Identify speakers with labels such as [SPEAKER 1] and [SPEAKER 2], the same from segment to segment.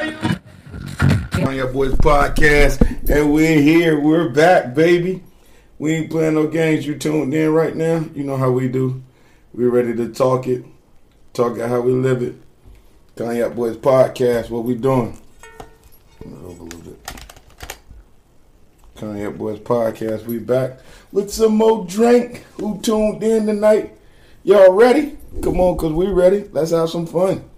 [SPEAKER 1] on your boys podcast, and we're here. We're back, baby. We ain't playing no games. You tuned in right now. You know how we do. We're ready to talk it, talk it how we live it. Kanye Up Boys podcast. What we doing? Turn it over a little bit. Kanye Up Boys podcast. We back with some more drink. Who tuned in tonight? Y'all ready? Come on, cause we ready. Let's have some fun.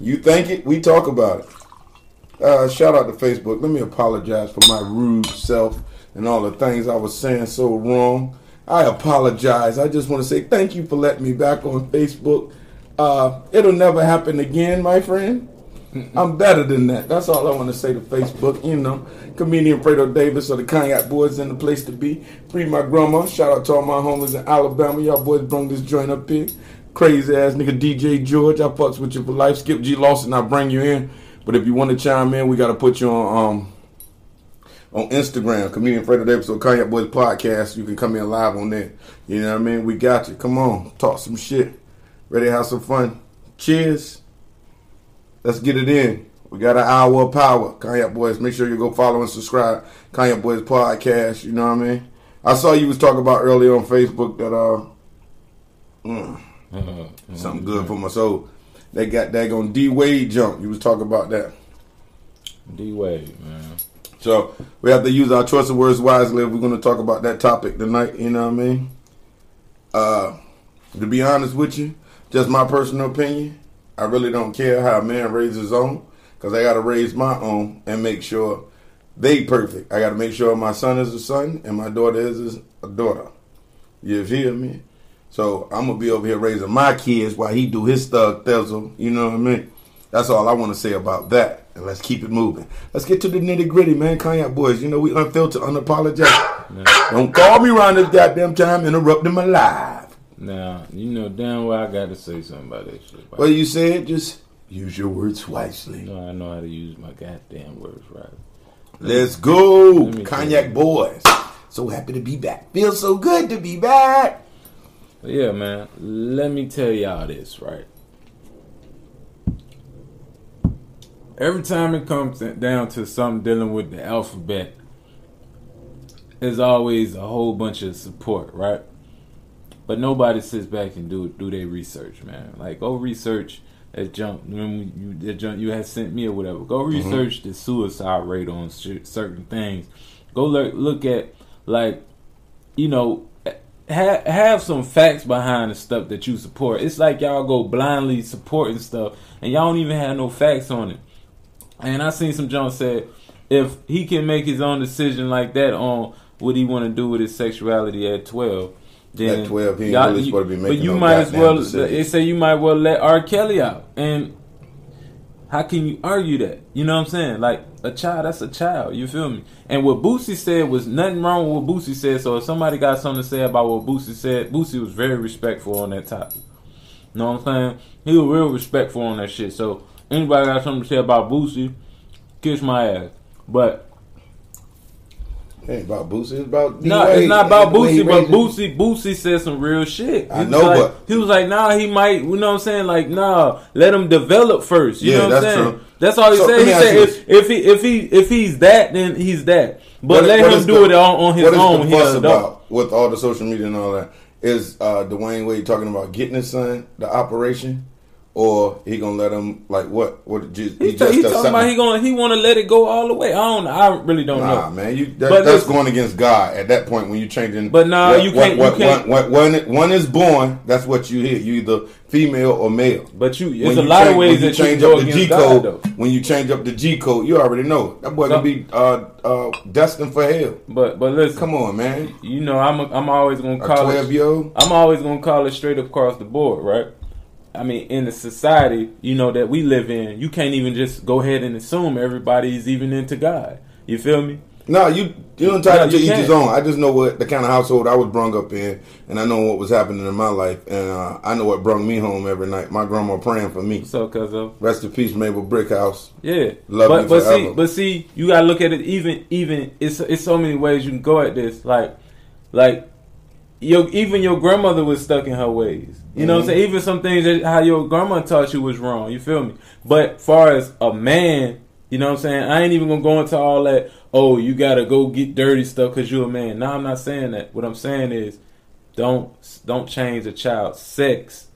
[SPEAKER 1] You think it? We talk about it. Uh, shout out to Facebook. Let me apologize for my rude self and all the things I was saying so wrong. I apologize. I just want to say thank you for letting me back on Facebook. Uh, it'll never happen again, my friend. I'm better than that. That's all I want to say to Facebook. You know, comedian Fredo Davis or the Cognac Boys in the place to be. Free my grandma. Shout out to all my homies in Alabama. Y'all boys bring this joint up here. Crazy ass nigga DJ George. I fucks with you for life. Skip G Lawson. I bring you in. But if you want to chime in, we got to put you on um, on Instagram, comedian Fredo Davis or Cognac Boys podcast. You can come in live on there. You know what I mean? We got you. Come on, talk some shit. Ready to have some fun. Cheers. Let's get it in. We got an hour of power. Kanye Boys, make sure you go follow and subscribe. Kanye Boys podcast. You know what I mean? I saw you was talking about earlier on Facebook that uh, mm,
[SPEAKER 2] Uh,
[SPEAKER 1] something good for my soul. They got that on D Wade jump. You was talking about that.
[SPEAKER 2] D Wade, man.
[SPEAKER 1] So we have to use our choice of words wisely. If we're going to talk about that topic tonight, you know what I mean? Uh, to be honest with you, just my personal opinion. I really don't care how a man raises his own, because I got to raise my own and make sure they perfect. I got to make sure my son is a son and my daughter is is a daughter. You hear me? So I'm gonna be over here raising my kids while he do his thug thizzle. You know what I mean? That's all I want to say about that. And let's keep it moving. Let's get to the nitty gritty, man. Kanye boys, you know we unfiltered, unapologetic. Don't call me around this goddamn time interrupting my live.
[SPEAKER 2] Now, you know damn well I got to say something about that shit.
[SPEAKER 1] Well, you said just use your words wisely.
[SPEAKER 2] You know I know how to use my goddamn words right.
[SPEAKER 1] Let's go,
[SPEAKER 2] Let me
[SPEAKER 1] Cognac
[SPEAKER 2] see.
[SPEAKER 1] boys. So happy to be back. Feels so good to be back.
[SPEAKER 2] But yeah, man. Let me tell y'all this, right? Every time it comes down to something dealing with the alphabet, there's always a whole bunch of support, right? But nobody sits back and do do their research, man. Like go research that jump when you that jump you had sent me or whatever. Go research the suicide rate on cer- certain things. Go look look at like you know have have some facts behind the stuff that you support. It's like y'all go blindly supporting stuff and y'all don't even have no facts on it. And I seen some John said if he can make his own decision like that on what he want to do with his sexuality at twelve, then
[SPEAKER 1] At 12, he ain't
[SPEAKER 2] y'all-
[SPEAKER 1] really
[SPEAKER 2] you-
[SPEAKER 1] supposed to be making
[SPEAKER 2] But you
[SPEAKER 1] no
[SPEAKER 2] might as
[SPEAKER 1] goddamn
[SPEAKER 2] well.
[SPEAKER 1] decisions.
[SPEAKER 2] They say you might well let R. Kelly out, and how can you argue that? You know what I'm saying? Like a child, that's a child. You feel me? And what Boosie said was nothing wrong with what Boosie said. So if somebody got something to say about what Boosie said, Boosie was very respectful on that topic. Know what I'm saying? He was real respectful on that shit. So anybody got something to say about Boosie, kiss my ass. But
[SPEAKER 1] It ain't about Boosie. It's about D.
[SPEAKER 2] no,
[SPEAKER 1] Wade
[SPEAKER 2] it's not
[SPEAKER 1] and
[SPEAKER 2] about
[SPEAKER 1] the way he
[SPEAKER 2] Boosie, but
[SPEAKER 1] raised him.
[SPEAKER 2] Boosie, Boosie said some real shit. He
[SPEAKER 1] I
[SPEAKER 2] was
[SPEAKER 1] know,
[SPEAKER 2] like,
[SPEAKER 1] but-
[SPEAKER 2] he was like, "Nah, he might." You know what I'm saying? Like, nah, let him develop first. You
[SPEAKER 1] Yeah,
[SPEAKER 2] know what I'm
[SPEAKER 1] that's
[SPEAKER 2] saying?
[SPEAKER 1] true.
[SPEAKER 2] That's all he
[SPEAKER 1] So,
[SPEAKER 2] said.
[SPEAKER 1] let
[SPEAKER 2] He
[SPEAKER 1] me ask
[SPEAKER 2] said,
[SPEAKER 1] you
[SPEAKER 2] if, if he if he if he's that, then he's that. But
[SPEAKER 1] What-
[SPEAKER 2] let
[SPEAKER 1] what
[SPEAKER 2] him
[SPEAKER 1] is
[SPEAKER 2] do
[SPEAKER 1] the-
[SPEAKER 2] it on, on his
[SPEAKER 1] what is
[SPEAKER 2] own.
[SPEAKER 1] the
[SPEAKER 2] He
[SPEAKER 1] fuss
[SPEAKER 2] an adult.
[SPEAKER 1] about with all the social media and all that is uh, Dwayne Wade talking about getting his son the operation, or he gonna let him like what? What just,
[SPEAKER 2] He, ta- he talking about he gonna he want to let it go all the way. I don't. I really don't
[SPEAKER 1] Nah,
[SPEAKER 2] know.
[SPEAKER 1] man, you that,
[SPEAKER 2] But
[SPEAKER 1] that's
[SPEAKER 2] listen-
[SPEAKER 1] going against God at that point when you're changing.
[SPEAKER 2] But nah,
[SPEAKER 1] what-
[SPEAKER 2] you
[SPEAKER 1] what-
[SPEAKER 2] can't- you
[SPEAKER 1] what-
[SPEAKER 2] can't-
[SPEAKER 1] what- what- when, when is born, that's what you hear. You either female or male.
[SPEAKER 2] But you, there's
[SPEAKER 1] When
[SPEAKER 2] a
[SPEAKER 1] you
[SPEAKER 2] lot of
[SPEAKER 1] change-
[SPEAKER 2] ways
[SPEAKER 1] when
[SPEAKER 2] that you can go against God, though.
[SPEAKER 1] code. When you change up the G code, you already know that boy
[SPEAKER 2] So-
[SPEAKER 1] gonna be uh, uh, destined for hell.
[SPEAKER 2] But but listen,
[SPEAKER 1] Come on, man.
[SPEAKER 2] you know I'm a, I'm always gonna
[SPEAKER 1] A
[SPEAKER 2] call
[SPEAKER 1] twelve
[SPEAKER 2] it.
[SPEAKER 1] year old.
[SPEAKER 2] I'm always gonna call it straight up across the board, right? I mean, in the society you know that we live in, you can't even just go ahead and assume everybody's even into God. You feel me?
[SPEAKER 1] No, you you're entitled
[SPEAKER 2] No,
[SPEAKER 1] to
[SPEAKER 2] you
[SPEAKER 1] each
[SPEAKER 2] can't.
[SPEAKER 1] his own. I just know what the kind of household I was brung up in, and I know what was happening in my life, and uh, I know what brung me home every night. My grandma praying for me.
[SPEAKER 2] So, cause of
[SPEAKER 1] Rest in peace, Mabel Brickhouse.
[SPEAKER 2] yeah,
[SPEAKER 1] Love
[SPEAKER 2] but
[SPEAKER 1] you
[SPEAKER 2] but
[SPEAKER 1] forever.
[SPEAKER 2] see, but see, you gotta look at it even even. It's it's so many ways you can go at this. Like like your even your grandmother was stuck in her ways. You
[SPEAKER 1] Mm-hmm.
[SPEAKER 2] know what I'm saying? Even some things that how your grandma taught you was wrong. You feel me? But far as a man, you know what I'm saying? I ain't even gonna go into all that. Oh, you gotta go get dirty stuff because you're a man. No, I'm not saying that. What I'm saying is, don't don't change a child's sex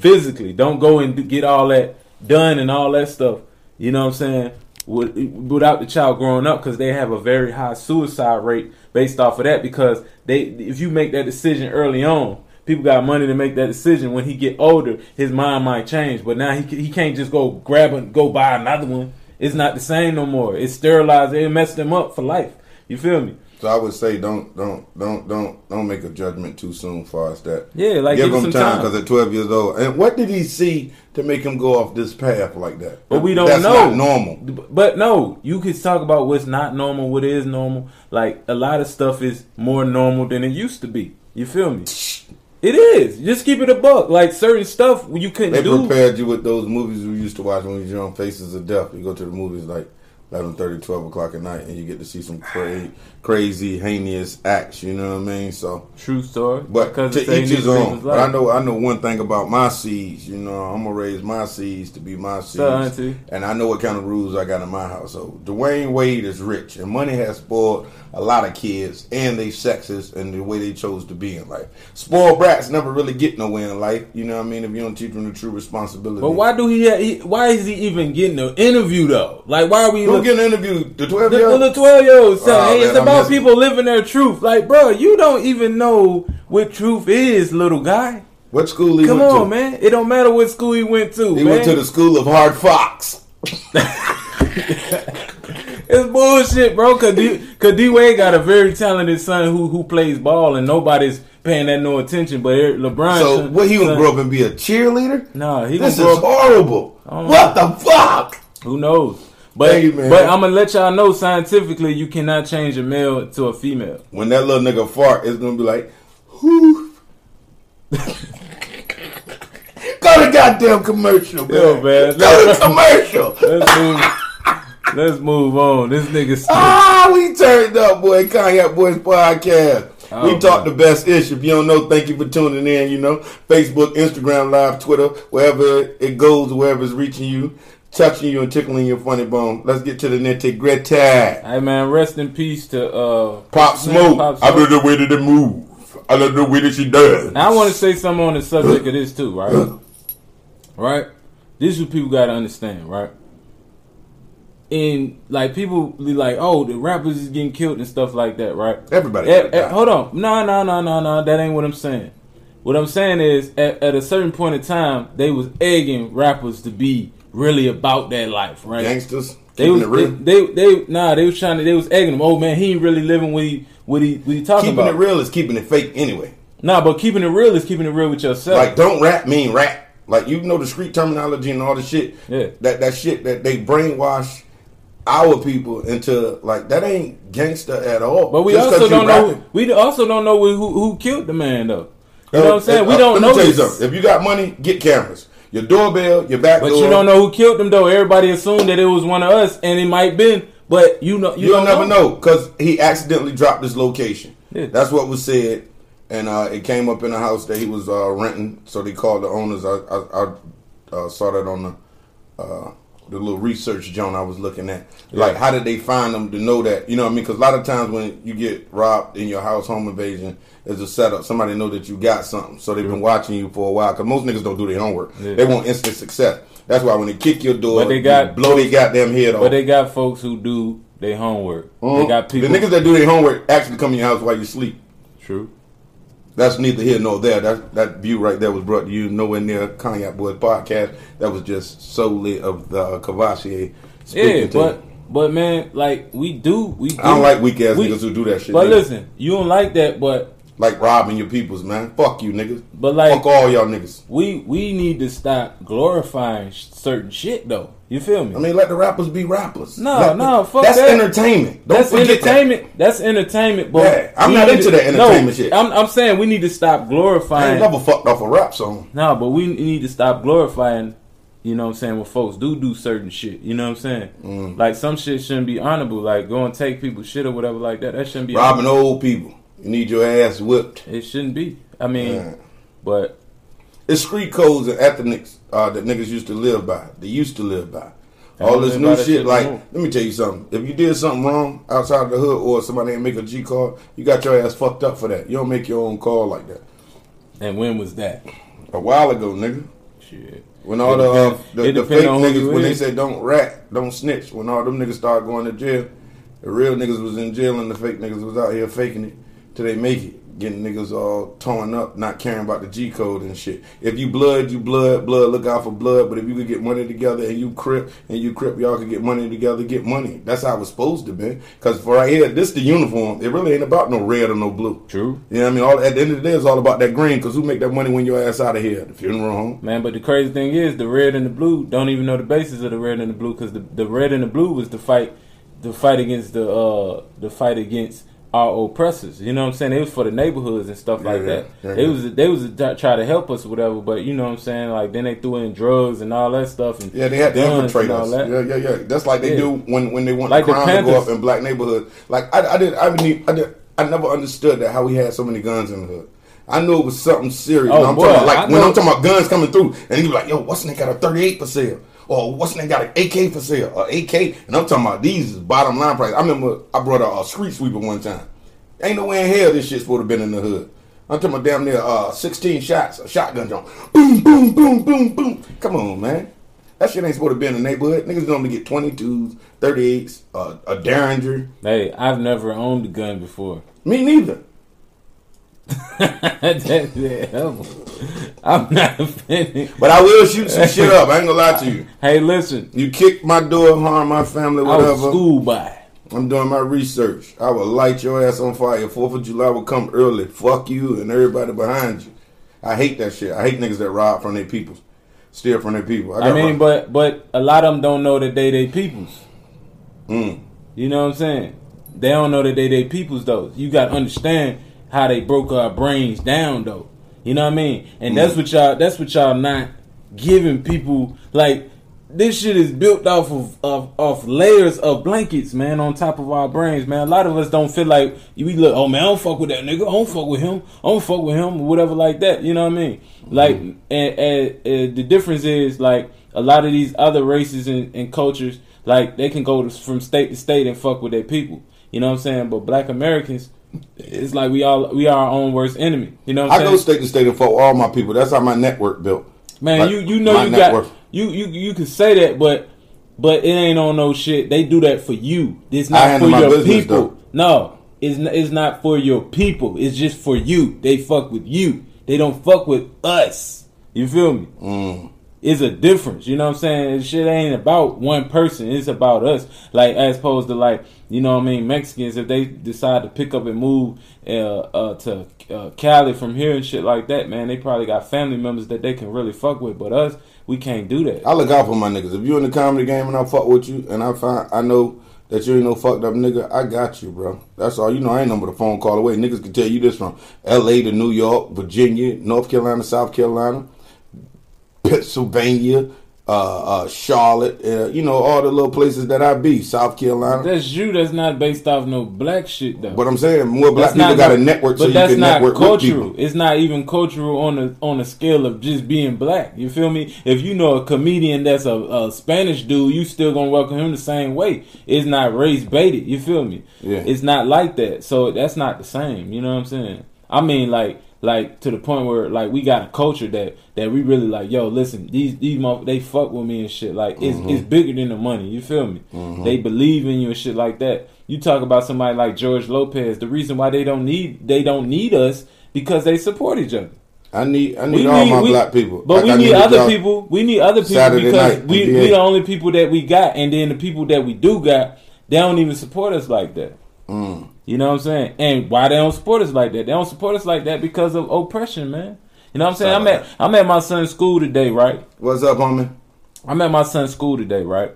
[SPEAKER 2] physically. Don't go and do- get all that done and all that stuff. You know what I'm saying? With- Without the child growing up, because they have a very high suicide rate based off of that. Because they, if you make that decision early on, people got money to make that decision. When he get older, his mind might change. But now he ca- he can't just go grab and go buy another one. It's not the same no more. It's sterilized. It messed them up for life. You feel me?
[SPEAKER 1] So I would say don't don't don't don't don't make a judgment too soon far as that.
[SPEAKER 2] Yeah, like,
[SPEAKER 1] give
[SPEAKER 2] give it
[SPEAKER 1] him
[SPEAKER 2] some
[SPEAKER 1] time
[SPEAKER 2] time.
[SPEAKER 1] because at twelve years old. And what did he see to make him go off this path like that?
[SPEAKER 2] But we don't
[SPEAKER 1] That's
[SPEAKER 2] know.
[SPEAKER 1] Not normal.
[SPEAKER 2] But no, you could talk about what's not normal, what is normal. Like a lot of stuff is more normal than it used to be. You feel me? It is. Just keep it a buck. Like certain stuff you couldn't
[SPEAKER 1] They
[SPEAKER 2] do.
[SPEAKER 1] prepared you with those movies we used to watch when we was young, Faces of Death. You go to the movies like 11, 12 o'clock at night, and you get to see some cra- crazy, heinous acts. You know what I mean? So,
[SPEAKER 2] True story.
[SPEAKER 1] but
[SPEAKER 2] Because
[SPEAKER 1] to
[SPEAKER 2] it say
[SPEAKER 1] each
[SPEAKER 2] new
[SPEAKER 1] his
[SPEAKER 2] people's
[SPEAKER 1] own. But I
[SPEAKER 2] life.
[SPEAKER 1] know, I know one thing about my seeds. You know, I'm gonna raise my seeds to be my seeds,
[SPEAKER 2] auntie?
[SPEAKER 1] and I know what kind of rules I got in my household. Dwayne Wade is rich, and money has spoiled a lot of kids and they sexes and the way they chose to be in life. Spoiled brats never really get nowhere in life. You know what I mean? If you don't teach them the true responsibility.
[SPEAKER 2] But why do he, ha- he? Why is he even getting an interview though? Like why are we?
[SPEAKER 1] Who
[SPEAKER 2] looking
[SPEAKER 1] get an interview? The twelve year
[SPEAKER 2] the,
[SPEAKER 1] old.
[SPEAKER 2] the twelve year olds.
[SPEAKER 1] Oh,
[SPEAKER 2] hey,
[SPEAKER 1] man,
[SPEAKER 2] it's
[SPEAKER 1] I
[SPEAKER 2] about
[SPEAKER 1] miss it.
[SPEAKER 2] people living their truth. Like, bro, you don't even know what truth is, little guy.
[SPEAKER 1] What school he
[SPEAKER 2] Come
[SPEAKER 1] went
[SPEAKER 2] on,
[SPEAKER 1] to?
[SPEAKER 2] man. It don't matter what school he went to.
[SPEAKER 1] He
[SPEAKER 2] man.
[SPEAKER 1] went to the school of hard fox.
[SPEAKER 2] It's bullshit, bro. Cause D, cause D Wade got a very talented son who who plays ball, and nobody's paying that no attention. But Eric- LeBron,
[SPEAKER 1] So
[SPEAKER 2] son-
[SPEAKER 1] what? He gonna
[SPEAKER 2] son-
[SPEAKER 1] grow up and be a cheerleader?
[SPEAKER 2] Nah, he
[SPEAKER 1] This is
[SPEAKER 2] gonna grow up.
[SPEAKER 1] horrible.
[SPEAKER 2] don't
[SPEAKER 1] What the fuck?
[SPEAKER 2] Who knows? But
[SPEAKER 1] Hey, man.
[SPEAKER 2] but I'm gonna let y'all know scientifically, you cannot change a male to a female.
[SPEAKER 1] When that little nigga fart, it's gonna be like, whoo. Go to goddamn commercial, man.
[SPEAKER 2] Yo, man.
[SPEAKER 1] Go to commercial.
[SPEAKER 2] Let's move. let's move on. This nigga. Still,
[SPEAKER 1] Ah, we turned up, boy. Cognac Boys Podcast. we
[SPEAKER 2] Oh,
[SPEAKER 1] talk the best ish. If you don't know, thank you for tuning in. You know, Facebook, Instagram, Live, Twitter, wherever it goes, wherever it's reaching you, touching you, and tickling your funny bone. Let's get to the nitty-gritty.
[SPEAKER 2] hey man, rest in peace to uh
[SPEAKER 1] Pop Smoke.
[SPEAKER 2] Pop
[SPEAKER 1] I love
[SPEAKER 2] Smoke.
[SPEAKER 1] the way that they move. I love the way that she does.
[SPEAKER 2] Now, I want to say something on the subject of this too, right? right? This is what people got to understand, right? And like people be like, oh, the rappers is getting killed and stuff like that, right?
[SPEAKER 1] Everybody
[SPEAKER 2] At-
[SPEAKER 1] gotta die.
[SPEAKER 2] at- eh, hold on, no, no, no, no, no. That ain't what I'm saying. What I'm saying is, at, at a certain point in time, they was egging rappers to be really about that life, right?
[SPEAKER 1] Gangsters.
[SPEAKER 2] They
[SPEAKER 1] keeping
[SPEAKER 2] was
[SPEAKER 1] it real.
[SPEAKER 2] they, they they- nah they was trying to they was egging them. Oh man, he ain't really living what he what he what he talking
[SPEAKER 1] keeping
[SPEAKER 2] about.
[SPEAKER 1] it real is keeping it fake anyway.
[SPEAKER 2] Nah, but keeping it real is keeping it real with yourself.
[SPEAKER 1] Like, don't rap mean rap. Like, you know the street terminology and all the shit.
[SPEAKER 2] Yeah.
[SPEAKER 1] That that shit that they brainwash our people into. Like, that ain't gangster at all.
[SPEAKER 2] But we
[SPEAKER 1] Just 'cause
[SPEAKER 2] also
[SPEAKER 1] you
[SPEAKER 2] don't know.
[SPEAKER 1] rapping.
[SPEAKER 2] We also don't know who who killed the man though. You know what I'm saying?
[SPEAKER 1] Uh,
[SPEAKER 2] We don't
[SPEAKER 1] let me
[SPEAKER 2] know.
[SPEAKER 1] tell you
[SPEAKER 2] this.
[SPEAKER 1] something. If you got money, get cameras. Your doorbell, your back
[SPEAKER 2] But
[SPEAKER 1] door.
[SPEAKER 2] you don't know who killed him though. Everybody assumed that it was one of us, and it might been. But you know, you,
[SPEAKER 1] You'll
[SPEAKER 2] don't
[SPEAKER 1] never know because he accidentally dropped his location.
[SPEAKER 2] Yeah.
[SPEAKER 1] That's what was said, and uh, it came up in a house that he was uh, renting. So they called the owners. I I, I uh, saw that on the uh, the little research John I was looking at. Like, how did they find them to know that? You know what I mean? Because a lot of times when you get robbed in your house, home invasion is a setup. Somebody know that you got something, so they've been watching you for a while. Because most niggas don't do their homework.
[SPEAKER 2] Yeah.
[SPEAKER 1] They want instant success. That's why when they kick your door,
[SPEAKER 2] But they
[SPEAKER 1] you
[SPEAKER 2] got-
[SPEAKER 1] blow their goddamn head off.
[SPEAKER 2] But they got folks who do their homework. They got people.
[SPEAKER 1] Uh-huh. The niggas that do their homework actually come in your house while you sleep.
[SPEAKER 2] True.
[SPEAKER 1] That's neither here nor there. That that view right there was brought to you nowhere near Cognac Boys podcast. That was just solely of the uh, Cavassier speaking
[SPEAKER 2] Yeah,
[SPEAKER 1] to
[SPEAKER 2] but
[SPEAKER 1] you.
[SPEAKER 2] but man, like we do, we. Do,
[SPEAKER 1] I don't like weak ass
[SPEAKER 2] we-
[SPEAKER 1] niggas who do that shit.
[SPEAKER 2] But
[SPEAKER 1] nigga.
[SPEAKER 2] listen, you don't like that, but
[SPEAKER 1] like robbing your peoples, man. Fuck you, niggas.
[SPEAKER 2] but like
[SPEAKER 1] Fuck all y'all niggas.
[SPEAKER 2] we we need to stop glorifying sh- certain shit though. You feel me?
[SPEAKER 1] I mean, let the rappers be rappers.
[SPEAKER 2] No,
[SPEAKER 1] Let-
[SPEAKER 2] no, fuck
[SPEAKER 1] That's
[SPEAKER 2] that.
[SPEAKER 1] entertainment. Don't
[SPEAKER 2] that's
[SPEAKER 1] forget that.
[SPEAKER 2] entertainment. That's entertainment, but
[SPEAKER 1] Yeah, I'm
[SPEAKER 2] we
[SPEAKER 1] not
[SPEAKER 2] need
[SPEAKER 1] into
[SPEAKER 2] to-
[SPEAKER 1] that entertainment shit.
[SPEAKER 2] I'm, I'm saying we need to
[SPEAKER 1] I
[SPEAKER 2] stop
[SPEAKER 1] ain't
[SPEAKER 2] glorifying.
[SPEAKER 1] never fucked off a rap song.
[SPEAKER 2] No, but we need to stop glorifying. You know what I'm saying? When folks do do certain shit, you know what I'm saying?
[SPEAKER 1] Mm.
[SPEAKER 2] Like some shit shouldn't be honorable. Like go and take people's shit or whatever like that. That shouldn't be.
[SPEAKER 1] Robbing old people. You need your ass whipped.
[SPEAKER 2] It shouldn't be. I mean,
[SPEAKER 1] Yeah.
[SPEAKER 2] but
[SPEAKER 1] It's street codes and ethnics uh, that niggas used to live by. They used to live by.
[SPEAKER 2] And
[SPEAKER 1] All this
[SPEAKER 2] everybody
[SPEAKER 1] new
[SPEAKER 2] should
[SPEAKER 1] shit, like,
[SPEAKER 2] know.
[SPEAKER 1] let me tell you something. If you did something wrong outside of the hood or somebody didn't make a G call, you got your ass fucked up for that. You don't make your own call like that.
[SPEAKER 2] and when was that?
[SPEAKER 1] A while ago, nigga.
[SPEAKER 2] Shit.
[SPEAKER 1] When all
[SPEAKER 2] It
[SPEAKER 1] the, uh,
[SPEAKER 2] depend-
[SPEAKER 1] the,
[SPEAKER 2] it
[SPEAKER 1] the
[SPEAKER 2] depend
[SPEAKER 1] fake
[SPEAKER 2] on who
[SPEAKER 1] niggas,
[SPEAKER 2] you
[SPEAKER 1] when they
[SPEAKER 2] is.
[SPEAKER 1] said don't rat, don't snitch, when all them niggas started going to jail, the real niggas was in jail and the fake niggas was out here faking it till they make it. Getting niggas all torn up, not caring about the G code and shit. If you blood, you blood, blood, look out for blood. But if you could get money together and you crip and you crip, y'all could get money together, get money. That's how it's supposed to be. Because for right here, this the uniform. It really ain't about no red or no blue.
[SPEAKER 2] True.
[SPEAKER 1] You know what I mean? All, at the end of the day, it's all about that green. Because who make that money when your ass out of here? The funeral home.
[SPEAKER 2] Man, but the crazy thing is, the red and the blue don't even know the basis of the red and the blue because the, the red and the blue was the fight, the fight against the uh the fight against our oppressors. You know what I'm saying? It was for the neighborhoods and stuff like
[SPEAKER 1] yeah,
[SPEAKER 2] that.
[SPEAKER 1] yeah,
[SPEAKER 2] they
[SPEAKER 1] yeah.
[SPEAKER 2] was they was to try to help us or whatever. But you know what I'm saying? Like then they threw in drugs and all that stuff. And
[SPEAKER 1] Yeah, they had to
[SPEAKER 2] guns
[SPEAKER 1] infiltrate
[SPEAKER 2] and all
[SPEAKER 1] us.
[SPEAKER 2] that.
[SPEAKER 1] Yeah, yeah, yeah. That's like they
[SPEAKER 2] Yeah.
[SPEAKER 1] do when, when they want
[SPEAKER 2] Like
[SPEAKER 1] the
[SPEAKER 2] the
[SPEAKER 1] crime to go
[SPEAKER 2] Panthers.
[SPEAKER 1] up in black neighborhoods. Like I, I did, I didn't, I did, I never understood that how we had so many guns in the hood. I knew it was something serious.
[SPEAKER 2] Oh,
[SPEAKER 1] Now, I'm
[SPEAKER 2] boy,
[SPEAKER 1] talking about, like
[SPEAKER 2] I
[SPEAKER 1] when
[SPEAKER 2] know-
[SPEAKER 1] I'm talking about guns coming through, and you be like, "Yo, what's nigga got a 38 for sale?" Or what's nigga got an AK for sale? Or AK? And I'm talking about these is bottom line price. I remember I brought a, a street sweeper one time. Ain't no way in hell this shit's supposed to been in the hood. I'm talking about damn near uh, 16 shots, a shotgun jump. Boom, boom, boom, boom, boom. Come on, man. That shit ain't supposed to be in the neighborhood. Niggas normally get 22s, 38s, uh, a Derringer.
[SPEAKER 2] Hey, I've never owned a gun before.
[SPEAKER 1] Me neither.
[SPEAKER 2] That- that hell. I'm not offended.
[SPEAKER 1] But I will shoot some shit up. I ain't gonna lie to you.
[SPEAKER 2] Hey, listen,
[SPEAKER 1] You kick my door, harm my family,
[SPEAKER 2] I was
[SPEAKER 1] whatever.
[SPEAKER 2] schooled by.
[SPEAKER 1] I'm doing my research. I will light your ass on fire. Fourth of July will come early. Fuck you and everybody behind you. I hate that shit. I hate niggas that rob from their people, steal from their people.
[SPEAKER 2] I
[SPEAKER 1] got robbed.
[SPEAKER 2] mean, but but a lot of them don't know that they they peoples. You know what I'm saying? They don't know that they they peoples though. You got to understand how they broke our brains down though. You know what I mean? And that's what y'all that's what y'all not giving people like this shit is built off of, of off layers of blankets, man, on top of our brains, man. A lot of us don't feel like we look, oh man, I don't fuck with that nigga, I don't fuck with him, I don't fuck with him, or whatever like that. You know what I mean? Like, and, and, and the difference is like a lot of these other races and, and cultures, like they can go to, from state to state and fuck with their people. You know what I'm saying? But black Americans, it's like we all we are our own worst enemy. You know what
[SPEAKER 1] I
[SPEAKER 2] I'm
[SPEAKER 1] go
[SPEAKER 2] saying?
[SPEAKER 1] state to state and fuck with all my people. That's how my network built.
[SPEAKER 2] Man,
[SPEAKER 1] Like,
[SPEAKER 2] you you know
[SPEAKER 1] my
[SPEAKER 2] you
[SPEAKER 1] network.
[SPEAKER 2] got you you you can say that, but but it ain't on no shit. They do that for you. It's
[SPEAKER 1] I
[SPEAKER 2] not for
[SPEAKER 1] handle my
[SPEAKER 2] your
[SPEAKER 1] business,
[SPEAKER 2] people.
[SPEAKER 1] though.
[SPEAKER 2] No, it's n- it's not for your people. It's just for you. They fuck with you. They don't fuck with us. You feel me? It's a difference. You know what I'm saying? This shit ain't about one person. It's about us. Like as opposed to like you know what I mean Mexicans if they decide to pick up and move uh, uh, to uh, Cali from here and shit like that, man, they probably got family members that they can really fuck with. But us, we can't do that.
[SPEAKER 1] I look out for my niggas. If you in the comedy game and I fuck with you, and I find I know that you ain't no fucked up nigga, I got you, bro. That's all. You know, I ain't number the phone call away. Niggas can tell you this from L.A. to New York, Virginia, North Carolina, South Carolina, Pennsylvania, uh, uh, Charlotte. Uh, you know, all the little places that I be. South Carolina.
[SPEAKER 2] That's you. That's not based off no black shit though.
[SPEAKER 1] But I'm saying more black
[SPEAKER 2] That's
[SPEAKER 1] people
[SPEAKER 2] not-
[SPEAKER 1] got a network, so
[SPEAKER 2] but
[SPEAKER 1] you
[SPEAKER 2] that's
[SPEAKER 1] can
[SPEAKER 2] not
[SPEAKER 1] network with people.
[SPEAKER 2] cultural. It's not even cultural on the on the scale of just being black. You feel me? If you know a comedian that's a, a Spanish dude, you still gonna welcome him the same way. It's not race baited. You feel me?
[SPEAKER 1] Yeah.
[SPEAKER 2] It's not like that. So that's not the same. You know what I'm saying? I mean, like. Like to the point where like we got a culture that that we really like. Yo, listen, these these mother, they fuck with me and shit. Like it's
[SPEAKER 1] Mm-hmm.
[SPEAKER 2] it's bigger than the money. You feel me? They believe in you and shit like that. You talk about somebody like George Lopez. The reason why they don't need they don't need us because they support each other.
[SPEAKER 1] I need I
[SPEAKER 2] We
[SPEAKER 1] need all my
[SPEAKER 2] we-
[SPEAKER 1] black people.
[SPEAKER 2] but
[SPEAKER 1] Like,
[SPEAKER 2] we
[SPEAKER 1] I
[SPEAKER 2] need other
[SPEAKER 1] y'all-
[SPEAKER 2] people. We need other people
[SPEAKER 1] Saturday
[SPEAKER 2] because
[SPEAKER 1] night,
[SPEAKER 2] we
[SPEAKER 1] NBA.
[SPEAKER 2] we the only people that we got, and then the people that we do got, they don't even support us like that.
[SPEAKER 1] Mm.
[SPEAKER 2] You know what I'm saying? And why they don't support us like that? They don't support us like that because of oppression, man. You know what I'm saying? I'm at I'm at my son's school today, right?
[SPEAKER 1] What's up, homie?
[SPEAKER 2] I'm at my son's school today, right?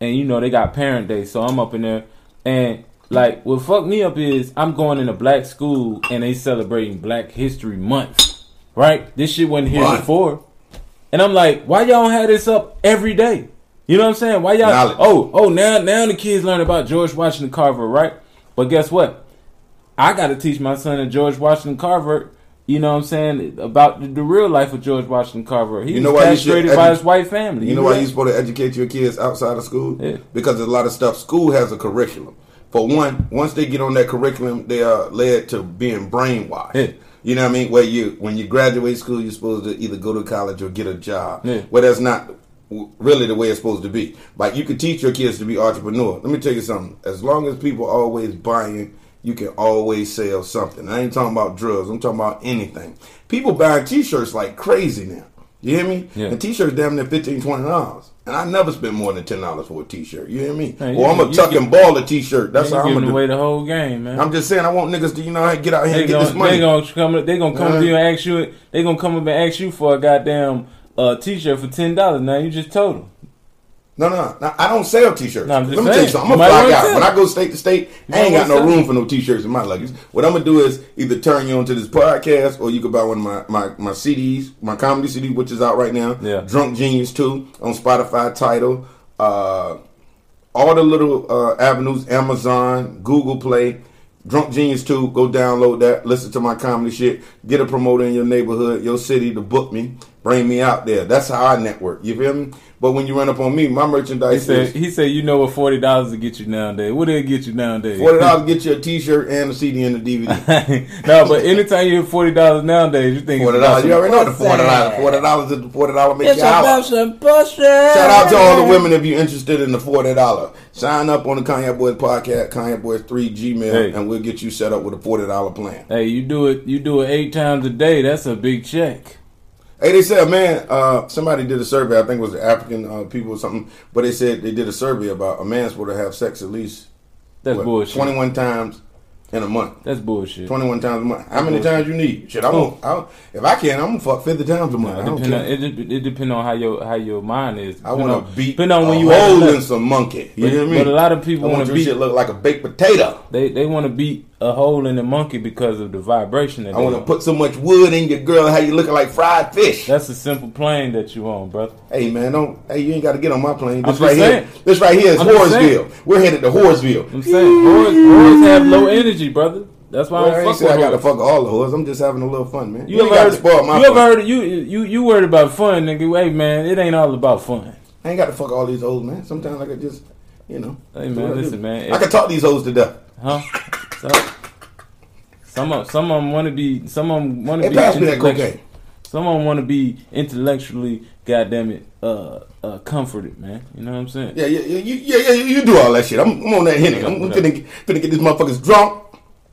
[SPEAKER 2] And you know they got parent day, so I'm up in there. And like what fucked me up is I'm going in a black school and they celebrating Black History Month. Right? This shit wasn't here
[SPEAKER 1] Month.
[SPEAKER 2] before. And I'm like, why y'all don't have this up every day? You know what I'm saying? Why y'all
[SPEAKER 1] Knowledge.
[SPEAKER 2] Oh, oh now now the kids learn about George Washington Carver, right? But guess what? I got to teach my son and George Washington Carver. You know what I'm saying about the, the real life of George Washington Carver. He
[SPEAKER 1] You know
[SPEAKER 2] was
[SPEAKER 1] why you should
[SPEAKER 2] castrated
[SPEAKER 1] edu-
[SPEAKER 2] by his white family.
[SPEAKER 1] You know
[SPEAKER 2] know
[SPEAKER 1] why
[SPEAKER 2] that?
[SPEAKER 1] you're supposed to educate your kids outside of school?
[SPEAKER 2] Yeah.
[SPEAKER 1] Because there's a lot of stuff. School has a curriculum. For one, once they get on that curriculum, they are led to being brainwashed.
[SPEAKER 2] Yeah.
[SPEAKER 1] You know what I mean? Where you, when you graduate school, you're supposed to either go to college or get a job.
[SPEAKER 2] Yeah.
[SPEAKER 1] Well, that's not w- really the way it's supposed to be. Like you can teach your kids to be entrepreneur. Let me tell you something. As long as people always buying, you can always sell something. I ain't talking about drugs. I'm talking about anything. People buying T-shirts like crazy now. You hear me?
[SPEAKER 2] Yeah.
[SPEAKER 1] And t-shirts damn near 15 dollars, and I never spend more than ten dollars for a t-shirt. You hear me?
[SPEAKER 2] Hey, you
[SPEAKER 1] or I'm
[SPEAKER 2] get-
[SPEAKER 1] a
[SPEAKER 2] you
[SPEAKER 1] tuck
[SPEAKER 2] get-
[SPEAKER 1] and ball a t-shirt. That's
[SPEAKER 2] They
[SPEAKER 1] how I'm
[SPEAKER 2] giving
[SPEAKER 1] gonna do.
[SPEAKER 2] away the whole game, man.
[SPEAKER 1] I'm just saying, I want niggas to you know get out here
[SPEAKER 2] they
[SPEAKER 1] and get
[SPEAKER 2] gonna,
[SPEAKER 1] this money.
[SPEAKER 2] They gonna come. They gonna come
[SPEAKER 1] Uh-huh.
[SPEAKER 2] to you and ask you. They gonna come up and ask you for a goddamn uh, t-shirt for ten dollars. Now you just told them.
[SPEAKER 1] No, no, no, I don't sell T-shirts.
[SPEAKER 2] No, I'm
[SPEAKER 1] Let
[SPEAKER 2] just
[SPEAKER 1] me tell you
[SPEAKER 2] saying.
[SPEAKER 1] something. I'm
[SPEAKER 2] You might
[SPEAKER 1] a fly
[SPEAKER 2] wanna
[SPEAKER 1] guy.
[SPEAKER 2] sell.
[SPEAKER 1] When I go state to state,
[SPEAKER 2] You
[SPEAKER 1] I ain't
[SPEAKER 2] might
[SPEAKER 1] got
[SPEAKER 2] wanna
[SPEAKER 1] no
[SPEAKER 2] sell.
[SPEAKER 1] room for no T-shirts in my luggage. What I'm gonna do is either turn you onto this podcast, or you can buy one of my my, my CDs, my comedy CD, which is out right now.
[SPEAKER 2] Yeah.
[SPEAKER 1] Drunk Genius Two on Spotify, title, uh, all the little uh, avenues, Amazon, Google Play. Drunk Genius 2, go download that, listen to my comedy shit, get a promoter in your neighborhood, your city to book me, bring me out there. That's how I network. You feel me? But when you run up on me, my
[SPEAKER 2] He
[SPEAKER 1] merchandise
[SPEAKER 2] said.
[SPEAKER 1] is
[SPEAKER 2] He said. You know what forty dollars to get you nowadays. What they get you nowadays?
[SPEAKER 1] forty dollars get you a T-shirt and a CD and a DVD.
[SPEAKER 2] no, but anytime you hear forty dollars nowadays, you think it's
[SPEAKER 1] Forty
[SPEAKER 2] about
[SPEAKER 1] dollars,
[SPEAKER 2] some-
[SPEAKER 1] you already know what the
[SPEAKER 3] What's
[SPEAKER 1] forty dollars.
[SPEAKER 3] that?
[SPEAKER 1] Forty dollars is the forty dollar make
[SPEAKER 3] It's
[SPEAKER 1] you holler.
[SPEAKER 3] about some pussy. Shout
[SPEAKER 1] Shout out to all the women if you're interested in the forty dollar. Sign up on the Kanye Boys podcast, Kanye Boys Three Gmail,
[SPEAKER 2] Hey.
[SPEAKER 1] and we'll get you set up with a forty dollar plan.
[SPEAKER 2] Hey, you do it. You do it eight times a day. That's a big check.
[SPEAKER 1] Hey, they said, man, uh, somebody did a survey. I think it was the African uh, people or something, but they said they did a survey about a man's supposed to have sex at least
[SPEAKER 2] That's
[SPEAKER 1] what,
[SPEAKER 2] bullshit.
[SPEAKER 1] 21 times in a month.
[SPEAKER 2] That's bullshit.
[SPEAKER 1] 21 times a month. How many times you need? Shit, I'm
[SPEAKER 2] Oh.
[SPEAKER 1] gonna, I'm, if I can, I'm gonna fuck 50 times a month. I
[SPEAKER 2] It
[SPEAKER 1] don't
[SPEAKER 2] depend on,
[SPEAKER 1] care.
[SPEAKER 2] it, de- it depend on how your how your mind is.
[SPEAKER 1] I
[SPEAKER 2] Depend
[SPEAKER 1] want
[SPEAKER 2] on-
[SPEAKER 1] to beat
[SPEAKER 2] Depend on when
[SPEAKER 1] a
[SPEAKER 2] you at the
[SPEAKER 1] hole
[SPEAKER 2] level.
[SPEAKER 1] in some monkey. You
[SPEAKER 2] But-
[SPEAKER 1] hear me?
[SPEAKER 2] but a lot of people
[SPEAKER 1] I want
[SPEAKER 2] wanna
[SPEAKER 1] your
[SPEAKER 2] beat-
[SPEAKER 1] shit look like a baked potato.
[SPEAKER 2] They they want to beat a hole in the monkey because of the vibration. That
[SPEAKER 1] I want to put so much wood in your girl how you looking like fried fish.
[SPEAKER 2] That's a simple plane that you on, brother.
[SPEAKER 1] Hey man, don't. Hey, you ain't got to get on my plane. This
[SPEAKER 2] just
[SPEAKER 1] right
[SPEAKER 2] saying.
[SPEAKER 1] here. This right here is
[SPEAKER 2] I'm just
[SPEAKER 1] Horseville. We're headed to Horseville.
[SPEAKER 2] I'm saying whores, whores have low energy, brother. That's why
[SPEAKER 1] Well, I
[SPEAKER 2] I
[SPEAKER 1] ain't
[SPEAKER 2] don't fuck
[SPEAKER 1] say
[SPEAKER 2] with
[SPEAKER 1] I got to
[SPEAKER 2] whores.
[SPEAKER 1] fuck all the hoes. I'm just having a little fun, man.
[SPEAKER 2] You ever
[SPEAKER 1] ain't got to
[SPEAKER 2] heard?
[SPEAKER 1] spoil my
[SPEAKER 2] You ever
[SPEAKER 1] fun.
[SPEAKER 2] heard? You you you worried about fun, nigga? Hey man, it ain't all about fun.
[SPEAKER 1] I ain't got to fuck all these hoes, man. Sometimes I could just, you know.
[SPEAKER 2] Hey,
[SPEAKER 1] do
[SPEAKER 2] man,
[SPEAKER 1] what I
[SPEAKER 2] listen,
[SPEAKER 1] do.
[SPEAKER 2] man.
[SPEAKER 1] I could talk these hoes to death.
[SPEAKER 2] Huh? So, some of some of them want to be some of them want to
[SPEAKER 1] Hey,
[SPEAKER 2] be
[SPEAKER 1] pass me that
[SPEAKER 2] intellectual-
[SPEAKER 1] cocaine.
[SPEAKER 2] Some of them want to be intellectually, goddamn it, uh, uh, comforted, man. You know what I'm saying?
[SPEAKER 1] Yeah, yeah, yeah, you, yeah, yeah, you you do all that shit. I'm, I'm on that henny. I'm, I'm finna, get- finna get these motherfuckers drunk.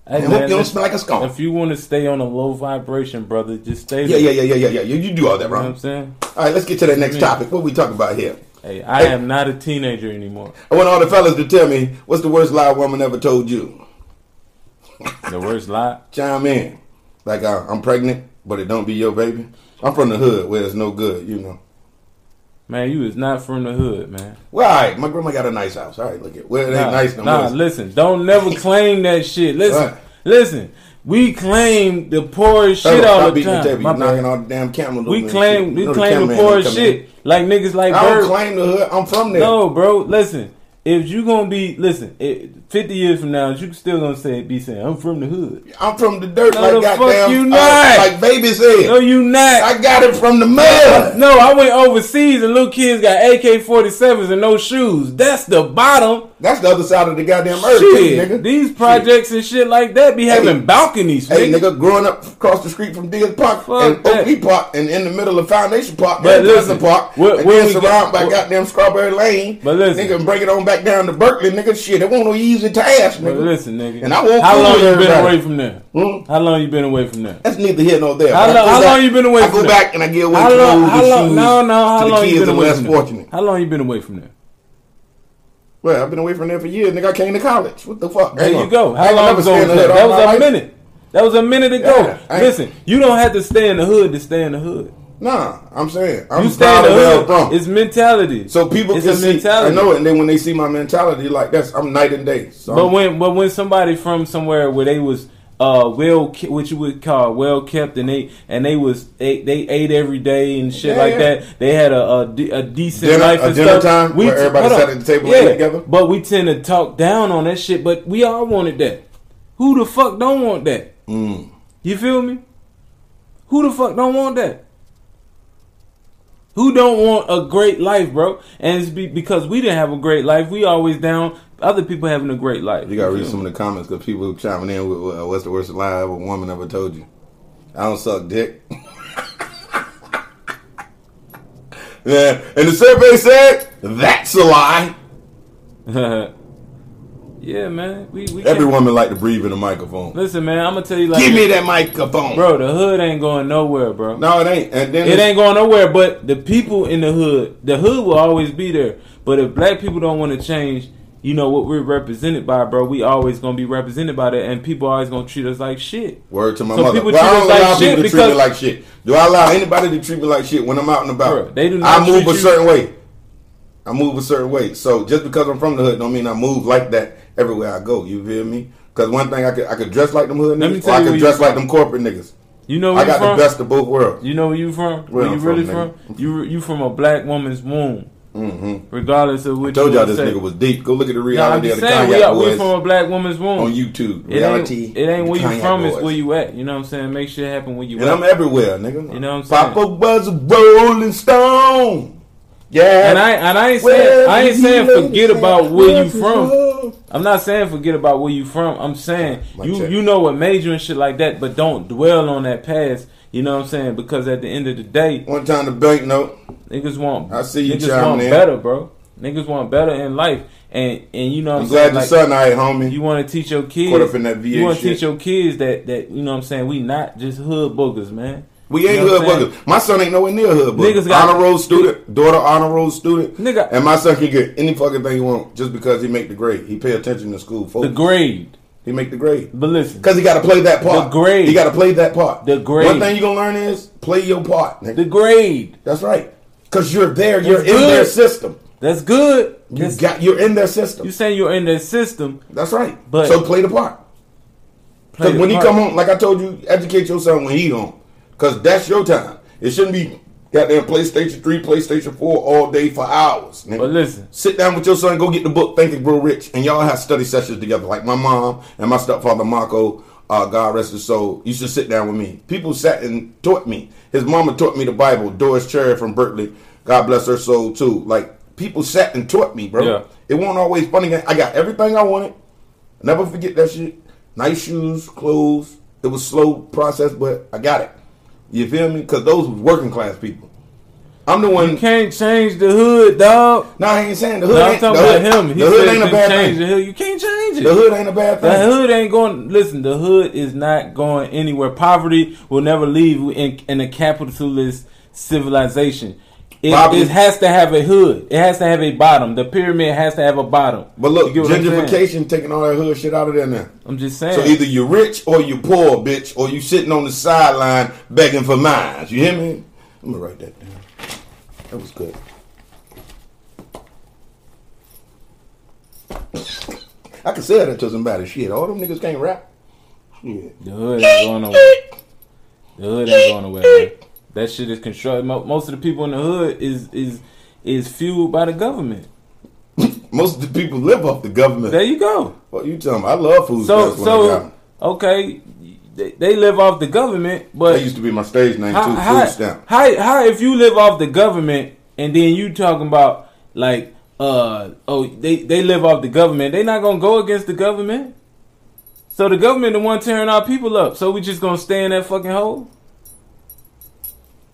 [SPEAKER 2] Hey,
[SPEAKER 1] I hope you don't
[SPEAKER 2] listen,
[SPEAKER 1] smell like a skunk.
[SPEAKER 2] If you want to stay on a low vibration, brother, just stay.
[SPEAKER 1] Yeah,
[SPEAKER 2] there.
[SPEAKER 1] yeah, yeah, yeah, yeah, yeah. You, you do all that,
[SPEAKER 2] You know what I'm
[SPEAKER 1] wrong.
[SPEAKER 2] saying?
[SPEAKER 1] All right, let's get to that next
[SPEAKER 2] Yeah.
[SPEAKER 1] topic. What we talking about here?
[SPEAKER 2] Hey, I am not a teenager anymore.
[SPEAKER 1] I want all the fellas to tell me what's the worst lie a woman ever told you.
[SPEAKER 2] The worst lie.
[SPEAKER 1] chime in. Like I, I'm pregnant, but it don't be your baby. I'm from the hood where it's no good, you know.
[SPEAKER 2] Man, you is not from the hood, man.
[SPEAKER 1] Well, all right, my grandma got a nice house. All right, look at well, it ain't
[SPEAKER 2] nah,
[SPEAKER 1] nice no
[SPEAKER 2] nah,
[SPEAKER 1] more.
[SPEAKER 2] listen. Don't never claim that shit. Listen,
[SPEAKER 1] Right.
[SPEAKER 2] listen. We claim the poorest
[SPEAKER 1] Stop
[SPEAKER 2] shit all the
[SPEAKER 1] beating
[SPEAKER 2] time.
[SPEAKER 1] table.
[SPEAKER 2] My
[SPEAKER 1] You're knocking
[SPEAKER 2] bad.
[SPEAKER 1] all the damn cameras. over
[SPEAKER 2] we
[SPEAKER 1] and shit.
[SPEAKER 2] claim
[SPEAKER 1] You know
[SPEAKER 2] we claim the
[SPEAKER 1] cameraman come
[SPEAKER 2] poor
[SPEAKER 1] in.
[SPEAKER 2] shit. Like niggas like
[SPEAKER 1] I don't
[SPEAKER 2] Bird.
[SPEAKER 1] claim the hood. I'm from there.
[SPEAKER 2] No, bro. Listen, if you gonna be listen, it, fifty years from now, you still gonna say be saying I'm from the hood.
[SPEAKER 1] I'm from the dirt.
[SPEAKER 2] No,
[SPEAKER 1] like
[SPEAKER 2] the fuck
[SPEAKER 1] goddamn,
[SPEAKER 2] you
[SPEAKER 1] uh,
[SPEAKER 2] not.
[SPEAKER 1] like baby said.
[SPEAKER 2] No, you not.
[SPEAKER 1] I got it from the mud.
[SPEAKER 2] no, I went overseas and little kids got AK forty sevens and no shoes. That's the bottom.
[SPEAKER 1] That's the other side of the goddamn earth, too,
[SPEAKER 2] Shit,
[SPEAKER 1] nigga.
[SPEAKER 2] these projects and shit like that be having balconies,
[SPEAKER 1] Hey,
[SPEAKER 2] nigga.
[SPEAKER 1] nigga, growing up across the street from Deer Park
[SPEAKER 2] Fuck
[SPEAKER 1] and
[SPEAKER 2] that.
[SPEAKER 1] Oakley Park and in the middle of Foundation Park,
[SPEAKER 2] But
[SPEAKER 1] and Pleasant
[SPEAKER 2] listen,
[SPEAKER 1] Park,
[SPEAKER 2] what-
[SPEAKER 1] and
[SPEAKER 2] what
[SPEAKER 1] then
[SPEAKER 2] we got-
[SPEAKER 1] surrounded by
[SPEAKER 2] what-
[SPEAKER 1] goddamn Strawberry Lane.
[SPEAKER 2] But listen.
[SPEAKER 1] nigga, and break it on back down to Berkeley, nigga. Shit, it won't no easy task, nigga.
[SPEAKER 2] But listen, nigga.
[SPEAKER 1] And I won't
[SPEAKER 2] How
[SPEAKER 1] fool
[SPEAKER 2] long you been
[SPEAKER 1] everybody.
[SPEAKER 2] away from there?
[SPEAKER 1] Hmm?
[SPEAKER 2] How long you been away from there?
[SPEAKER 1] That's neither here nor there.
[SPEAKER 2] How
[SPEAKER 1] But I
[SPEAKER 2] long-
[SPEAKER 1] go
[SPEAKER 2] how
[SPEAKER 1] back-
[SPEAKER 2] long you been away
[SPEAKER 1] I
[SPEAKER 2] from
[SPEAKER 1] go
[SPEAKER 2] that?
[SPEAKER 1] back and I give away
[SPEAKER 2] How
[SPEAKER 1] clothes
[SPEAKER 2] long? How
[SPEAKER 1] and
[SPEAKER 2] long?
[SPEAKER 1] shoes
[SPEAKER 2] No, no. How
[SPEAKER 1] to the
[SPEAKER 2] long
[SPEAKER 1] kids
[SPEAKER 2] you been
[SPEAKER 1] and
[SPEAKER 2] away
[SPEAKER 1] less
[SPEAKER 2] from there?
[SPEAKER 1] fortunate.
[SPEAKER 2] How long you been away from there?
[SPEAKER 1] Well, I've been away from there for years, nigga. I came to college. What the fuck?
[SPEAKER 2] There
[SPEAKER 1] Hang
[SPEAKER 2] you
[SPEAKER 1] on.
[SPEAKER 2] go.
[SPEAKER 1] I
[SPEAKER 2] How
[SPEAKER 1] ain't
[SPEAKER 2] long
[SPEAKER 1] never
[SPEAKER 2] ago
[SPEAKER 1] stayed
[SPEAKER 2] was
[SPEAKER 1] in the
[SPEAKER 2] that?
[SPEAKER 1] hood
[SPEAKER 2] That
[SPEAKER 1] all
[SPEAKER 2] was
[SPEAKER 1] my
[SPEAKER 2] a
[SPEAKER 1] life.
[SPEAKER 2] minute. That was a minute
[SPEAKER 1] Yeah,
[SPEAKER 2] ago.
[SPEAKER 1] I ain't-
[SPEAKER 2] Listen, you don't have to stay in the hood to stay in the hood.
[SPEAKER 1] Nah, I'm saying I'm
[SPEAKER 2] You stay in
[SPEAKER 1] proud
[SPEAKER 2] the
[SPEAKER 1] of where I'm
[SPEAKER 2] hood.
[SPEAKER 1] from.
[SPEAKER 2] It's mentality.
[SPEAKER 1] So people
[SPEAKER 2] it's
[SPEAKER 1] can
[SPEAKER 2] a
[SPEAKER 1] see.
[SPEAKER 2] mentality.
[SPEAKER 1] I know it, and then when they see my mentality, like that's I'm night and day. So
[SPEAKER 2] But
[SPEAKER 1] I'm-
[SPEAKER 2] when but when somebody from somewhere where they was uh well ke- what you would call well kept and they and they was they, they ate every day and shit
[SPEAKER 1] Yeah,
[SPEAKER 2] like
[SPEAKER 1] yeah.
[SPEAKER 2] that they had a a, de- a decent
[SPEAKER 1] Dinner-
[SPEAKER 2] life
[SPEAKER 1] a
[SPEAKER 2] and
[SPEAKER 1] dinner
[SPEAKER 2] stuff.
[SPEAKER 1] time where everybody
[SPEAKER 2] hold
[SPEAKER 1] sat
[SPEAKER 2] on.
[SPEAKER 1] at the table and
[SPEAKER 2] yeah,
[SPEAKER 1] ate together?
[SPEAKER 2] But we tend to talk down on that shit. But we all wanted that. Who the fuck don't want that?
[SPEAKER 1] Mm.
[SPEAKER 2] You feel me? Who the fuck don't want that? Who don't want a great life, bro? And it's be, because we didn't have a great life, we always down other people having a great life.
[SPEAKER 1] You gotta
[SPEAKER 2] feel
[SPEAKER 1] read
[SPEAKER 2] me?
[SPEAKER 1] some of the comments because people who chiming in with uh, what's the worst lie a woman ever told you? I don't suck dick. yeah, and the survey said that's a lie.
[SPEAKER 2] yeah, man. We, we
[SPEAKER 1] Every
[SPEAKER 2] can't-
[SPEAKER 1] woman like to breathe in a microphone.
[SPEAKER 2] Listen, man. I'm gonna tell you like,
[SPEAKER 1] Give me that microphone,
[SPEAKER 2] bro. The hood ain't going nowhere, bro.
[SPEAKER 1] No, it ain't. And then
[SPEAKER 2] It ain't going nowhere. But the people in the hood, the hood will always be there. But if black people don't want to change, you know what we're represented by, bro. We always gonna be represented by that, and people always gonna treat us like shit.
[SPEAKER 1] Word to my
[SPEAKER 2] So
[SPEAKER 1] mother.
[SPEAKER 2] people
[SPEAKER 1] Well, I
[SPEAKER 2] treat
[SPEAKER 1] don't
[SPEAKER 2] us like
[SPEAKER 1] allow
[SPEAKER 2] shit
[SPEAKER 1] people to treat
[SPEAKER 2] because-
[SPEAKER 1] me like shit. Do I allow anybody to treat me like shit when I'm out and about?
[SPEAKER 2] Bruh, they do
[SPEAKER 1] I
[SPEAKER 2] not
[SPEAKER 1] move
[SPEAKER 2] treat
[SPEAKER 1] a
[SPEAKER 2] you-
[SPEAKER 1] certain way. I move a certain way. So just because I'm from the hood, don't mean I move like that everywhere I go. You feel me? Because one thing I could I could dress like them hood
[SPEAKER 2] Let me
[SPEAKER 1] niggas, or
[SPEAKER 2] tell
[SPEAKER 1] I
[SPEAKER 2] you where
[SPEAKER 1] could
[SPEAKER 2] you
[SPEAKER 1] dress
[SPEAKER 2] from.
[SPEAKER 1] like them corporate niggas.
[SPEAKER 2] You know where
[SPEAKER 1] I
[SPEAKER 2] you
[SPEAKER 1] got
[SPEAKER 2] from?
[SPEAKER 1] the best of both worlds.
[SPEAKER 2] You know where you from? Where,
[SPEAKER 1] Where
[SPEAKER 2] you
[SPEAKER 1] I'm
[SPEAKER 2] really
[SPEAKER 1] from,
[SPEAKER 2] from? You you from a black woman's womb,
[SPEAKER 1] Mm-hmm.
[SPEAKER 2] regardless of what
[SPEAKER 1] Told
[SPEAKER 2] you
[SPEAKER 1] y'all
[SPEAKER 2] would
[SPEAKER 1] this
[SPEAKER 2] say.
[SPEAKER 1] nigga was deep. Go look at the
[SPEAKER 2] Nah, I'm
[SPEAKER 1] reality
[SPEAKER 2] just
[SPEAKER 1] of the
[SPEAKER 2] saying, we, are,
[SPEAKER 1] Kanye
[SPEAKER 2] we
[SPEAKER 1] boys
[SPEAKER 2] from a black woman's womb.
[SPEAKER 1] on YouTube.
[SPEAKER 2] it
[SPEAKER 1] Reality.
[SPEAKER 2] ain't, it ain't where you
[SPEAKER 1] Kanye
[SPEAKER 2] from, it's
[SPEAKER 1] boys.
[SPEAKER 2] where you at. You know what I'm saying? Make shit happen where you
[SPEAKER 1] And
[SPEAKER 2] at.
[SPEAKER 1] I'm everywhere, nigga.
[SPEAKER 2] You know what I'm
[SPEAKER 1] Papa was a rolling stone. Yeah.
[SPEAKER 2] and I and I ain't saying I ain't saying forget about where you from. I'm not saying forget about where you from. I'm saying
[SPEAKER 1] My
[SPEAKER 2] you
[SPEAKER 1] check.
[SPEAKER 2] you know what major and shit like that, but don't dwell on that past. You know what I'm saying? Because at the end of the day,
[SPEAKER 1] One time the bank note.
[SPEAKER 2] niggas want
[SPEAKER 1] I see you
[SPEAKER 2] niggas
[SPEAKER 1] chiming
[SPEAKER 2] want
[SPEAKER 1] in.
[SPEAKER 2] better, bro. Niggas want better in life, and and you know what
[SPEAKER 1] I'm
[SPEAKER 2] I'm
[SPEAKER 1] glad
[SPEAKER 2] saying.
[SPEAKER 1] your
[SPEAKER 2] Like,
[SPEAKER 1] son all right, homie.
[SPEAKER 2] you want to teach your kids.
[SPEAKER 1] Caught up in that VA
[SPEAKER 2] you want to
[SPEAKER 1] shit.
[SPEAKER 2] teach your kids that that you know what I'm saying. We not just hood boogers, man.
[SPEAKER 1] we ain't
[SPEAKER 2] You know
[SPEAKER 1] hood
[SPEAKER 2] what I'm saying?
[SPEAKER 1] boogers. My son ain't nowhere near hood boogers.
[SPEAKER 2] Niggas got-
[SPEAKER 1] honor roll student, daughter honor roll student.
[SPEAKER 2] Nigga-
[SPEAKER 1] And my son can get any fucking thing he want just because he make the grade. He pay attention to school,
[SPEAKER 2] The
[SPEAKER 1] folks.
[SPEAKER 2] grade,
[SPEAKER 1] he make the grade.
[SPEAKER 2] but listen,
[SPEAKER 1] Because he got to play that part.
[SPEAKER 2] The grade.
[SPEAKER 1] He got to play that part.
[SPEAKER 2] The grade.
[SPEAKER 1] One thing you going to learn is play your part. nigga.
[SPEAKER 2] the grade.
[SPEAKER 1] That's right. Because you're there. You're in
[SPEAKER 2] good.
[SPEAKER 1] their system.
[SPEAKER 2] That's good.
[SPEAKER 1] You
[SPEAKER 2] That's,
[SPEAKER 1] got, you're in their system.
[SPEAKER 2] you saying you're in that system?
[SPEAKER 1] That's right.
[SPEAKER 2] But-
[SPEAKER 1] so play the part.
[SPEAKER 2] play
[SPEAKER 1] Because
[SPEAKER 2] the
[SPEAKER 1] when he
[SPEAKER 2] part.
[SPEAKER 1] come home, like I told you, educate your son when he home. Because that's your time. It shouldn't be goddamn PlayStation 3, PlayStation 4 all day for hours. nigga.
[SPEAKER 2] But listen.
[SPEAKER 1] Sit down with your son, go get the book, Think and Grow Rich. And y'all have study sessions together. Like my mom and my stepfather, Marco, uh, God rest his soul, used to sit down with me. People sat and taught me. His mama taught me the Bible, Doris Cherry from Berkeley. God bless her soul, too. Like, people sat and taught me, bro.
[SPEAKER 2] Yeah.
[SPEAKER 1] It wasn't always funny. I got everything I wanted. Never forget that shit. Nice shoes, clothes. It was slow process, but I got it. You feel me? Because those was working class people. I'm the one.
[SPEAKER 2] Can't change the hood, dog.
[SPEAKER 1] No, I ain't saying the hood.
[SPEAKER 2] No, I'm
[SPEAKER 1] ain't,
[SPEAKER 2] talking
[SPEAKER 1] the
[SPEAKER 2] about
[SPEAKER 1] hood-
[SPEAKER 2] him. He
[SPEAKER 1] the hood
[SPEAKER 2] said
[SPEAKER 1] ain't a
[SPEAKER 2] just
[SPEAKER 1] bad
[SPEAKER 2] change
[SPEAKER 1] thing.
[SPEAKER 2] The hood. You can't change it.
[SPEAKER 1] The hood ain't a bad thing.
[SPEAKER 2] The hood ain't going. Listen, the hood is not going anywhere. Poverty will never leave in, in a capitalist civilization. It,
[SPEAKER 1] Poverty-
[SPEAKER 2] it has to have a hood. It has to have a bottom. The pyramid has to have a bottom.
[SPEAKER 1] But look,
[SPEAKER 2] You get what I'm saying?
[SPEAKER 1] gentrification taking all that hood shit out of there now.
[SPEAKER 2] I'm just saying.
[SPEAKER 1] So either you're rich or you're poor, bitch, or you sitting on the sideline begging for mines. You hear me? I'm gonna write that down. That was good. I can sell that to somebody. Shit, all them niggas can't rap. Shit.
[SPEAKER 2] the hood ain't going nowhere. The hood ain't going nowhere. Man. That shit is constructed. Mo- Most of the people in the hood is is is fueled by the government.
[SPEAKER 1] Most of the people live off the government.
[SPEAKER 2] There you go.
[SPEAKER 1] what you talking about? I love food
[SPEAKER 2] So
[SPEAKER 1] stamps when I got
[SPEAKER 2] so
[SPEAKER 1] 'em.
[SPEAKER 2] okay, they, they live off the government,
[SPEAKER 1] That
[SPEAKER 2] but
[SPEAKER 1] used to be my stage name
[SPEAKER 2] how,
[SPEAKER 1] too,
[SPEAKER 2] how,
[SPEAKER 1] food stamp.
[SPEAKER 2] how how if you live off the government and then you talking about like uh oh they they live off the government, they not gonna go against the government. So the government the one tearing our people up. So we just gonna stay in that fucking hole?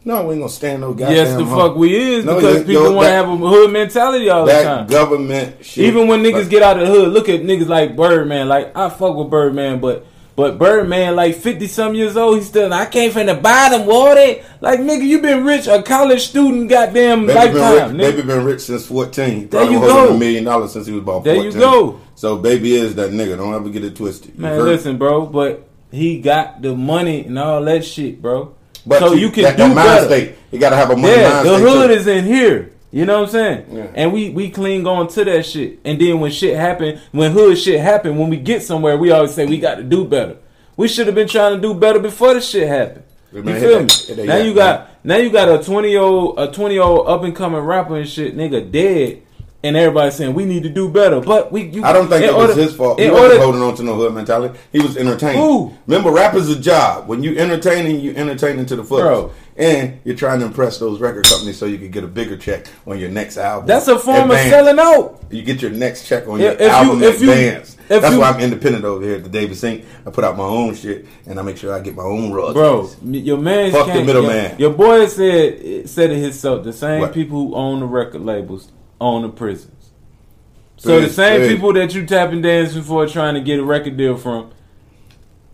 [SPEAKER 1] No, we ain't gonna stand no goddamn.
[SPEAKER 2] yes, the
[SPEAKER 1] home.
[SPEAKER 2] fuck we is
[SPEAKER 1] No,
[SPEAKER 2] because
[SPEAKER 1] yo-
[SPEAKER 2] people
[SPEAKER 1] yo,
[SPEAKER 2] want to
[SPEAKER 1] that-
[SPEAKER 2] have a hood mentality all the time.
[SPEAKER 1] that government shit.
[SPEAKER 2] Even when niggas
[SPEAKER 1] Like,
[SPEAKER 2] get out of the hood, look at niggas like Birdman. Like I fuck with Birdman, but but Birdman like fifty some years old, he's still I came from the bottom, water. Like nigga, you been rich, a college student, goddamn
[SPEAKER 1] baby been
[SPEAKER 2] lifetime.
[SPEAKER 1] rich, baby
[SPEAKER 2] nigga.
[SPEAKER 1] been rich since fourteen. He
[SPEAKER 2] There
[SPEAKER 1] probably
[SPEAKER 2] you
[SPEAKER 1] was holding
[SPEAKER 2] go.
[SPEAKER 1] a million dollars since he was about
[SPEAKER 2] There you
[SPEAKER 1] fourteen.
[SPEAKER 2] go.
[SPEAKER 1] So baby is that nigga. Don't ever get it twisted. You
[SPEAKER 2] Man,
[SPEAKER 1] heard?
[SPEAKER 2] listen, bro, but he got the money and all that shit, bro.
[SPEAKER 1] But
[SPEAKER 2] so you can
[SPEAKER 1] that,
[SPEAKER 2] do
[SPEAKER 1] that mind
[SPEAKER 2] better.
[SPEAKER 1] state. You gotta have a money
[SPEAKER 2] Yeah,
[SPEAKER 1] mind
[SPEAKER 2] the
[SPEAKER 1] state.
[SPEAKER 2] hood
[SPEAKER 1] too.
[SPEAKER 2] is in here. You know what I'm saying?
[SPEAKER 1] Yeah.
[SPEAKER 2] And we we cling on to that shit. And then when shit happen, when hood shit happen, when we get somewhere, we always say we got to do better. We should have been trying to do better before this shit happened.
[SPEAKER 1] Yeah,
[SPEAKER 2] You
[SPEAKER 1] man,
[SPEAKER 2] feel
[SPEAKER 1] hit that- hit
[SPEAKER 2] me?
[SPEAKER 1] that
[SPEAKER 2] Now
[SPEAKER 1] yak,
[SPEAKER 2] you got now you got a twenty old a twenty old up and coming rapper and shit, nigga dead and everybody's saying we need to do better. But we, you,
[SPEAKER 1] I don't think
[SPEAKER 2] in
[SPEAKER 1] it
[SPEAKER 2] order-
[SPEAKER 1] was his fault. He
[SPEAKER 2] In
[SPEAKER 1] wasn't
[SPEAKER 2] order,
[SPEAKER 1] holding on to no hood mentality. He was entertaining.
[SPEAKER 2] Who?
[SPEAKER 1] Remember, rap is a job. When you entertaining, you entertaining to the fullest,
[SPEAKER 2] Bro.
[SPEAKER 1] and you're trying to impress those record companies so you can get a bigger check on your next album.
[SPEAKER 2] that's a form of
[SPEAKER 1] Advance.
[SPEAKER 2] selling out.
[SPEAKER 1] You get your next check on your
[SPEAKER 2] If- if you-
[SPEAKER 1] album
[SPEAKER 2] if you-
[SPEAKER 1] advance.
[SPEAKER 2] if
[SPEAKER 1] That's
[SPEAKER 2] you-
[SPEAKER 1] why I'm independent over here at the David Sink. I put out my own shit and I make sure I get my own royalties.
[SPEAKER 2] Bro, m- your man
[SPEAKER 1] Fuck the
[SPEAKER 2] can't-
[SPEAKER 1] middleman.
[SPEAKER 2] Your, your boy said said it himself. The same
[SPEAKER 1] What?
[SPEAKER 2] people who own the record labels own the prisons. So
[SPEAKER 1] It
[SPEAKER 2] the
[SPEAKER 1] is- it
[SPEAKER 2] same
[SPEAKER 1] is.
[SPEAKER 2] people that you tapping dancing for trying to get a record deal from,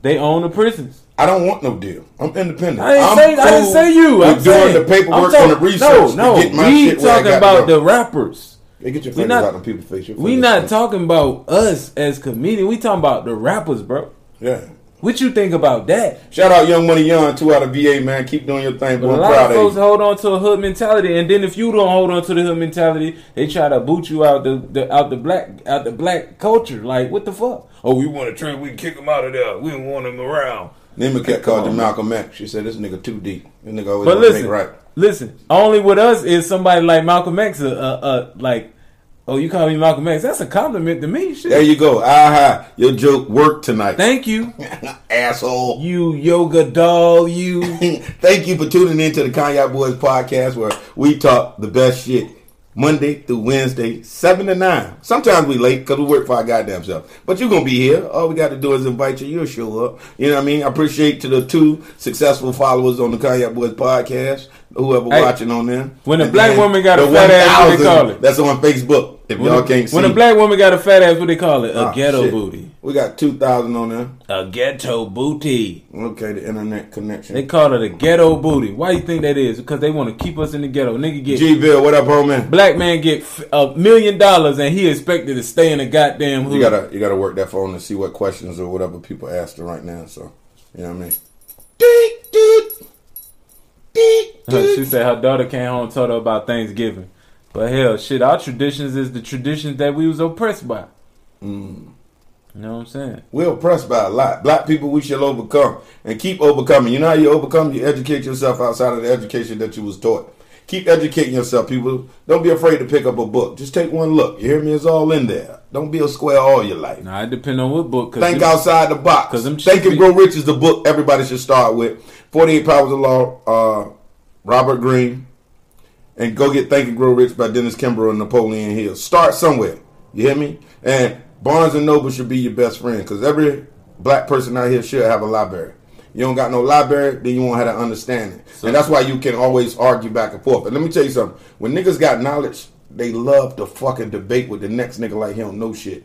[SPEAKER 2] they own the prisons.
[SPEAKER 1] I don't want no deal. I'm independent.
[SPEAKER 2] I didn't
[SPEAKER 1] I'm
[SPEAKER 2] say I didn't
[SPEAKER 1] cool
[SPEAKER 2] say you.
[SPEAKER 1] with
[SPEAKER 2] I'm
[SPEAKER 1] doing
[SPEAKER 2] saying-
[SPEAKER 1] the paperwork
[SPEAKER 2] I'm talking-
[SPEAKER 1] and the research
[SPEAKER 2] No, no,
[SPEAKER 1] to get my
[SPEAKER 2] we
[SPEAKER 1] shit where I
[SPEAKER 2] talking
[SPEAKER 1] gotta
[SPEAKER 2] about
[SPEAKER 1] go.
[SPEAKER 2] the rappers.
[SPEAKER 1] They get your
[SPEAKER 2] we
[SPEAKER 1] fingers
[SPEAKER 2] not-
[SPEAKER 1] out on people's face. Your
[SPEAKER 2] We
[SPEAKER 1] fingers
[SPEAKER 2] not
[SPEAKER 1] out.
[SPEAKER 2] talking about us as comedians. We talking about the rappers, bro.
[SPEAKER 1] Yeah.
[SPEAKER 2] What you think about that?
[SPEAKER 1] Shout out Young Money Young, two out of VA, man. Keep doing your thing,
[SPEAKER 2] But
[SPEAKER 1] boy.
[SPEAKER 2] a
[SPEAKER 1] I'm
[SPEAKER 2] lot
[SPEAKER 1] proud
[SPEAKER 2] of folks
[SPEAKER 1] of you.
[SPEAKER 2] hold on to a hood mentality, and then if you don't hold on to the hood mentality, they try to boot you out the, the out the black out the black culture. Like what the fuck? Oh, we want to trade. We can kick him out of there. We don't want him around.
[SPEAKER 1] Nima Cat
[SPEAKER 2] Come
[SPEAKER 1] called
[SPEAKER 2] on,
[SPEAKER 1] you Malcolm X. She said, this nigga too deep. This nigga always
[SPEAKER 2] But
[SPEAKER 1] gonna make
[SPEAKER 2] listen,
[SPEAKER 1] right.
[SPEAKER 2] listen. Only with us is somebody like Malcolm X. Uh, uh, uh, like, oh, you call me Malcolm X? That's a compliment to me. Shit.
[SPEAKER 1] There you go. Aha. Your joke worked tonight.
[SPEAKER 2] Thank you,
[SPEAKER 1] Asshole.
[SPEAKER 2] you yoga doll. You.
[SPEAKER 1] Thank you for tuning in to the Kanye Boys podcast where we talk the best shit Monday through Wednesday, 7 to 9. Sometimes we late because we work for our goddamn self. But you're going to be here. All we got to do is invite you. You'll show up. You know what I mean? I appreciate to the two successful followers on the Kanye Boys podcast, whoever
[SPEAKER 2] Hey,
[SPEAKER 1] watching on there.
[SPEAKER 2] when a
[SPEAKER 1] And
[SPEAKER 2] black
[SPEAKER 1] then
[SPEAKER 2] woman got a
[SPEAKER 1] the
[SPEAKER 2] fat ass, what
[SPEAKER 1] 1,000
[SPEAKER 2] they call it?
[SPEAKER 1] That's on Facebook. If
[SPEAKER 2] When,
[SPEAKER 1] y'all
[SPEAKER 2] a,
[SPEAKER 1] can't see.
[SPEAKER 2] when a black woman got a fat ass, what they call it? A
[SPEAKER 1] Ah,
[SPEAKER 2] ghetto
[SPEAKER 1] shit.
[SPEAKER 2] booty.
[SPEAKER 1] We got 2,000 on there.
[SPEAKER 2] A ghetto booty.
[SPEAKER 1] Okay, the internet connection.
[SPEAKER 2] They call it a ghetto booty. Why you think that is? Because they want to keep us in the ghetto. Nigga get
[SPEAKER 1] G-Ville, what up, homie?
[SPEAKER 2] black man get f- a million dollars and he expected to stay in the goddamn hood.
[SPEAKER 1] You gotta you gotta work that phone to see what questions or whatever people asking right now. So you know what I mean. Deet, deet. Deet, deet.
[SPEAKER 2] she said her daughter came home and told her about Thanksgiving. But hell, shit, our traditions is the traditions that we was oppressed by.
[SPEAKER 1] Mm.
[SPEAKER 2] You know what I'm saying?
[SPEAKER 1] We're oppressed by a lot. Black people, we shall overcome and keep overcoming. You know how you overcome? You educate yourself outside of the education that you was taught. Keep educating yourself, people. Don't be afraid to pick up a book. Just take one look. You hear me? It's all in there. Don't be a square all your life.
[SPEAKER 2] Now, it depend on what book. Cause
[SPEAKER 1] Think
[SPEAKER 2] them-
[SPEAKER 1] outside the box.
[SPEAKER 2] 'Cause them
[SPEAKER 1] Think and
[SPEAKER 2] cheap-
[SPEAKER 1] Grow Rich is the book everybody should start with. Forty Eight Powers of Law, uh, Robert Greene, and Go Get Think and Grow Rich by Dennis Kimbrough and Napoleon Hill. Start somewhere. You hear me? And Barnes and Noble should be your best friend because every black person out here should have a library. You don't got no library, then you won't have an understanding, and that's why you can always argue back and forth. And let me tell you something: when niggas got knowledge, they love to fucking debate with the next nigga like he don't know shit.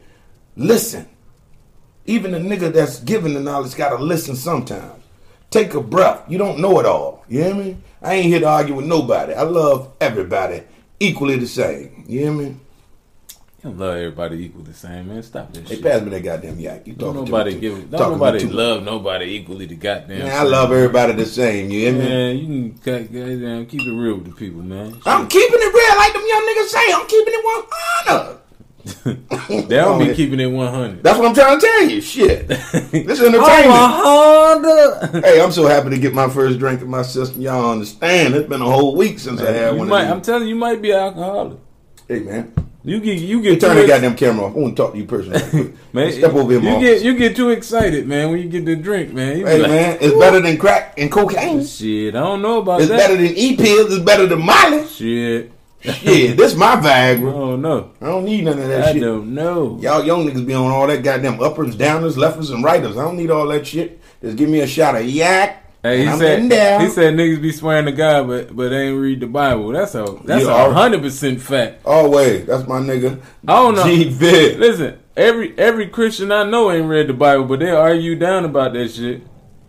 [SPEAKER 1] Listen. Even the nigga that's giving the knowledge gotta listen sometimes. Take a breath. You don't know it all. You hear me? I ain't here to argue with nobody. I love everybody equally the same. You hear me?
[SPEAKER 2] You don't love everybody equal the same, man. Stop that
[SPEAKER 1] Hey,
[SPEAKER 2] shit.
[SPEAKER 1] pass me that goddamn yak. You
[SPEAKER 2] Don't
[SPEAKER 1] talking
[SPEAKER 2] nobody
[SPEAKER 1] to me too-
[SPEAKER 2] give. Don't
[SPEAKER 1] talking to me
[SPEAKER 2] nobody
[SPEAKER 1] too much.
[SPEAKER 2] love nobody equally. The goddamn.
[SPEAKER 1] Man, I love everybody the same. You hear me?
[SPEAKER 2] Man, you can cut- goddamn keep it real with the people, man.
[SPEAKER 1] I'm keeping it real, like them young niggas say. I'm keeping it one hundred.
[SPEAKER 2] They don't
[SPEAKER 1] Oh,
[SPEAKER 2] be keeping it 100.
[SPEAKER 1] That's what I'm trying to tell you. Shit, this is entertainment.
[SPEAKER 2] I'm a Honda.
[SPEAKER 1] Hey, I'm so happy to get my first drink in my system. Y'all understand? It's been a whole week since I had
[SPEAKER 2] You
[SPEAKER 1] one.
[SPEAKER 2] might,
[SPEAKER 1] of
[SPEAKER 2] I'm
[SPEAKER 1] these.
[SPEAKER 2] telling you, you might be an alcoholic.
[SPEAKER 1] hey, man.
[SPEAKER 2] You get you get
[SPEAKER 1] Turn
[SPEAKER 2] too
[SPEAKER 1] the
[SPEAKER 2] ex-
[SPEAKER 1] goddamn camera off. I want to talk to you personally.
[SPEAKER 2] man,
[SPEAKER 1] Step over here,
[SPEAKER 2] You
[SPEAKER 1] Mom.
[SPEAKER 2] get you get too excited, man. When you get the drink, man. You be
[SPEAKER 1] Hey
[SPEAKER 2] like,
[SPEAKER 1] man, it's better than crack and cocaine. It's
[SPEAKER 2] Shit, I don't know about that.
[SPEAKER 1] better than e pills. It's better than Molly.
[SPEAKER 2] Shit,
[SPEAKER 1] Shit, this my
[SPEAKER 2] I
[SPEAKER 1] Viagra.
[SPEAKER 2] don't know.
[SPEAKER 1] I don't need none of that
[SPEAKER 2] I
[SPEAKER 1] shit.
[SPEAKER 2] don't know.
[SPEAKER 1] Y'all young niggas be on all that goddamn uppers, downers, lefters, and righters. I don't need all that shit. Just give me a shot of yak.
[SPEAKER 2] Hey,
[SPEAKER 1] and
[SPEAKER 2] he
[SPEAKER 1] I'm
[SPEAKER 2] said
[SPEAKER 1] in there.
[SPEAKER 2] he said niggas be swearing to God, but but they ain't read the Bible. That's a that's
[SPEAKER 1] You
[SPEAKER 2] a
[SPEAKER 1] are-
[SPEAKER 2] hundred percent fact.
[SPEAKER 1] Always. That's my nigga.
[SPEAKER 2] I don't know.
[SPEAKER 1] G Viv.
[SPEAKER 2] Listen, every every Christian I know ain't read the Bible, but they argue down about that shit.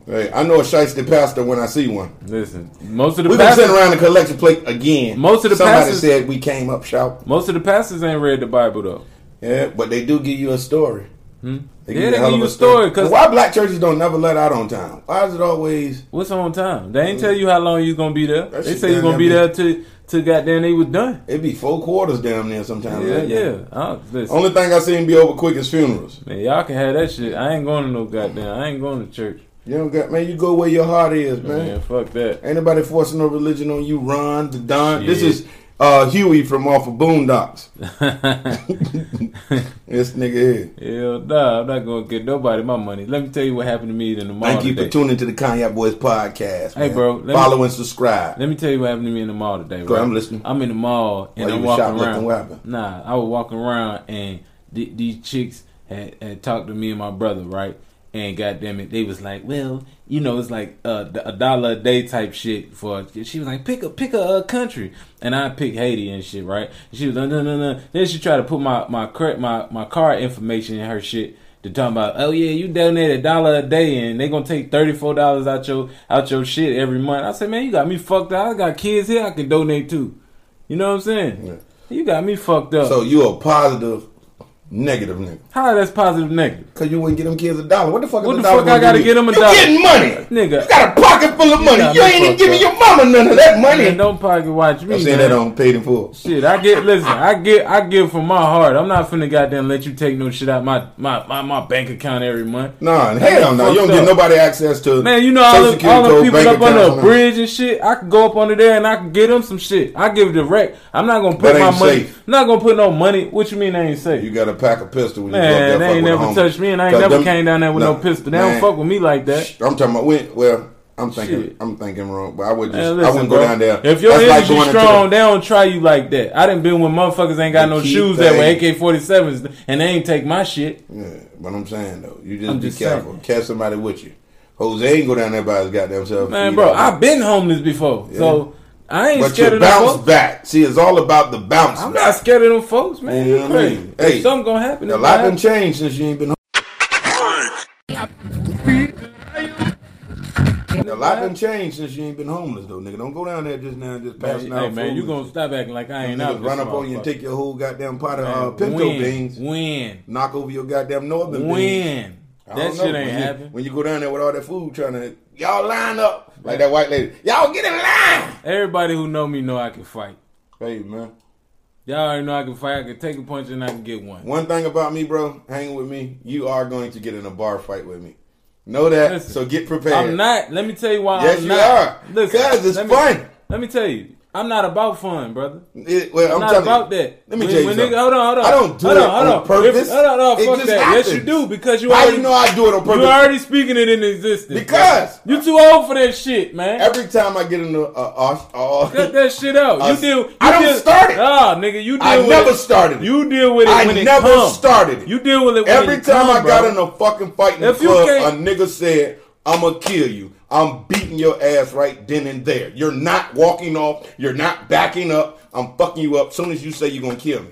[SPEAKER 1] Hey, I know a shiesty pastor when I see one.
[SPEAKER 2] Listen, most of the
[SPEAKER 1] We've been
[SPEAKER 2] pastors,
[SPEAKER 1] sitting around the collection plate again.
[SPEAKER 2] Most of the
[SPEAKER 1] Somebody
[SPEAKER 2] pastors-
[SPEAKER 1] said we came up shout.
[SPEAKER 2] most of the pastors ain't read the Bible though.
[SPEAKER 1] Yeah, but they do give you a story. They
[SPEAKER 2] Hmm? Yeah, they give you a story, 'cause-
[SPEAKER 1] why black churches don't never let out on time? Why is it always?
[SPEAKER 2] What's on time? They ain't tell you how long you gonna be there.
[SPEAKER 1] That
[SPEAKER 2] They
[SPEAKER 1] shit
[SPEAKER 2] say you
[SPEAKER 1] down
[SPEAKER 2] gonna be
[SPEAKER 1] there,
[SPEAKER 2] there till till goddamn they was done.
[SPEAKER 1] It be four quarters down there sometimes.
[SPEAKER 2] Yeah,
[SPEAKER 1] right? Oh.
[SPEAKER 2] yeah. I, listen,
[SPEAKER 1] Only thing I seen be over quick is funerals.
[SPEAKER 2] man, y'all can have that shit. I ain't going to no goddamn. I ain't going to church.
[SPEAKER 1] You don't got man. You go where your heart is, man.
[SPEAKER 2] Man, fuck that.
[SPEAKER 1] Ain't nobody forcing no religion on you. Ron, the Don. This
[SPEAKER 2] Shit.
[SPEAKER 1] is uh, Huey from off of Boondocks. this nigga here.
[SPEAKER 2] Hell nah, I'm not gonna get nobody my money. Let me tell you what happened to me in the mall
[SPEAKER 1] Thank you
[SPEAKER 2] today.
[SPEAKER 1] for tuning to the Kanye Boys podcast.
[SPEAKER 2] Hey,
[SPEAKER 1] man.
[SPEAKER 2] bro, let me-
[SPEAKER 1] Follow and subscribe.
[SPEAKER 2] Let me tell you what happened to me in the mall today.
[SPEAKER 1] Go
[SPEAKER 2] right?
[SPEAKER 1] ahead, I'm listening.
[SPEAKER 2] I'm in the mall and
[SPEAKER 1] While
[SPEAKER 2] I'm
[SPEAKER 1] you was
[SPEAKER 2] walking
[SPEAKER 1] shoplifting,
[SPEAKER 2] around.
[SPEAKER 1] what happened?
[SPEAKER 2] Nah, I was walking around and th- these chicks had, had talked to me and my brother, right? And goddamn it, they was like, well, you know, it's like uh, a dollar a day type shit. For she was like, pick a pick a uh, country, and I picked Haiti and shit, right? she was like, no, no, no. Then she tried to put my my cre- my my card information in her shit to talking about, oh yeah, you donate a dollar a day and they gonna take thirty four dollars out your out your shit every month. I said, man, you got me fucked up. I got kids here I can donate to. You know what I'm saying? You got me fucked up.
[SPEAKER 1] So you a positive, negative nigga.
[SPEAKER 2] How that's positive negative?
[SPEAKER 1] Cause you wouldn't get them kids a dollar. What the fuck?
[SPEAKER 2] What
[SPEAKER 1] is
[SPEAKER 2] the
[SPEAKER 1] a dollar
[SPEAKER 2] fuck I
[SPEAKER 1] gonna
[SPEAKER 2] gotta
[SPEAKER 1] do?
[SPEAKER 2] get them a
[SPEAKER 1] you
[SPEAKER 2] dollar?
[SPEAKER 1] getting money,
[SPEAKER 2] Nigga.
[SPEAKER 1] You got a pocket full of money.
[SPEAKER 2] got
[SPEAKER 1] You
[SPEAKER 2] me
[SPEAKER 1] ain't even
[SPEAKER 2] fucked
[SPEAKER 1] giving
[SPEAKER 2] up.
[SPEAKER 1] your mama none of that
[SPEAKER 2] Man,
[SPEAKER 1] money.
[SPEAKER 2] don't pocket watch me.
[SPEAKER 1] I'm saying
[SPEAKER 2] man.
[SPEAKER 1] that on paid in full.
[SPEAKER 2] Shit, I get. Listen, I get. I give from my heart. I'm not finna goddamn let you take no shit out my my my, my bank account every month.
[SPEAKER 1] Nah, hell no. You don't
[SPEAKER 2] fucked
[SPEAKER 1] give
[SPEAKER 2] up.
[SPEAKER 1] nobody access to
[SPEAKER 2] Man, you know all
[SPEAKER 1] Social
[SPEAKER 2] the,
[SPEAKER 1] Security
[SPEAKER 2] all the
[SPEAKER 1] code,
[SPEAKER 2] people
[SPEAKER 1] bank
[SPEAKER 2] up on
[SPEAKER 1] accounts,
[SPEAKER 2] the
[SPEAKER 1] none.
[SPEAKER 2] bridge and shit. I could go up under there and I could get them some shit. I give direct. I'm not gonna put
[SPEAKER 1] That
[SPEAKER 2] my
[SPEAKER 1] ain't
[SPEAKER 2] money.
[SPEAKER 1] safe.
[SPEAKER 2] I'm not gonna put no money. What you mean I ain't safe?
[SPEAKER 1] You got to pack a pistol when you go
[SPEAKER 2] man, they
[SPEAKER 1] up there. fuck
[SPEAKER 2] ain't
[SPEAKER 1] with a
[SPEAKER 2] never
[SPEAKER 1] homie.
[SPEAKER 2] touched me and I ain't
[SPEAKER 1] 'Cause
[SPEAKER 2] never
[SPEAKER 1] them-
[SPEAKER 2] came down there with no
[SPEAKER 1] nah,
[SPEAKER 2] pistol. They
[SPEAKER 1] man.
[SPEAKER 2] don't fuck with me like that.
[SPEAKER 1] I'm talking about when. Well, I'm thinking.
[SPEAKER 2] Shit.
[SPEAKER 1] I'm thinking wrong, but I would just.
[SPEAKER 2] Man,
[SPEAKER 1] I
[SPEAKER 2] listen,
[SPEAKER 1] wouldn't
[SPEAKER 2] bro.
[SPEAKER 1] go down there.
[SPEAKER 2] If your
[SPEAKER 1] That's like
[SPEAKER 2] energy
[SPEAKER 1] going into the-
[SPEAKER 2] strong, they don't try you like that. I done been when motherfuckers ain't got
[SPEAKER 1] The
[SPEAKER 2] no
[SPEAKER 1] key
[SPEAKER 2] shoes that were
[SPEAKER 1] thing-
[SPEAKER 2] AK forty sevens and they ain't take my shit.
[SPEAKER 1] Yeah, but I'm saying though, you just
[SPEAKER 2] I'm
[SPEAKER 1] be
[SPEAKER 2] just
[SPEAKER 1] careful.
[SPEAKER 2] saying.
[SPEAKER 1] Catch somebody with you. Jose ain't go down there by his goddamn self.
[SPEAKER 2] Man,
[SPEAKER 1] You
[SPEAKER 2] bro,
[SPEAKER 1] know.
[SPEAKER 2] I've been homeless before, so I ain't
[SPEAKER 1] but
[SPEAKER 2] scared
[SPEAKER 1] you
[SPEAKER 2] of them
[SPEAKER 1] bounce
[SPEAKER 2] folks.
[SPEAKER 1] back. See, it's all about the bounce.
[SPEAKER 2] I'm
[SPEAKER 1] back.
[SPEAKER 2] not scared of them folks, man.
[SPEAKER 1] You know what I
[SPEAKER 2] Crazy.
[SPEAKER 1] mean?
[SPEAKER 2] If
[SPEAKER 1] Hey,
[SPEAKER 2] something gonna happen,
[SPEAKER 1] A
[SPEAKER 2] it's
[SPEAKER 1] lot
[SPEAKER 2] gonna
[SPEAKER 1] done changed since you ain't been.
[SPEAKER 2] happen.
[SPEAKER 1] A lot done changed since you ain't been homeless though, nigga. Don't go down there just now, and just
[SPEAKER 2] Hey,
[SPEAKER 1] passing out.
[SPEAKER 2] hey, man,
[SPEAKER 1] food
[SPEAKER 2] you
[SPEAKER 1] and
[SPEAKER 2] gonna
[SPEAKER 1] shit.
[SPEAKER 2] stop acting like I ain't
[SPEAKER 1] Niggas
[SPEAKER 2] out?
[SPEAKER 1] run up on you and take your whole goddamn pot of uh, pinto
[SPEAKER 2] when,
[SPEAKER 1] beans,
[SPEAKER 2] When?
[SPEAKER 1] knock over your goddamn Northern beans.
[SPEAKER 2] When?
[SPEAKER 1] I
[SPEAKER 2] That
[SPEAKER 1] don't know.
[SPEAKER 2] shit ain't
[SPEAKER 1] when you,
[SPEAKER 2] happening.
[SPEAKER 1] When you go down there with all that food, trying to y'all line up like that white lady. Y'all get in line.
[SPEAKER 2] Everybody who know me know I can fight.
[SPEAKER 1] Hey man,
[SPEAKER 2] Y'all already know I can fight. I can take a punch and I can get one.
[SPEAKER 1] one thing about me, bro, hanging with me, you are going to get in a bar fight with me. Know that,
[SPEAKER 2] Listen,
[SPEAKER 1] so get prepared.
[SPEAKER 2] I'm not. Let me tell you why.
[SPEAKER 1] Yes,
[SPEAKER 2] I'm
[SPEAKER 1] you
[SPEAKER 2] not.
[SPEAKER 1] are.
[SPEAKER 2] Listen,
[SPEAKER 1] 'Cause it's
[SPEAKER 2] let me-
[SPEAKER 1] fun.
[SPEAKER 2] Let me tell you, I'm not about fun, brother.
[SPEAKER 1] It- well,
[SPEAKER 2] I'm
[SPEAKER 1] I'm,
[SPEAKER 2] not
[SPEAKER 1] telling
[SPEAKER 2] about
[SPEAKER 1] you,
[SPEAKER 2] that.
[SPEAKER 1] Let me
[SPEAKER 2] When-
[SPEAKER 1] tell you
[SPEAKER 2] when
[SPEAKER 1] something.
[SPEAKER 2] nigga- hold on, hold on.
[SPEAKER 1] I don't do
[SPEAKER 2] hold
[SPEAKER 1] it
[SPEAKER 2] on, hold
[SPEAKER 1] on
[SPEAKER 2] on.
[SPEAKER 1] purpose.
[SPEAKER 2] If- hold on, hold on,
[SPEAKER 1] It
[SPEAKER 2] fuck
[SPEAKER 1] just
[SPEAKER 2] that. Yes, you
[SPEAKER 1] happens.
[SPEAKER 2] do because you
[SPEAKER 1] How
[SPEAKER 2] already
[SPEAKER 1] you know I do it on
[SPEAKER 2] you
[SPEAKER 1] purpose?
[SPEAKER 2] already speaking it in existence.
[SPEAKER 1] Because-
[SPEAKER 2] you too old for that shit, man.
[SPEAKER 1] Every time I get in a, a, a, a
[SPEAKER 2] Cut that shit out.
[SPEAKER 1] I-
[SPEAKER 2] You deal. You
[SPEAKER 1] I don't
[SPEAKER 2] deal,
[SPEAKER 1] start it.
[SPEAKER 2] Nah, nigga, you deal.
[SPEAKER 1] I
[SPEAKER 2] with
[SPEAKER 1] never
[SPEAKER 2] it.
[SPEAKER 1] started it.
[SPEAKER 2] You deal with it
[SPEAKER 1] I
[SPEAKER 2] when it
[SPEAKER 1] never
[SPEAKER 2] come.
[SPEAKER 1] started it.
[SPEAKER 2] You deal with it when
[SPEAKER 1] Every
[SPEAKER 2] it
[SPEAKER 1] time
[SPEAKER 2] come,
[SPEAKER 1] I got
[SPEAKER 2] bro.
[SPEAKER 1] in a fucking fight in the
[SPEAKER 2] If you
[SPEAKER 1] club, a
[SPEAKER 2] can't-
[SPEAKER 1] nigga said, I'ma kill you. I'm beating your ass right then and there. You're not walking off. You're not backing up. I'm fucking you up soon as you say you're gonna kill me.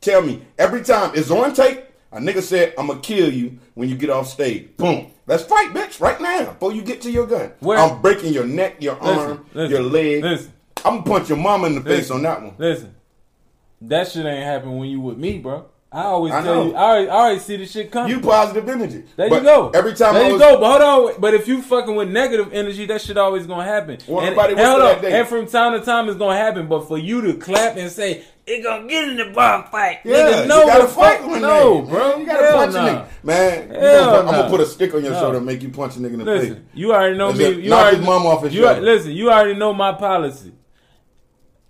[SPEAKER 1] Tell me, every time it's on tape, a nigga said, I'ma kill you when you get off stage. Boom. Let's fight, bitch, right now, before you get to your gun.
[SPEAKER 2] Where-
[SPEAKER 1] I'm breaking your neck, your arm,
[SPEAKER 2] listen,
[SPEAKER 1] your leg.
[SPEAKER 2] listen.
[SPEAKER 1] I'm gonna punch your mama in the face on that one.
[SPEAKER 2] Listen, that shit ain't happen when you with me, bro. I always
[SPEAKER 1] I
[SPEAKER 2] tell
[SPEAKER 1] know.
[SPEAKER 2] you, I already, I already see the shit coming.
[SPEAKER 1] You positive energy.
[SPEAKER 2] there
[SPEAKER 1] But
[SPEAKER 2] you go.
[SPEAKER 1] Every time
[SPEAKER 2] there
[SPEAKER 1] I
[SPEAKER 2] you
[SPEAKER 1] was,
[SPEAKER 2] go. But hold on. But if you fucking with negative energy, that shit always gonna happen.
[SPEAKER 1] Well,
[SPEAKER 2] and,
[SPEAKER 1] nobody
[SPEAKER 2] and
[SPEAKER 1] went
[SPEAKER 2] hold
[SPEAKER 1] to
[SPEAKER 2] on.
[SPEAKER 1] that date.
[SPEAKER 2] And from time to time, it's gonna happen. But for you to clap and say it gonna get in the bar fight,
[SPEAKER 1] Yeah,
[SPEAKER 2] nigga, no,
[SPEAKER 1] you gotta
[SPEAKER 2] the fuck,
[SPEAKER 1] fight one
[SPEAKER 2] no,
[SPEAKER 1] nigga.
[SPEAKER 2] bro.
[SPEAKER 1] You gotta
[SPEAKER 2] Hell
[SPEAKER 1] punch
[SPEAKER 2] nah.
[SPEAKER 1] a nigga, man. You
[SPEAKER 2] Hell
[SPEAKER 1] gonna, I'm
[SPEAKER 2] nah.
[SPEAKER 1] gonna put a stick on your
[SPEAKER 2] No.
[SPEAKER 1] shoulder and make you punch a nigga in the face.
[SPEAKER 2] Listen, you already know
[SPEAKER 1] That's
[SPEAKER 2] me.
[SPEAKER 1] it.
[SPEAKER 2] You
[SPEAKER 1] Knock
[SPEAKER 2] already,
[SPEAKER 1] his mom off his
[SPEAKER 2] you
[SPEAKER 1] shoulder.
[SPEAKER 2] al- Listen, you already know my policy.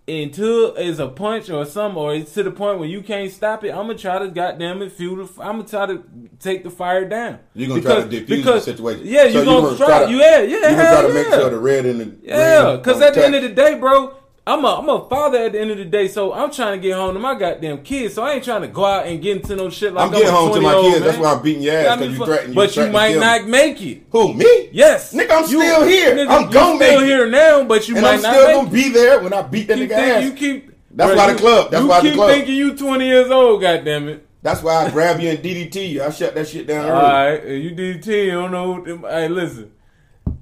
[SPEAKER 2] Until it's a punch or something, or it's to the point where you can't stop it, I'm gonna try to goddamn it fuel. The, f- I'm gonna try to take the fire down.
[SPEAKER 1] You're gonna try to defuse the situation.
[SPEAKER 2] Yeah,
[SPEAKER 1] So
[SPEAKER 2] you gonna, try. you yeah, yeah.
[SPEAKER 1] You gonna
[SPEAKER 2] hell
[SPEAKER 1] try to make
[SPEAKER 2] yeah.
[SPEAKER 1] sure the red and the
[SPEAKER 2] Yeah,
[SPEAKER 1] green
[SPEAKER 2] because
[SPEAKER 1] don't
[SPEAKER 2] at the end of
[SPEAKER 1] touch.
[SPEAKER 2] the day, bro, I'm a I'm a father at the end of the day, so I'm trying to get home to my goddamn kids. So I ain't trying to go out and get into no shit like
[SPEAKER 1] I'm getting
[SPEAKER 2] a
[SPEAKER 1] home to my
[SPEAKER 2] 20-year-old
[SPEAKER 1] kids. That's
[SPEAKER 2] man.
[SPEAKER 1] why I'm beating your ass
[SPEAKER 2] Gotta
[SPEAKER 1] because
[SPEAKER 2] be
[SPEAKER 1] you
[SPEAKER 2] fu-
[SPEAKER 1] threatened.
[SPEAKER 2] But you
[SPEAKER 1] threatened to
[SPEAKER 2] might
[SPEAKER 1] kill me.
[SPEAKER 2] not make it.
[SPEAKER 1] Who me?
[SPEAKER 2] Yes,
[SPEAKER 1] nigga, I'm
[SPEAKER 2] You-
[SPEAKER 1] still here.
[SPEAKER 2] nigga,
[SPEAKER 1] I'm
[SPEAKER 2] you
[SPEAKER 1] gonna
[SPEAKER 2] still
[SPEAKER 1] make it.
[SPEAKER 2] here now, but you
[SPEAKER 1] and
[SPEAKER 2] might
[SPEAKER 1] I'm
[SPEAKER 2] not
[SPEAKER 1] still
[SPEAKER 2] make
[SPEAKER 1] gonna be there when I beat that
[SPEAKER 2] it. You
[SPEAKER 1] nigga
[SPEAKER 2] think- you
[SPEAKER 1] ass.
[SPEAKER 2] keep.
[SPEAKER 1] That's
[SPEAKER 2] bruh,
[SPEAKER 1] why the
[SPEAKER 2] you-
[SPEAKER 1] club- that's
[SPEAKER 2] you
[SPEAKER 1] why the
[SPEAKER 2] keep
[SPEAKER 1] club.
[SPEAKER 2] thinking you 20 years old. Goddamn it!
[SPEAKER 1] That's why I grab you and DDT you. I shut that shit down
[SPEAKER 2] All
[SPEAKER 1] early.
[SPEAKER 2] right, if you did 10. You don't know. Who them, hey, listen,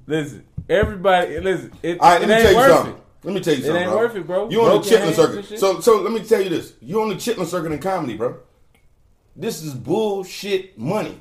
[SPEAKER 2] listen. Everybody, listen. It,
[SPEAKER 1] All right, let
[SPEAKER 2] it
[SPEAKER 1] me
[SPEAKER 2] ain't
[SPEAKER 1] tell you
[SPEAKER 2] worth
[SPEAKER 1] something.
[SPEAKER 2] it.
[SPEAKER 1] Let me tell you
[SPEAKER 2] It
[SPEAKER 1] something.
[SPEAKER 2] ain't
[SPEAKER 1] bro.
[SPEAKER 2] worth it, bro.
[SPEAKER 1] You on the
[SPEAKER 2] Broken
[SPEAKER 1] Chitlin
[SPEAKER 2] hands
[SPEAKER 1] circuit.
[SPEAKER 2] and shit.
[SPEAKER 1] So, so let me tell you this. You on the Chitlin circuit in comedy, bro. This is bullshit money.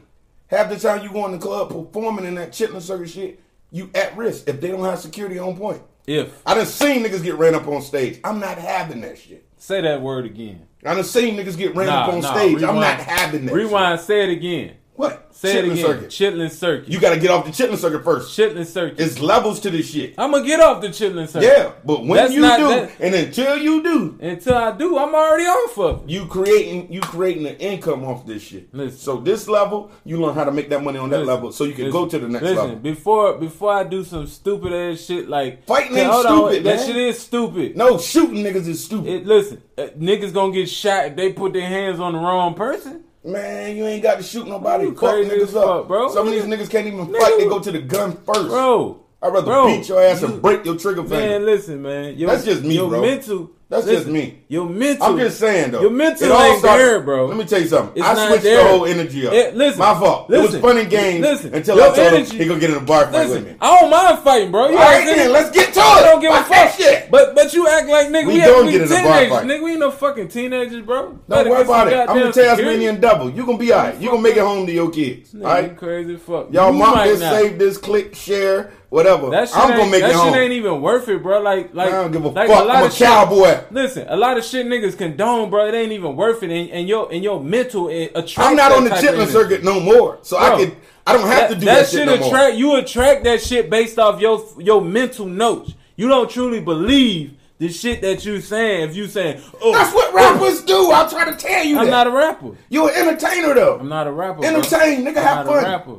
[SPEAKER 1] Half the time you go in the club performing in that Chitlin circuit shit, you at risk if they don't have security on point.
[SPEAKER 2] If
[SPEAKER 1] I done seen niggas get ran up on stage. I'm not having that shit.
[SPEAKER 2] say that word again.
[SPEAKER 1] I done seen niggas get ran
[SPEAKER 2] Nah,
[SPEAKER 1] up on
[SPEAKER 2] nah,
[SPEAKER 1] stage. I'm
[SPEAKER 2] rewind.
[SPEAKER 1] not having that. shit.
[SPEAKER 2] Rewind. Say it again.
[SPEAKER 1] What? Chitlin
[SPEAKER 2] Say it again.
[SPEAKER 1] circuit.
[SPEAKER 2] Chitlin circuit.
[SPEAKER 1] You got to get off the chitlin circuit first.
[SPEAKER 2] Chitlin circuit.
[SPEAKER 1] It's levels to this shit.
[SPEAKER 2] I'm gonna get off the chitlin circuit.
[SPEAKER 1] Yeah, but when
[SPEAKER 2] That's
[SPEAKER 1] you
[SPEAKER 2] not
[SPEAKER 1] do,
[SPEAKER 2] that-
[SPEAKER 1] and until you do,
[SPEAKER 2] Until I do, I'm already off of it.
[SPEAKER 1] you creating you creating an income off this shit.
[SPEAKER 2] Listen.
[SPEAKER 1] So this level, you learn how to make that money on that
[SPEAKER 2] Listen,
[SPEAKER 1] level, so you can
[SPEAKER 2] listen,
[SPEAKER 1] go to the next
[SPEAKER 2] listen,
[SPEAKER 1] level.
[SPEAKER 2] Before before I do some stupid ass shit like
[SPEAKER 1] Fighting
[SPEAKER 2] Yeah,
[SPEAKER 1] ain't
[SPEAKER 2] hold on,
[SPEAKER 1] stupid,
[SPEAKER 2] That
[SPEAKER 1] man.
[SPEAKER 2] shit is stupid.
[SPEAKER 1] No, shooting niggas is stupid.
[SPEAKER 2] It, listen, uh, niggas gonna get shot if they put their hands on the wrong person.
[SPEAKER 1] Man, you ain't got to shoot nobody.
[SPEAKER 2] You
[SPEAKER 1] Fuck
[SPEAKER 2] crazy
[SPEAKER 1] niggas
[SPEAKER 2] as
[SPEAKER 1] up,
[SPEAKER 2] fuck, bro.
[SPEAKER 1] Some of these
[SPEAKER 2] Nigga-
[SPEAKER 1] niggas can't even
[SPEAKER 2] nigga-
[SPEAKER 1] fight. They go to the gun first.
[SPEAKER 2] Bro,
[SPEAKER 1] I'd rather
[SPEAKER 2] Bro,
[SPEAKER 1] beat your ass
[SPEAKER 2] you-
[SPEAKER 1] and break your trigger finger.
[SPEAKER 2] man, listen, man. Your,
[SPEAKER 1] That's just me,
[SPEAKER 2] your
[SPEAKER 1] bro.
[SPEAKER 2] Mental,
[SPEAKER 1] That's
[SPEAKER 2] listen,
[SPEAKER 1] just me.
[SPEAKER 2] Your mental.
[SPEAKER 1] I'm just saying though.
[SPEAKER 2] Your mental
[SPEAKER 1] It all
[SPEAKER 2] ain't
[SPEAKER 1] started-
[SPEAKER 2] there, bro.
[SPEAKER 1] Let me tell you something.
[SPEAKER 2] It's
[SPEAKER 1] I
[SPEAKER 2] not
[SPEAKER 1] switched
[SPEAKER 2] there.
[SPEAKER 1] the whole energy up.
[SPEAKER 2] It- listen,
[SPEAKER 1] my fault. it was
[SPEAKER 2] listen,
[SPEAKER 1] fun and games
[SPEAKER 2] listen,
[SPEAKER 1] until
[SPEAKER 2] your
[SPEAKER 1] I told
[SPEAKER 2] energy-
[SPEAKER 1] him he gonna get in a bar fight
[SPEAKER 2] Listen,
[SPEAKER 1] with me.
[SPEAKER 2] I don't mind fighting, bro. You
[SPEAKER 1] All right,
[SPEAKER 2] act like-
[SPEAKER 1] then, let's get to
[SPEAKER 2] I
[SPEAKER 1] it.
[SPEAKER 2] don't give a
[SPEAKER 1] Fuck that
[SPEAKER 2] fuck.
[SPEAKER 1] shit.
[SPEAKER 2] But but you act like nigga,
[SPEAKER 1] We
[SPEAKER 2] we,
[SPEAKER 1] gonna
[SPEAKER 2] have, we
[SPEAKER 1] get in a bar
[SPEAKER 2] teenagers,
[SPEAKER 1] fight.
[SPEAKER 2] nigga. We ain't no fucking teenagers, bro.
[SPEAKER 1] Don't
[SPEAKER 2] Better
[SPEAKER 1] worry
[SPEAKER 2] get some
[SPEAKER 1] about it. I'm
[SPEAKER 2] goddamn
[SPEAKER 1] gonna tell
[SPEAKER 2] security.
[SPEAKER 1] Tasmanian double. You gonna be alright. You gonna make it home to your kids.
[SPEAKER 2] Nigga, you
[SPEAKER 1] Alright?
[SPEAKER 2] crazy as fuck.
[SPEAKER 1] Y'all
[SPEAKER 2] You
[SPEAKER 1] mom
[SPEAKER 2] might
[SPEAKER 1] this,
[SPEAKER 2] not.
[SPEAKER 1] save this, click, share, whatever.
[SPEAKER 2] That shit
[SPEAKER 1] I'm
[SPEAKER 2] ain't-
[SPEAKER 1] gonna make
[SPEAKER 2] that
[SPEAKER 1] it
[SPEAKER 2] shit
[SPEAKER 1] home.
[SPEAKER 2] ain't even worth it, bro. Like like
[SPEAKER 1] I don't give a
[SPEAKER 2] like
[SPEAKER 1] fuck. I'm a
[SPEAKER 2] of shit-
[SPEAKER 1] cowboy.
[SPEAKER 2] Listen, a lot of shit niggas condone, bro. It ain't even worth it, and, and your and your mental it attracts.
[SPEAKER 1] I'm not
[SPEAKER 2] that
[SPEAKER 1] on the
[SPEAKER 2] type of
[SPEAKER 1] chitlin
[SPEAKER 2] energy.
[SPEAKER 1] circuit no more. So
[SPEAKER 2] Bro,
[SPEAKER 1] I could I don't have to do that, shit no more.
[SPEAKER 2] attract you attract that shit based off your your mental notes. You don't truly believe the shit that you saying. If you saying, oh,
[SPEAKER 1] That's what rappers do. I'll try to tell you
[SPEAKER 2] I'm
[SPEAKER 1] that.
[SPEAKER 2] not a rapper.
[SPEAKER 1] You're an entertainer though.
[SPEAKER 2] I'm not a rapper. bro.
[SPEAKER 1] Entertain, nigga,
[SPEAKER 2] I'm
[SPEAKER 1] have
[SPEAKER 2] not
[SPEAKER 1] fun.
[SPEAKER 2] A rapper.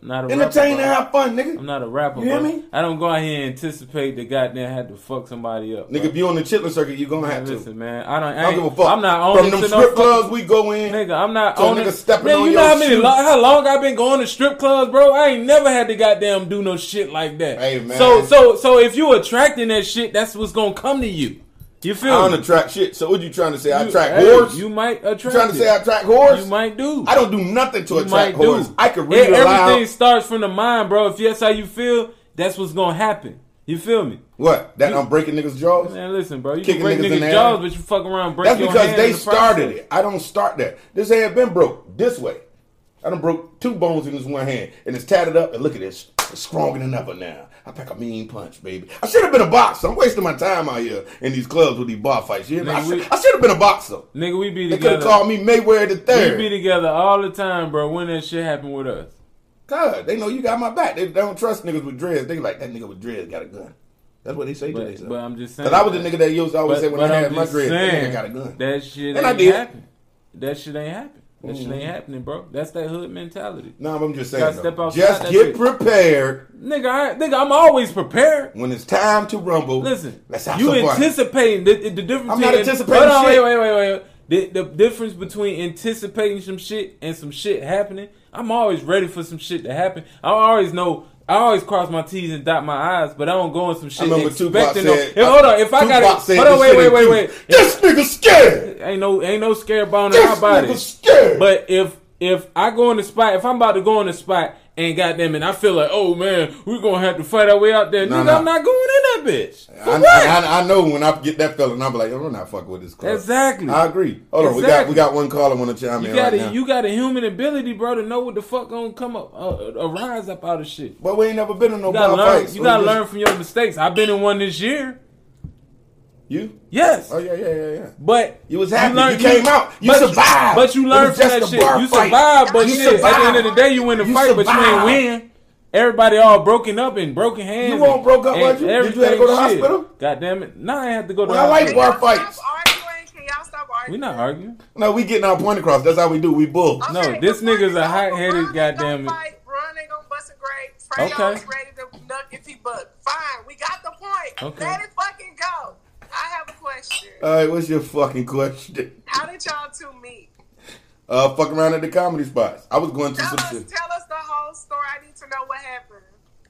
[SPEAKER 2] I'm not a
[SPEAKER 1] Entertain
[SPEAKER 2] rapper.
[SPEAKER 1] and
[SPEAKER 2] bro.
[SPEAKER 1] have fun, nigga.
[SPEAKER 2] I'm not a rapper.
[SPEAKER 1] You hear
[SPEAKER 2] bro.
[SPEAKER 1] me?
[SPEAKER 2] I don't go out here and anticipate that goddamn had to fuck somebody up.
[SPEAKER 1] Nigga, if you on the chitlin circuit, you gonna
[SPEAKER 2] bro.
[SPEAKER 1] have to.
[SPEAKER 2] listen, man. I don't. I
[SPEAKER 1] I
[SPEAKER 2] ain't,
[SPEAKER 1] don't give a fuck.
[SPEAKER 2] I'm not
[SPEAKER 1] From
[SPEAKER 2] owning
[SPEAKER 1] them
[SPEAKER 2] to
[SPEAKER 1] strip
[SPEAKER 2] no fucking
[SPEAKER 1] clubs we go in.
[SPEAKER 2] Nigga, I'm not
[SPEAKER 1] So a
[SPEAKER 2] on
[SPEAKER 1] nigga
[SPEAKER 2] it.
[SPEAKER 1] stepping
[SPEAKER 2] Man,
[SPEAKER 1] on
[SPEAKER 2] you
[SPEAKER 1] your
[SPEAKER 2] know how many
[SPEAKER 1] shoe.
[SPEAKER 2] lo- how long I've been going to strip clubs, bro? I ain't never had to goddamn do no shit like that.
[SPEAKER 1] Hey, man.
[SPEAKER 2] So so so if you attracting that shit, that's what's gonna come to you. You feel
[SPEAKER 1] I
[SPEAKER 2] me?
[SPEAKER 1] don't attract shit. So what you trying to say? I
[SPEAKER 2] You-
[SPEAKER 1] attract
[SPEAKER 2] hey,
[SPEAKER 1] whores?
[SPEAKER 2] You
[SPEAKER 1] You
[SPEAKER 2] might attract.
[SPEAKER 1] trying to
[SPEAKER 2] it.
[SPEAKER 1] say I attract whores?
[SPEAKER 2] You might do.
[SPEAKER 1] I don't do nothing to
[SPEAKER 2] You
[SPEAKER 1] attract
[SPEAKER 2] might do.
[SPEAKER 1] whores. I can
[SPEAKER 2] E-
[SPEAKER 1] read
[SPEAKER 2] Everything
[SPEAKER 1] aloud.
[SPEAKER 2] starts from the mind, bro. If that's how you feel, that's what's gonna happen. You feel me?
[SPEAKER 1] What? That I'm breaking niggas' jaws?
[SPEAKER 2] Man, listen, bro. You
[SPEAKER 1] Kicking
[SPEAKER 2] can break
[SPEAKER 1] niggas in the
[SPEAKER 2] niggas'
[SPEAKER 1] head.
[SPEAKER 2] jaws, but you fuck around and break
[SPEAKER 1] That's
[SPEAKER 2] your
[SPEAKER 1] because
[SPEAKER 2] hand
[SPEAKER 1] they
[SPEAKER 2] in the
[SPEAKER 1] started
[SPEAKER 2] process.
[SPEAKER 1] it. I don't start that. This hand been broke this way. I done broke two bones in this one hand, and it's tatted up. And look at this, it's stronger than ever now. I pack a mean punch, baby. I should have been a boxer. I'm wasting my time out here in these clubs with these bar fights. You hear me? I
[SPEAKER 2] Nigga, we-
[SPEAKER 1] should, I should have been a boxer.
[SPEAKER 2] Nigga, we be
[SPEAKER 1] They could
[SPEAKER 2] together.
[SPEAKER 1] have called me Mayweather the
[SPEAKER 2] We be
[SPEAKER 1] third.
[SPEAKER 2] together all the time, bro. When that shit happened with us,
[SPEAKER 1] God, they know you got my back. They, they don't trust niggas with dreads. They like that nigga with dreads got a gun. That's what they say to
[SPEAKER 2] but, but
[SPEAKER 1] themselves.
[SPEAKER 2] I'm just saying.
[SPEAKER 1] Because I was the nigga that used to always
[SPEAKER 2] But,
[SPEAKER 1] say when I
[SPEAKER 2] but
[SPEAKER 1] had
[SPEAKER 2] I'm
[SPEAKER 1] my
[SPEAKER 2] just
[SPEAKER 1] dreads, that
[SPEAKER 2] saying,
[SPEAKER 1] nigga got a gun.
[SPEAKER 2] That shit
[SPEAKER 1] And I
[SPEAKER 2] ain't
[SPEAKER 1] did. Mm-hmm.
[SPEAKER 2] happening. That shit ain't happening. That shit ain't happening, bro. That's that hood mentality,
[SPEAKER 1] No, I'm just
[SPEAKER 2] Gotta
[SPEAKER 1] saying.
[SPEAKER 2] step
[SPEAKER 1] though.
[SPEAKER 2] outside
[SPEAKER 1] Just
[SPEAKER 2] that
[SPEAKER 1] get
[SPEAKER 2] shit.
[SPEAKER 1] prepared.
[SPEAKER 2] nigga. I, nigga, I'm always prepared.
[SPEAKER 1] When it's time to rumble,
[SPEAKER 2] Listen,
[SPEAKER 1] let's have
[SPEAKER 2] you
[SPEAKER 1] some fun.
[SPEAKER 2] anticipating the, the difference.
[SPEAKER 1] I'm not
[SPEAKER 2] between-
[SPEAKER 1] anticipating
[SPEAKER 2] Hold on,
[SPEAKER 1] shit.
[SPEAKER 2] wait, wait, wait, wait. The, the difference between anticipating some shit and some shit happening. I'm always ready for some shit to happen. I always know. I always cross my T's and dot my I's, but I don't go in some shit
[SPEAKER 1] remember
[SPEAKER 2] expecting.
[SPEAKER 1] Tupac
[SPEAKER 2] no,
[SPEAKER 1] said-
[SPEAKER 2] If- hold on, if I got
[SPEAKER 1] Tupac
[SPEAKER 2] it,
[SPEAKER 1] said
[SPEAKER 2] hold on,
[SPEAKER 1] this
[SPEAKER 2] wait,
[SPEAKER 1] shit
[SPEAKER 2] wait,
[SPEAKER 1] in
[SPEAKER 2] wait,
[SPEAKER 1] Cuba.
[SPEAKER 2] wait.
[SPEAKER 1] This nigga scared.
[SPEAKER 2] Ain't no ain't no scared bone in
[SPEAKER 1] This
[SPEAKER 2] my body.
[SPEAKER 1] nigga scared.
[SPEAKER 2] But if if I go in the spot, if I'm about to go in the spot and goddamn it, I feel like, oh man, we're gonna have to fight our way out there.
[SPEAKER 1] Nah,
[SPEAKER 2] Nigga,
[SPEAKER 1] nah.
[SPEAKER 2] I'm not going in that bitch. For
[SPEAKER 1] I,
[SPEAKER 2] what?
[SPEAKER 1] I, I know when I get that feeling, I'm like, oh, we're not fucking with this club.
[SPEAKER 2] Exactly.
[SPEAKER 1] I agree. Hold on, we got
[SPEAKER 2] Exactly.
[SPEAKER 1] we got one caller want to chime
[SPEAKER 2] you
[SPEAKER 1] in
[SPEAKER 2] got
[SPEAKER 1] right
[SPEAKER 2] a
[SPEAKER 1] now.
[SPEAKER 2] you got a human ability, bro, to know what the fuck gonna come up uh, arise up out of shit.
[SPEAKER 1] but we ain't never been in no
[SPEAKER 2] You gotta
[SPEAKER 1] bar
[SPEAKER 2] learn.
[SPEAKER 1] fights.
[SPEAKER 2] You
[SPEAKER 1] We
[SPEAKER 2] gotta
[SPEAKER 1] just-
[SPEAKER 2] learn from your mistakes. I've been in one this year.
[SPEAKER 1] You?
[SPEAKER 2] Yes.
[SPEAKER 1] Oh yeah, yeah, yeah, yeah.
[SPEAKER 2] But
[SPEAKER 1] You was happy. You,
[SPEAKER 2] learn-
[SPEAKER 1] came out. You
[SPEAKER 2] but
[SPEAKER 1] survived.
[SPEAKER 2] But you
[SPEAKER 1] It
[SPEAKER 2] learned
[SPEAKER 1] was
[SPEAKER 2] from
[SPEAKER 1] just
[SPEAKER 2] that
[SPEAKER 1] a
[SPEAKER 2] shit.
[SPEAKER 1] bar
[SPEAKER 2] You
[SPEAKER 1] fight.
[SPEAKER 2] survived, but
[SPEAKER 1] You
[SPEAKER 2] shit, at
[SPEAKER 1] survived.
[SPEAKER 2] the end of the day, you win the
[SPEAKER 1] You
[SPEAKER 2] fight, but you ain't
[SPEAKER 1] survived.
[SPEAKER 2] win. Everybody all broken up and broken hands.
[SPEAKER 1] You all
[SPEAKER 2] and-
[SPEAKER 1] broke up,
[SPEAKER 2] and
[SPEAKER 1] wasn't you? Did you have to go to the
[SPEAKER 2] everything, shit.
[SPEAKER 1] hospital?
[SPEAKER 2] God damn it! Nah, I ain't have to go to.
[SPEAKER 1] Well,
[SPEAKER 2] the
[SPEAKER 1] I like
[SPEAKER 2] hospital.
[SPEAKER 1] bar
[SPEAKER 3] Can y'all
[SPEAKER 1] fights.
[SPEAKER 3] Stop arguing. Can y'all stop
[SPEAKER 2] We
[SPEAKER 3] arguing?
[SPEAKER 2] not arguing.
[SPEAKER 1] No, we getting our point across. That's how we do. We bull.
[SPEAKER 2] No, this nigga's a hot-headed goddamn it.
[SPEAKER 3] Fight, Run ain't gonna bust a grape. Trey
[SPEAKER 2] Okay.
[SPEAKER 3] Young is ready to duck if he buck. Fine, we got the point.
[SPEAKER 2] Okay.
[SPEAKER 3] Let it fucking go. I have a question.
[SPEAKER 1] All right, what's your fucking question?
[SPEAKER 3] How did y'all two meet?
[SPEAKER 1] Uh, fuck around at the comedy spots. I was going to
[SPEAKER 3] Tell
[SPEAKER 1] some
[SPEAKER 3] us,
[SPEAKER 1] shit.
[SPEAKER 3] tell us the whole story. I need to know what happened.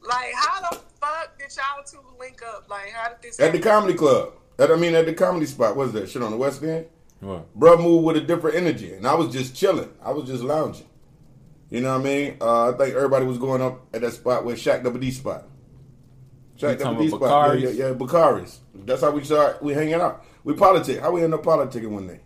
[SPEAKER 3] Like, how the fuck did y'all two link up? Like, how did this?
[SPEAKER 1] At the
[SPEAKER 3] happen?
[SPEAKER 1] comedy club. At, I mean, at the comedy spot. What's that shit on the West End?
[SPEAKER 2] What?
[SPEAKER 1] Bruh moved with a different energy, and I was just chilling. I was just lounging. You know what I mean? Uh, I think everybody was going up at that spot where Shaq Double D spot.
[SPEAKER 2] You
[SPEAKER 1] Shaq
[SPEAKER 2] talking
[SPEAKER 1] Double D
[SPEAKER 2] about
[SPEAKER 1] spot. Yeah,
[SPEAKER 2] Bakari's?
[SPEAKER 1] yeah, yeah, Bakari's. That's how we start. We hanging out. We politic. How we end up politicking one day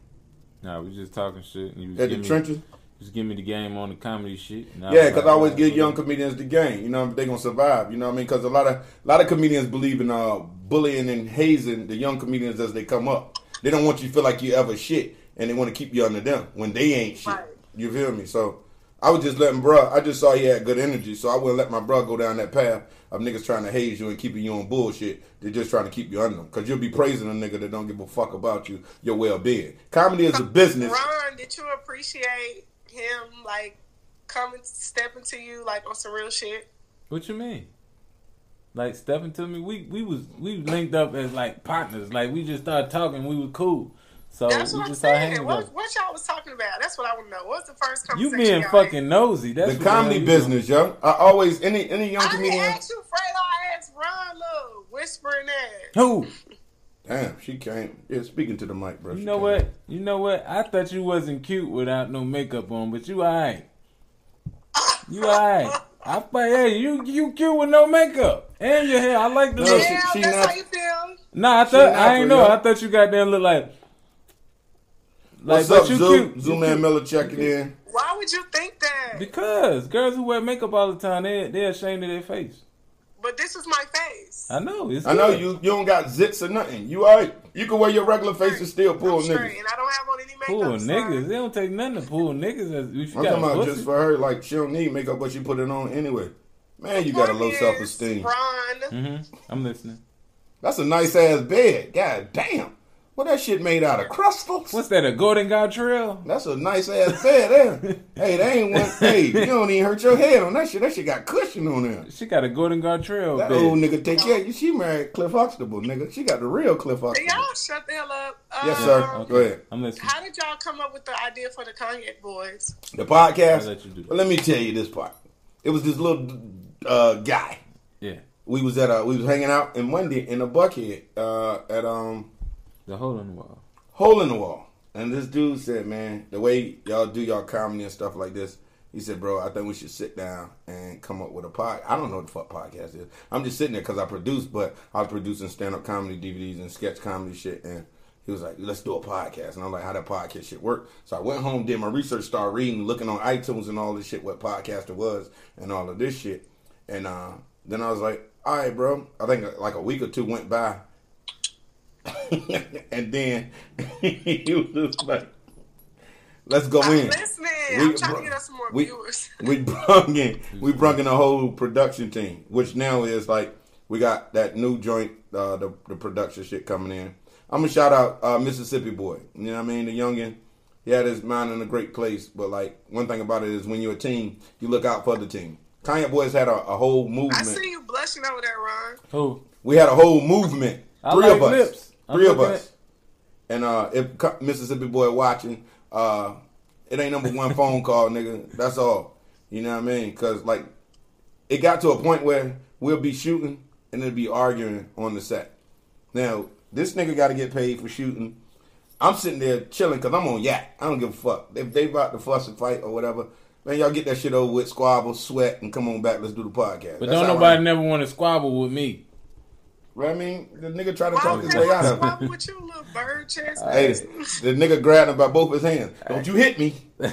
[SPEAKER 2] Nah, we just talking shit. And you was
[SPEAKER 1] at the
[SPEAKER 2] giving me-
[SPEAKER 1] trenches?
[SPEAKER 2] Just give me the game on the comedy shit. Nah,
[SPEAKER 1] Yeah, because I always give young comedians the game. You know, they gonna survive. You know what I mean? Because a lot of a lot of comedians believe in uh, bullying and hazing the young comedians as they come up. They don't want you to feel like you ever shit, and they want to keep you under them when they ain't shit.
[SPEAKER 3] Right.
[SPEAKER 1] You feel me? So I was just letting bruh, I just saw he had good energy, so I wouldn't let my bruh go down that path of niggas trying to haze you and keeping you on bullshit. They're just trying to keep you under them. Because you'll be praising a nigga that don't give a fuck about you, your well being. Comedy is a business.
[SPEAKER 3] Ron, did you appreciate him like coming, stepping to you like on some real shit?
[SPEAKER 2] What you mean? Like stepping to me, we we was we linked up as like partners. Like we just started talking, we were cool. So
[SPEAKER 1] Oh,
[SPEAKER 3] That's
[SPEAKER 2] we
[SPEAKER 3] what I'm
[SPEAKER 2] just started
[SPEAKER 3] saying.
[SPEAKER 2] hanging
[SPEAKER 3] What,
[SPEAKER 2] out.
[SPEAKER 3] what y'all was talking about? That's what I want to know. What was the first
[SPEAKER 2] You
[SPEAKER 3] conversation?
[SPEAKER 2] being
[SPEAKER 3] y'all had?
[SPEAKER 2] fucking nosy. That's
[SPEAKER 1] The
[SPEAKER 2] what hell
[SPEAKER 1] comedy
[SPEAKER 2] you
[SPEAKER 1] business, yo. I always any any young
[SPEAKER 3] I didn't
[SPEAKER 1] comedian.
[SPEAKER 3] ask you, Fred. I asked Ron Love, whispering
[SPEAKER 2] doing.
[SPEAKER 3] that.
[SPEAKER 2] Who?
[SPEAKER 1] Damn, she came. Yeah, speaking to the mic, bro.
[SPEAKER 2] You
[SPEAKER 1] she
[SPEAKER 2] know
[SPEAKER 1] came.
[SPEAKER 2] what? You know what? I thought you wasn't cute without no makeup on, but you alright. You alright. I thought, hey, you you cute with no makeup and your hair. I like the
[SPEAKER 1] No,
[SPEAKER 2] look.
[SPEAKER 1] she-
[SPEAKER 3] Damn,
[SPEAKER 1] she
[SPEAKER 3] that's
[SPEAKER 1] not-
[SPEAKER 3] how you feel.
[SPEAKER 2] Nah, I thought
[SPEAKER 1] not
[SPEAKER 2] I ain't
[SPEAKER 1] for
[SPEAKER 2] know.
[SPEAKER 1] real.
[SPEAKER 2] I thought you goddamn look like.
[SPEAKER 1] What's
[SPEAKER 2] but
[SPEAKER 1] up,
[SPEAKER 2] you
[SPEAKER 1] Zoom?
[SPEAKER 2] cute.
[SPEAKER 1] Zoom
[SPEAKER 2] You
[SPEAKER 1] Man
[SPEAKER 2] cute.
[SPEAKER 1] Miller checking in.
[SPEAKER 3] Why would you think that?
[SPEAKER 2] Because girls who wear makeup all the time, they they're ashamed of their face.
[SPEAKER 3] but this is my face.
[SPEAKER 2] I know. It's
[SPEAKER 1] I know
[SPEAKER 2] good.
[SPEAKER 1] you. You don't got zits or nothing. You alright? You can wear your regular face and still pull
[SPEAKER 3] I'm straight,
[SPEAKER 1] niggas.
[SPEAKER 3] and I don't have on any makeup.
[SPEAKER 2] Poor
[SPEAKER 3] so-
[SPEAKER 2] niggas. They don't take nothing to pool niggas. If you
[SPEAKER 1] I'm
[SPEAKER 2] got
[SPEAKER 1] talking
[SPEAKER 2] a
[SPEAKER 1] about
[SPEAKER 2] pussy.
[SPEAKER 1] just for her. Like she don't need makeup, but she put it on anyway. Man, you got a low Mm-hmm.
[SPEAKER 3] Point
[SPEAKER 1] self
[SPEAKER 3] is,
[SPEAKER 1] esteem.
[SPEAKER 3] Ron,
[SPEAKER 2] Mhm. I'm listening.
[SPEAKER 1] That's a nice ass bed. God damn. What that shit made out of crystals?
[SPEAKER 2] What's that? A Golden God Trail?
[SPEAKER 1] That's a nice ass bed there. hey, they ain't one. Hey, you don't even hurt your head on that shit. That shit got cushion on there.
[SPEAKER 2] She got a Golden God Trail.
[SPEAKER 1] That
[SPEAKER 2] bed.
[SPEAKER 1] old nigga take care. of You she married Cliff Huxtable, nigga. She got the real Cliff
[SPEAKER 3] can
[SPEAKER 1] Huxtable.
[SPEAKER 3] y'all shut the hell up?
[SPEAKER 1] Yes,
[SPEAKER 3] Um,
[SPEAKER 1] sir. Go ahead.
[SPEAKER 2] I'm listening.
[SPEAKER 3] How did y'all come up with the idea for the Kanye Boys?
[SPEAKER 1] The
[SPEAKER 2] I'll let you do
[SPEAKER 1] podcast.
[SPEAKER 2] that.
[SPEAKER 1] Well, let me tell you this part. It was this little uh, guy.
[SPEAKER 2] Yeah.
[SPEAKER 1] We was at a we was hanging out in Monday in a buckhead uh, at um
[SPEAKER 2] The hole in the wall.
[SPEAKER 1] hole in the wall. And this dude said, man, the way y'all do y'all comedy and stuff like this, he said, bro, I think we should sit down and come up with a pod. I don't know what the fuck podcast is. I'm just sitting there because I produce, but I was producing stand up comedy DVDs and sketch comedy shit. And he was like, let's do a podcast. And I'm like, how that podcast shit work? So I went home, did my research, started reading, looking on iTunes and all this shit, what podcaster was and all of this shit. And uh, then I was like, all right, bro. I think uh, like a week or two went by. and then he was just like, "Let's go
[SPEAKER 3] I'm
[SPEAKER 1] in."
[SPEAKER 3] listening.
[SPEAKER 1] We-
[SPEAKER 3] I'm trying to get us some more
[SPEAKER 1] we-
[SPEAKER 3] viewers.
[SPEAKER 1] We brung in, we brung in a whole production team, which now is like we got that new joint, uh, the the production shit coming in. I'm gonna shout out uh, Mississippi boy. You know what I mean? The youngin, he had his mind in a great place, but like one thing about it is when you're a team, you look out for the team. Kanye boys had a, a whole movement.
[SPEAKER 3] I see you blushing over there, Ron.
[SPEAKER 2] Who?
[SPEAKER 1] We had a whole movement.
[SPEAKER 2] I
[SPEAKER 1] three
[SPEAKER 2] like
[SPEAKER 1] of us.
[SPEAKER 2] lips. I'm
[SPEAKER 1] Three of
[SPEAKER 2] looking
[SPEAKER 1] us. And uh, if Co- Mississippi boy watching, uh, it ain't number one phone call, nigga. That's all. You know what I mean? Cause like, it got to a point where we'll be shooting and it'll be arguing on the set. Now this nigga got to get paid for shooting. I'm sitting there chilling because I'm on yak. I don't give a fuck if they about to fuss and fight or whatever. Man, y'all get that shit over with, squabble, sweat, and come on back. Let's do the podcast.
[SPEAKER 2] But
[SPEAKER 1] That's
[SPEAKER 2] don't
[SPEAKER 1] how I-
[SPEAKER 2] nobody never want to squabble with me.
[SPEAKER 1] Well, I mean, the nigga try to
[SPEAKER 3] Why
[SPEAKER 1] talk
[SPEAKER 3] would
[SPEAKER 1] his
[SPEAKER 3] they
[SPEAKER 1] way out
[SPEAKER 3] want to
[SPEAKER 1] of it.
[SPEAKER 3] squabble with you, little bird chest?
[SPEAKER 1] Hey, the nigga grabbed him by both his hands. Don't you hit me.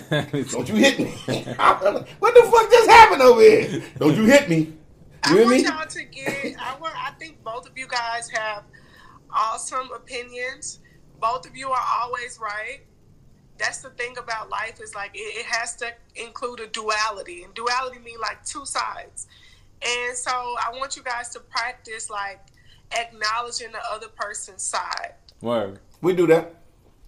[SPEAKER 1] Don't you hit me. what the fuck just happened over here? Don't you hit me.
[SPEAKER 3] I
[SPEAKER 1] You hear
[SPEAKER 3] want
[SPEAKER 1] me?
[SPEAKER 3] y'all to get. I want. I think both of you guys have awesome opinions. Both of you are always right. That's the thing about life is like it, it has to include a duality, and duality mean like two sides. And so I want you guys to practice like acknowledging the other person's side.
[SPEAKER 2] Word.
[SPEAKER 1] We do that.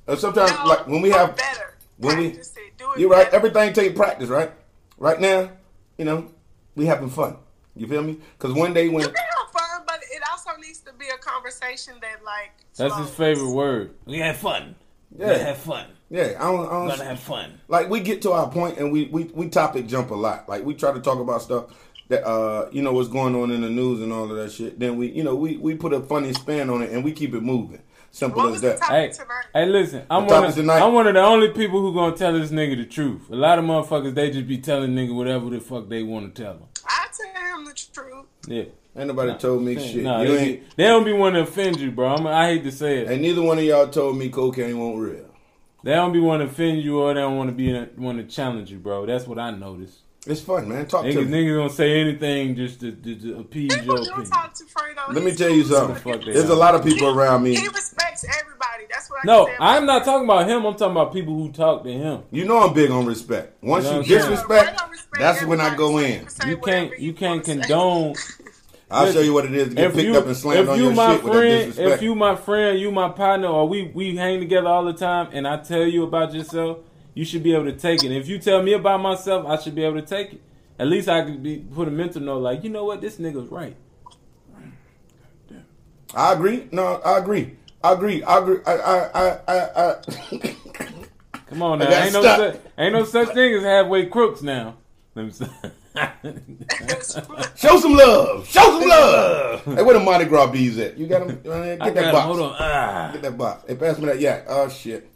[SPEAKER 1] And sometimes,
[SPEAKER 3] No,
[SPEAKER 1] Uh, like, when we
[SPEAKER 3] but
[SPEAKER 1] have.
[SPEAKER 3] better
[SPEAKER 1] when we-
[SPEAKER 3] practice it. Do it.
[SPEAKER 1] You're right.
[SPEAKER 3] better.
[SPEAKER 1] Everything take practice, right? Right now, you know, we having fun. You feel me? Because one day
[SPEAKER 3] you
[SPEAKER 1] when.
[SPEAKER 3] can have fun, but it also needs to be a conversation that like
[SPEAKER 2] That's his
[SPEAKER 3] flows.
[SPEAKER 2] favorite word. We had fun.
[SPEAKER 1] Yeah.
[SPEAKER 2] We had fun.
[SPEAKER 1] Yeah, I don't. I
[SPEAKER 2] We're gonna
[SPEAKER 1] don't
[SPEAKER 2] have fun.
[SPEAKER 1] like we get to our point and we, we we topic jump a lot. Like we try to talk about stuff that uh you know what's going on in the news and all of that shit. Then we you know we we put a funny spin on it and we keep it moving. Simple
[SPEAKER 3] What
[SPEAKER 1] as
[SPEAKER 3] was the
[SPEAKER 1] that.
[SPEAKER 3] topic
[SPEAKER 2] Hey,
[SPEAKER 3] tonight?
[SPEAKER 2] hey, listen. I'm
[SPEAKER 1] The
[SPEAKER 2] one,
[SPEAKER 1] topic
[SPEAKER 2] of,
[SPEAKER 1] tonight-
[SPEAKER 2] I'm one of the only people who gonna tell this nigga the truth. A lot of motherfuckers they just be telling nigga whatever the fuck they want to tell them.
[SPEAKER 3] I tell him the truth.
[SPEAKER 2] Yeah.
[SPEAKER 1] Ain't nobody told me shit.
[SPEAKER 2] Nah,
[SPEAKER 1] you
[SPEAKER 2] they,
[SPEAKER 1] ain't,
[SPEAKER 2] be- they don't be want to offend you, bro. I'm, I hate to say it.
[SPEAKER 1] and neither one of y'all told me cocaine won't real.
[SPEAKER 2] They don't be want to offend you or they don't want to be want to challenge you, bro. That's what I noticed.
[SPEAKER 1] It's fun, man. Talk to
[SPEAKER 2] Niggas,
[SPEAKER 1] me.
[SPEAKER 2] niggas don't say anything just to, to, to appease
[SPEAKER 3] People
[SPEAKER 2] your
[SPEAKER 3] do
[SPEAKER 2] opinion.
[SPEAKER 3] talk to Fredo.
[SPEAKER 1] Let me
[SPEAKER 3] He's
[SPEAKER 1] tell you
[SPEAKER 3] cool,
[SPEAKER 1] something.
[SPEAKER 2] The fuck they
[SPEAKER 1] There's a
[SPEAKER 2] are.
[SPEAKER 1] lot of people around me.
[SPEAKER 3] He respects everybody. That's what I
[SPEAKER 2] No,
[SPEAKER 3] can say about
[SPEAKER 2] I'm not
[SPEAKER 3] him.
[SPEAKER 2] talking about him. I'm talking about people who talk to him.
[SPEAKER 1] You know I'm big on respect. Once
[SPEAKER 2] You know
[SPEAKER 1] you
[SPEAKER 2] what I'm saying?
[SPEAKER 1] disrespect,
[SPEAKER 3] Fredo respects
[SPEAKER 1] that's when I
[SPEAKER 3] everybody,
[SPEAKER 1] go
[SPEAKER 3] so
[SPEAKER 1] in.
[SPEAKER 3] can say
[SPEAKER 2] You
[SPEAKER 3] whatever
[SPEAKER 2] can't you can't
[SPEAKER 3] wanna say.
[SPEAKER 2] condone.
[SPEAKER 1] I'll show
[SPEAKER 2] Listen,
[SPEAKER 1] you what it is to get
[SPEAKER 2] If
[SPEAKER 1] picked
[SPEAKER 2] you
[SPEAKER 1] up and slammed
[SPEAKER 2] if
[SPEAKER 1] on
[SPEAKER 2] you
[SPEAKER 1] your
[SPEAKER 2] my
[SPEAKER 1] shit with that
[SPEAKER 2] friend, if
[SPEAKER 1] disrespect.
[SPEAKER 2] you my friend, you my partner, or we we hang together all the time, and I tell you about yourself, you should be able to take it. If you tell me about myself, I should be able to take it. At least I could be put a mental note like, you know what, this nigga's right.
[SPEAKER 1] I agree. No, I agree. I agree. I agree. I I I I. I.
[SPEAKER 2] Come on
[SPEAKER 1] I
[SPEAKER 2] now,
[SPEAKER 1] got
[SPEAKER 2] ain't no
[SPEAKER 1] stuck.
[SPEAKER 2] such, ain't no such thing as halfway crooks now. Let me say.
[SPEAKER 1] Show some love. Show some love. hey, where the Mardi Gras bees at? You got them?
[SPEAKER 2] I
[SPEAKER 1] Get that
[SPEAKER 2] got,
[SPEAKER 1] box.
[SPEAKER 2] hold on, ah.
[SPEAKER 1] Get that box. Hey, pass me that yak. Oh shit.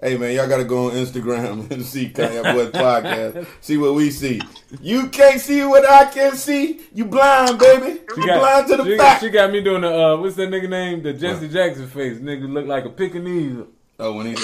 [SPEAKER 1] Hey man, y'all gotta go on Instagram and see Kanye Boys podcast. See what we see. You can't see what I can see. You blind, baby. You
[SPEAKER 2] She
[SPEAKER 1] blind to the
[SPEAKER 2] she,
[SPEAKER 1] fact.
[SPEAKER 2] she got me doing the uh, what's that nigga name? The Jesse Jackson face. Nigga look like a Pekingese.
[SPEAKER 1] oh, when he,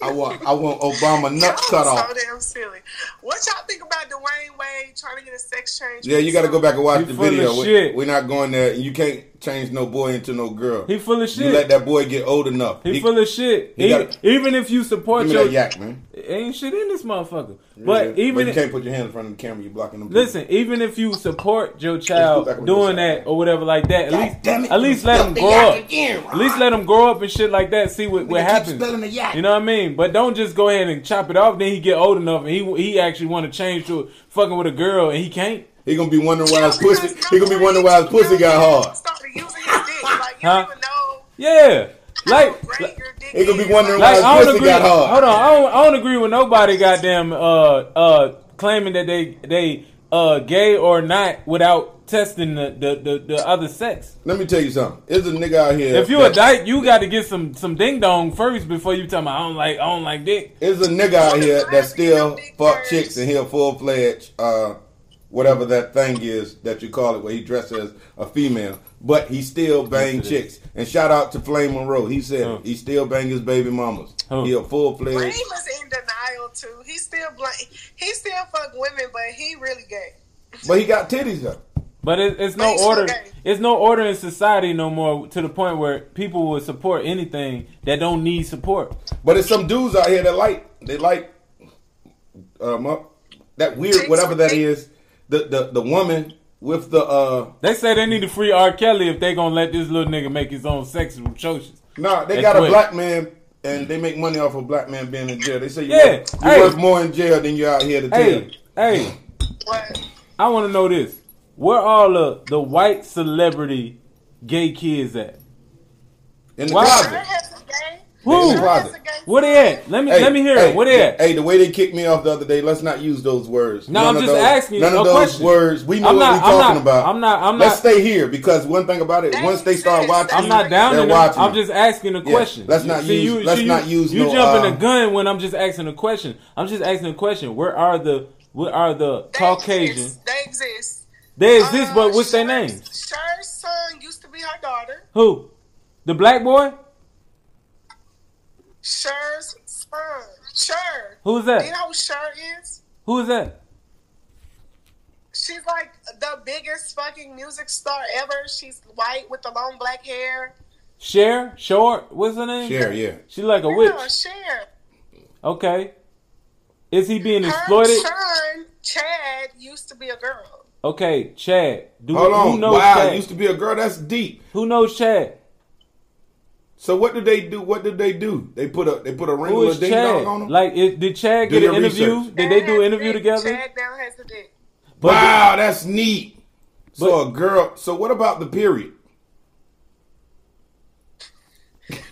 [SPEAKER 1] I want, I want Obama
[SPEAKER 3] Y'all
[SPEAKER 1] nut cut
[SPEAKER 3] so
[SPEAKER 1] off.
[SPEAKER 3] damn silly. What y'all think about Dwayne Wade trying to get a sex change?
[SPEAKER 1] Yeah, you got to go back and
[SPEAKER 2] He
[SPEAKER 1] watch the
[SPEAKER 2] full of
[SPEAKER 1] video. We,
[SPEAKER 2] shit.
[SPEAKER 1] we're not going there. You can't change no boy into no girl.
[SPEAKER 2] He full of
[SPEAKER 1] you let
[SPEAKER 2] shit.
[SPEAKER 1] that boy get old enough.
[SPEAKER 2] he, full of shit.
[SPEAKER 1] he
[SPEAKER 2] E-
[SPEAKER 1] got-
[SPEAKER 2] even if you support
[SPEAKER 1] give me
[SPEAKER 2] your
[SPEAKER 1] that yak, man.
[SPEAKER 2] ain't shit in this motherfucker. But
[SPEAKER 1] Yeah.
[SPEAKER 2] even
[SPEAKER 1] you can't put your hand in front of the camera. You blocking them.
[SPEAKER 2] listen, even if you support your
[SPEAKER 1] Let's go back
[SPEAKER 2] child
[SPEAKER 1] on
[SPEAKER 2] doing
[SPEAKER 1] this side.
[SPEAKER 2] that or whatever like that, at
[SPEAKER 1] God
[SPEAKER 2] least
[SPEAKER 1] damn it,
[SPEAKER 2] at
[SPEAKER 1] you
[SPEAKER 2] least let him
[SPEAKER 1] spelled the
[SPEAKER 2] grow
[SPEAKER 1] yak
[SPEAKER 2] up.
[SPEAKER 1] again,
[SPEAKER 2] At least let him grow up and shit like that. See what, what
[SPEAKER 1] keep
[SPEAKER 2] happens.
[SPEAKER 1] spelling the yak.
[SPEAKER 2] You know what I mean? But don't just go ahead and chop it off. Then he get old enough and he he actually want to change to fucking with a girl and he can't.
[SPEAKER 1] He gonna be wondering why his pussy. He gonna be wondering why his pussy got hard.
[SPEAKER 3] Started using his dick. Like you
[SPEAKER 2] Huh?
[SPEAKER 3] don't even know
[SPEAKER 2] Yeah,
[SPEAKER 3] how
[SPEAKER 2] like
[SPEAKER 3] great your dick
[SPEAKER 1] He gonna be
[SPEAKER 3] is.
[SPEAKER 1] wondering why
[SPEAKER 2] Like
[SPEAKER 3] Like,
[SPEAKER 1] his
[SPEAKER 2] I don't
[SPEAKER 1] pussy
[SPEAKER 2] agree.
[SPEAKER 1] got hard.
[SPEAKER 2] Hold on, I don't, I don't agree with nobody. Goddamn, uh, uh, claiming that they they uh gay or not without testing the the, the, the other sex.
[SPEAKER 1] Let me tell you something. There's a nigga out here.
[SPEAKER 2] If you a
[SPEAKER 1] that-
[SPEAKER 2] dyke, you got to get some some ding dong first before you tell me I don't like I don't like dick.
[SPEAKER 1] There's a nigga out here that still fuck chicks and he'll full fledged uh whatever that thing is that you call it where he dressed as a female, but he still bang
[SPEAKER 2] Yes, it
[SPEAKER 1] chicks. And shout out to Flame Monroe. He said
[SPEAKER 2] Huh.
[SPEAKER 1] it. he still bang his baby mamas.
[SPEAKER 2] Huh.
[SPEAKER 1] He a full
[SPEAKER 3] Wayne
[SPEAKER 1] fledged
[SPEAKER 3] was in denial too. He still blank. He still fuck women, but he really gay.
[SPEAKER 1] but he got titties though.
[SPEAKER 2] But it, it's
[SPEAKER 3] But
[SPEAKER 2] no
[SPEAKER 3] it's
[SPEAKER 2] order.
[SPEAKER 3] okay.
[SPEAKER 2] It's no order in society no more. To the point where people will support anything that don't need support.
[SPEAKER 1] But it's some dudes out here that like they like um uh, that weird
[SPEAKER 3] Chicks
[SPEAKER 1] whatever
[SPEAKER 3] with
[SPEAKER 1] that
[SPEAKER 3] titties.
[SPEAKER 1] is, the the, the woman with the uh
[SPEAKER 2] They say they need to free R. Kelly if they gonna let this little nigga make his own sex atrocious.
[SPEAKER 1] Nah, they
[SPEAKER 2] That's
[SPEAKER 1] got a
[SPEAKER 2] quick.
[SPEAKER 1] black man, and they make money off a black man being in jail. They say you,
[SPEAKER 2] Yeah,
[SPEAKER 1] worth, you
[SPEAKER 2] hey.
[SPEAKER 1] worth more in jail than you're out here to tell.
[SPEAKER 2] Hey, hey.
[SPEAKER 3] But
[SPEAKER 2] I want to know this: Where are the the white celebrity gay kids at?
[SPEAKER 1] In the
[SPEAKER 2] Why?
[SPEAKER 1] closet.
[SPEAKER 3] Sir has a gay.
[SPEAKER 2] Who?
[SPEAKER 3] Sir has a gay
[SPEAKER 2] Where they at? Let me
[SPEAKER 1] Hey,
[SPEAKER 2] let me hear
[SPEAKER 1] hey,
[SPEAKER 2] it. Where they at?
[SPEAKER 1] Hey, the way they kicked me off the other day, let's not use those words.
[SPEAKER 2] No, I'm
[SPEAKER 1] of
[SPEAKER 2] just
[SPEAKER 1] those-
[SPEAKER 2] asking you,
[SPEAKER 1] None of
[SPEAKER 2] no
[SPEAKER 1] those
[SPEAKER 2] question.
[SPEAKER 1] words. We know
[SPEAKER 2] I'm
[SPEAKER 1] what
[SPEAKER 2] not-
[SPEAKER 1] we're
[SPEAKER 2] I'm
[SPEAKER 1] talking
[SPEAKER 2] not-
[SPEAKER 1] about.
[SPEAKER 2] I'm not- I'm
[SPEAKER 1] let's
[SPEAKER 2] not-
[SPEAKER 1] stay here because one thing about it,
[SPEAKER 3] That
[SPEAKER 1] once they
[SPEAKER 3] makes
[SPEAKER 1] start
[SPEAKER 3] sense.
[SPEAKER 1] watching,
[SPEAKER 2] I'm not down
[SPEAKER 1] they're
[SPEAKER 2] in
[SPEAKER 1] watching.
[SPEAKER 2] I'm just asking a
[SPEAKER 1] Yeah,
[SPEAKER 2] question.
[SPEAKER 1] let's not use- let's not use
[SPEAKER 2] You
[SPEAKER 1] no,
[SPEAKER 2] jumping
[SPEAKER 1] uh,
[SPEAKER 2] a gun when I'm just asking a question. I'm just asking a question. Where are the where are the
[SPEAKER 3] They
[SPEAKER 2] Caucasian?
[SPEAKER 3] Exist. They exist.
[SPEAKER 2] They exist, but what's their
[SPEAKER 3] Cher's-
[SPEAKER 2] name?
[SPEAKER 3] Cher's son used to be her daughter.
[SPEAKER 2] Who? The black boy?
[SPEAKER 3] Cher's son. Cher.
[SPEAKER 2] Who's
[SPEAKER 3] Do you
[SPEAKER 2] that?
[SPEAKER 3] know who Cher is?
[SPEAKER 2] Who is that?
[SPEAKER 3] She's like the biggest fucking music star ever. She's white with the long black hair.
[SPEAKER 2] Cher? Short? What's her name?
[SPEAKER 1] Share, yeah.
[SPEAKER 2] She like a
[SPEAKER 3] Yeah,
[SPEAKER 2] witch.
[SPEAKER 3] Cher.
[SPEAKER 2] Okay. Is he being
[SPEAKER 3] Her
[SPEAKER 2] exploited?
[SPEAKER 3] son, Chad, used to be a girl.
[SPEAKER 2] Okay, Chad. Do
[SPEAKER 1] Hold on.
[SPEAKER 2] who knows
[SPEAKER 1] wow,
[SPEAKER 2] Chad?
[SPEAKER 1] used to be a girl. That's deep.
[SPEAKER 2] Who knows Chad?
[SPEAKER 1] So what did they do? What did they do? They put a they put a ring
[SPEAKER 2] Who
[SPEAKER 1] with a
[SPEAKER 2] is
[SPEAKER 1] ding dong
[SPEAKER 2] Chad?
[SPEAKER 1] on them.
[SPEAKER 2] Like, is, did Chad
[SPEAKER 1] Do
[SPEAKER 2] get an
[SPEAKER 1] your
[SPEAKER 2] interview?
[SPEAKER 1] research.
[SPEAKER 2] Did they
[SPEAKER 3] Chad
[SPEAKER 2] do
[SPEAKER 3] has
[SPEAKER 2] an
[SPEAKER 3] a
[SPEAKER 2] interview
[SPEAKER 3] dick.
[SPEAKER 2] together?
[SPEAKER 3] Chad now has a dick.
[SPEAKER 2] But
[SPEAKER 1] wow, that's neat. so
[SPEAKER 2] But-
[SPEAKER 1] a girl. So what about the period?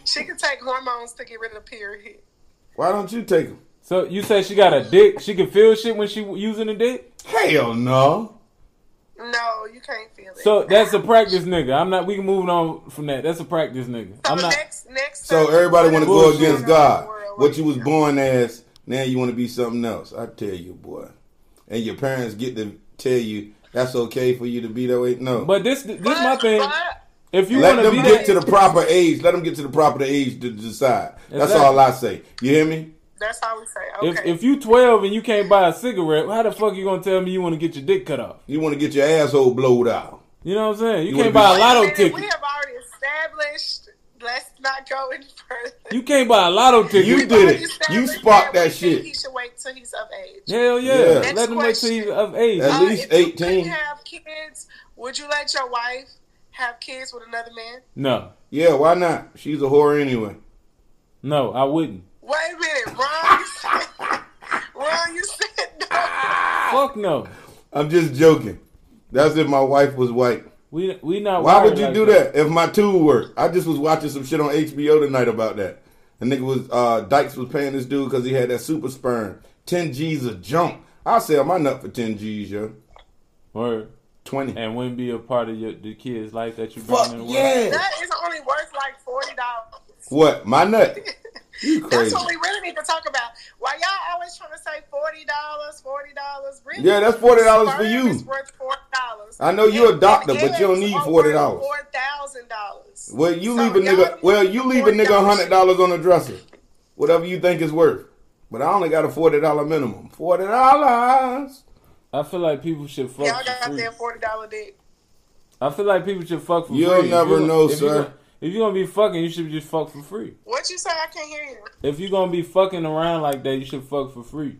[SPEAKER 3] She can take hormones to get rid of the period.
[SPEAKER 1] Why don't you take them?
[SPEAKER 2] So you say she got a dick? She can feel shit when she using a dick?
[SPEAKER 1] Hell no.
[SPEAKER 3] No, you can't feel it.
[SPEAKER 2] So that's a practice, nigga. I'm not. We can move on from that. That's a practice, nigga.
[SPEAKER 3] So
[SPEAKER 2] I'm not.
[SPEAKER 3] next, next
[SPEAKER 1] So
[SPEAKER 3] subject,
[SPEAKER 1] everybody want
[SPEAKER 3] what
[SPEAKER 1] to
[SPEAKER 3] is
[SPEAKER 1] go
[SPEAKER 3] going on in
[SPEAKER 1] against
[SPEAKER 3] the
[SPEAKER 1] God.
[SPEAKER 3] world
[SPEAKER 1] What
[SPEAKER 3] right
[SPEAKER 1] you was
[SPEAKER 3] now?
[SPEAKER 1] born as, now you want to be something else. I tell you, boy. And your parents get to tell you that's okay for you to be that way. No.
[SPEAKER 2] But this, this my
[SPEAKER 3] But-
[SPEAKER 2] thing.
[SPEAKER 3] but
[SPEAKER 2] If you
[SPEAKER 1] let
[SPEAKER 2] want to
[SPEAKER 1] them
[SPEAKER 2] be
[SPEAKER 1] get
[SPEAKER 2] that,
[SPEAKER 1] to the proper age. Let them get to the proper age to decide. That's
[SPEAKER 2] Exactly.
[SPEAKER 1] all I say. You hear me?
[SPEAKER 3] That's how we say.
[SPEAKER 2] If
[SPEAKER 3] Okay.
[SPEAKER 2] if you twelve and you can't buy a cigarette, how the fuck you gonna tell me you want to get your dick cut off?
[SPEAKER 1] You want to get your asshole blowed out.
[SPEAKER 2] You know what I'm saying? You,
[SPEAKER 1] You
[SPEAKER 2] can't
[SPEAKER 1] wanna
[SPEAKER 2] buy
[SPEAKER 1] be-
[SPEAKER 2] a
[SPEAKER 3] Wait
[SPEAKER 2] lotto
[SPEAKER 3] minute,
[SPEAKER 2] ticket.
[SPEAKER 3] We have already established. Let's not go any further.
[SPEAKER 2] You can't buy a lotto ticket.
[SPEAKER 1] You
[SPEAKER 3] We've
[SPEAKER 1] did
[SPEAKER 3] already
[SPEAKER 1] it. You
[SPEAKER 3] established
[SPEAKER 1] sparked that
[SPEAKER 3] we think
[SPEAKER 1] shit.
[SPEAKER 3] He should wait till he's of age.
[SPEAKER 2] Hell yeah!
[SPEAKER 1] Yeah.
[SPEAKER 2] Let
[SPEAKER 3] Next
[SPEAKER 2] them wait till he's
[SPEAKER 3] question.
[SPEAKER 2] of age.
[SPEAKER 1] At least
[SPEAKER 3] if you
[SPEAKER 1] 18.
[SPEAKER 3] couldn't have kids, would you let your wife have kids with another man?
[SPEAKER 2] no,
[SPEAKER 1] Yeah, why not? She's a whore anyway.
[SPEAKER 2] no, I wouldn't.
[SPEAKER 3] Wait a minute, Ron. you said- Ron, you said no.
[SPEAKER 2] Fuck no.
[SPEAKER 1] I'm just joking. That's if my wife was white.
[SPEAKER 2] We we not.
[SPEAKER 1] Why
[SPEAKER 2] wired
[SPEAKER 1] would you
[SPEAKER 2] like
[SPEAKER 1] do that if my tool worked? I just was watching some shit on HBO tonight about that. The nigga was uh Dykes was paying this dude because he had that super sperm. Ten G's a jump. I'll sell my nut for ten G's, yo.
[SPEAKER 2] Word.
[SPEAKER 1] Twenty.
[SPEAKER 2] and wouldn't be a part of your, the kid's life that you brought
[SPEAKER 1] Fuck
[SPEAKER 2] in the world.
[SPEAKER 1] yeah.
[SPEAKER 3] That is only worth like forty dollars.
[SPEAKER 1] What? My nut. You
[SPEAKER 3] That's
[SPEAKER 1] crazy.
[SPEAKER 3] what we really need to talk about. Why y'all always trying to say forty dollars, forty dollars? Really?
[SPEAKER 1] Yeah, that's $40 for you.
[SPEAKER 3] It's worth forty dollars.
[SPEAKER 1] I know you a doctor, but you don't need $40.
[SPEAKER 3] Four thousand dollars.
[SPEAKER 1] Well you leave a nigga well, you leave a nigga hundred dollars on the dresser. Whatever you think is worth. But I only got a forty dollar minimum. Forty dollars.
[SPEAKER 2] I feel like people should fuck
[SPEAKER 3] Y'all
[SPEAKER 2] for
[SPEAKER 3] got
[SPEAKER 2] free.
[SPEAKER 3] that forty dollar dick.
[SPEAKER 2] I feel like people should fuck for
[SPEAKER 1] You'll
[SPEAKER 2] free. If
[SPEAKER 1] never
[SPEAKER 2] you-
[SPEAKER 1] know,
[SPEAKER 2] if you
[SPEAKER 1] sir.
[SPEAKER 2] gonna- if you're gonna be fucking, you should just fuck for free.
[SPEAKER 3] What you say? I can't hear you.
[SPEAKER 2] If you're gonna be fucking around like that, you should fuck for free.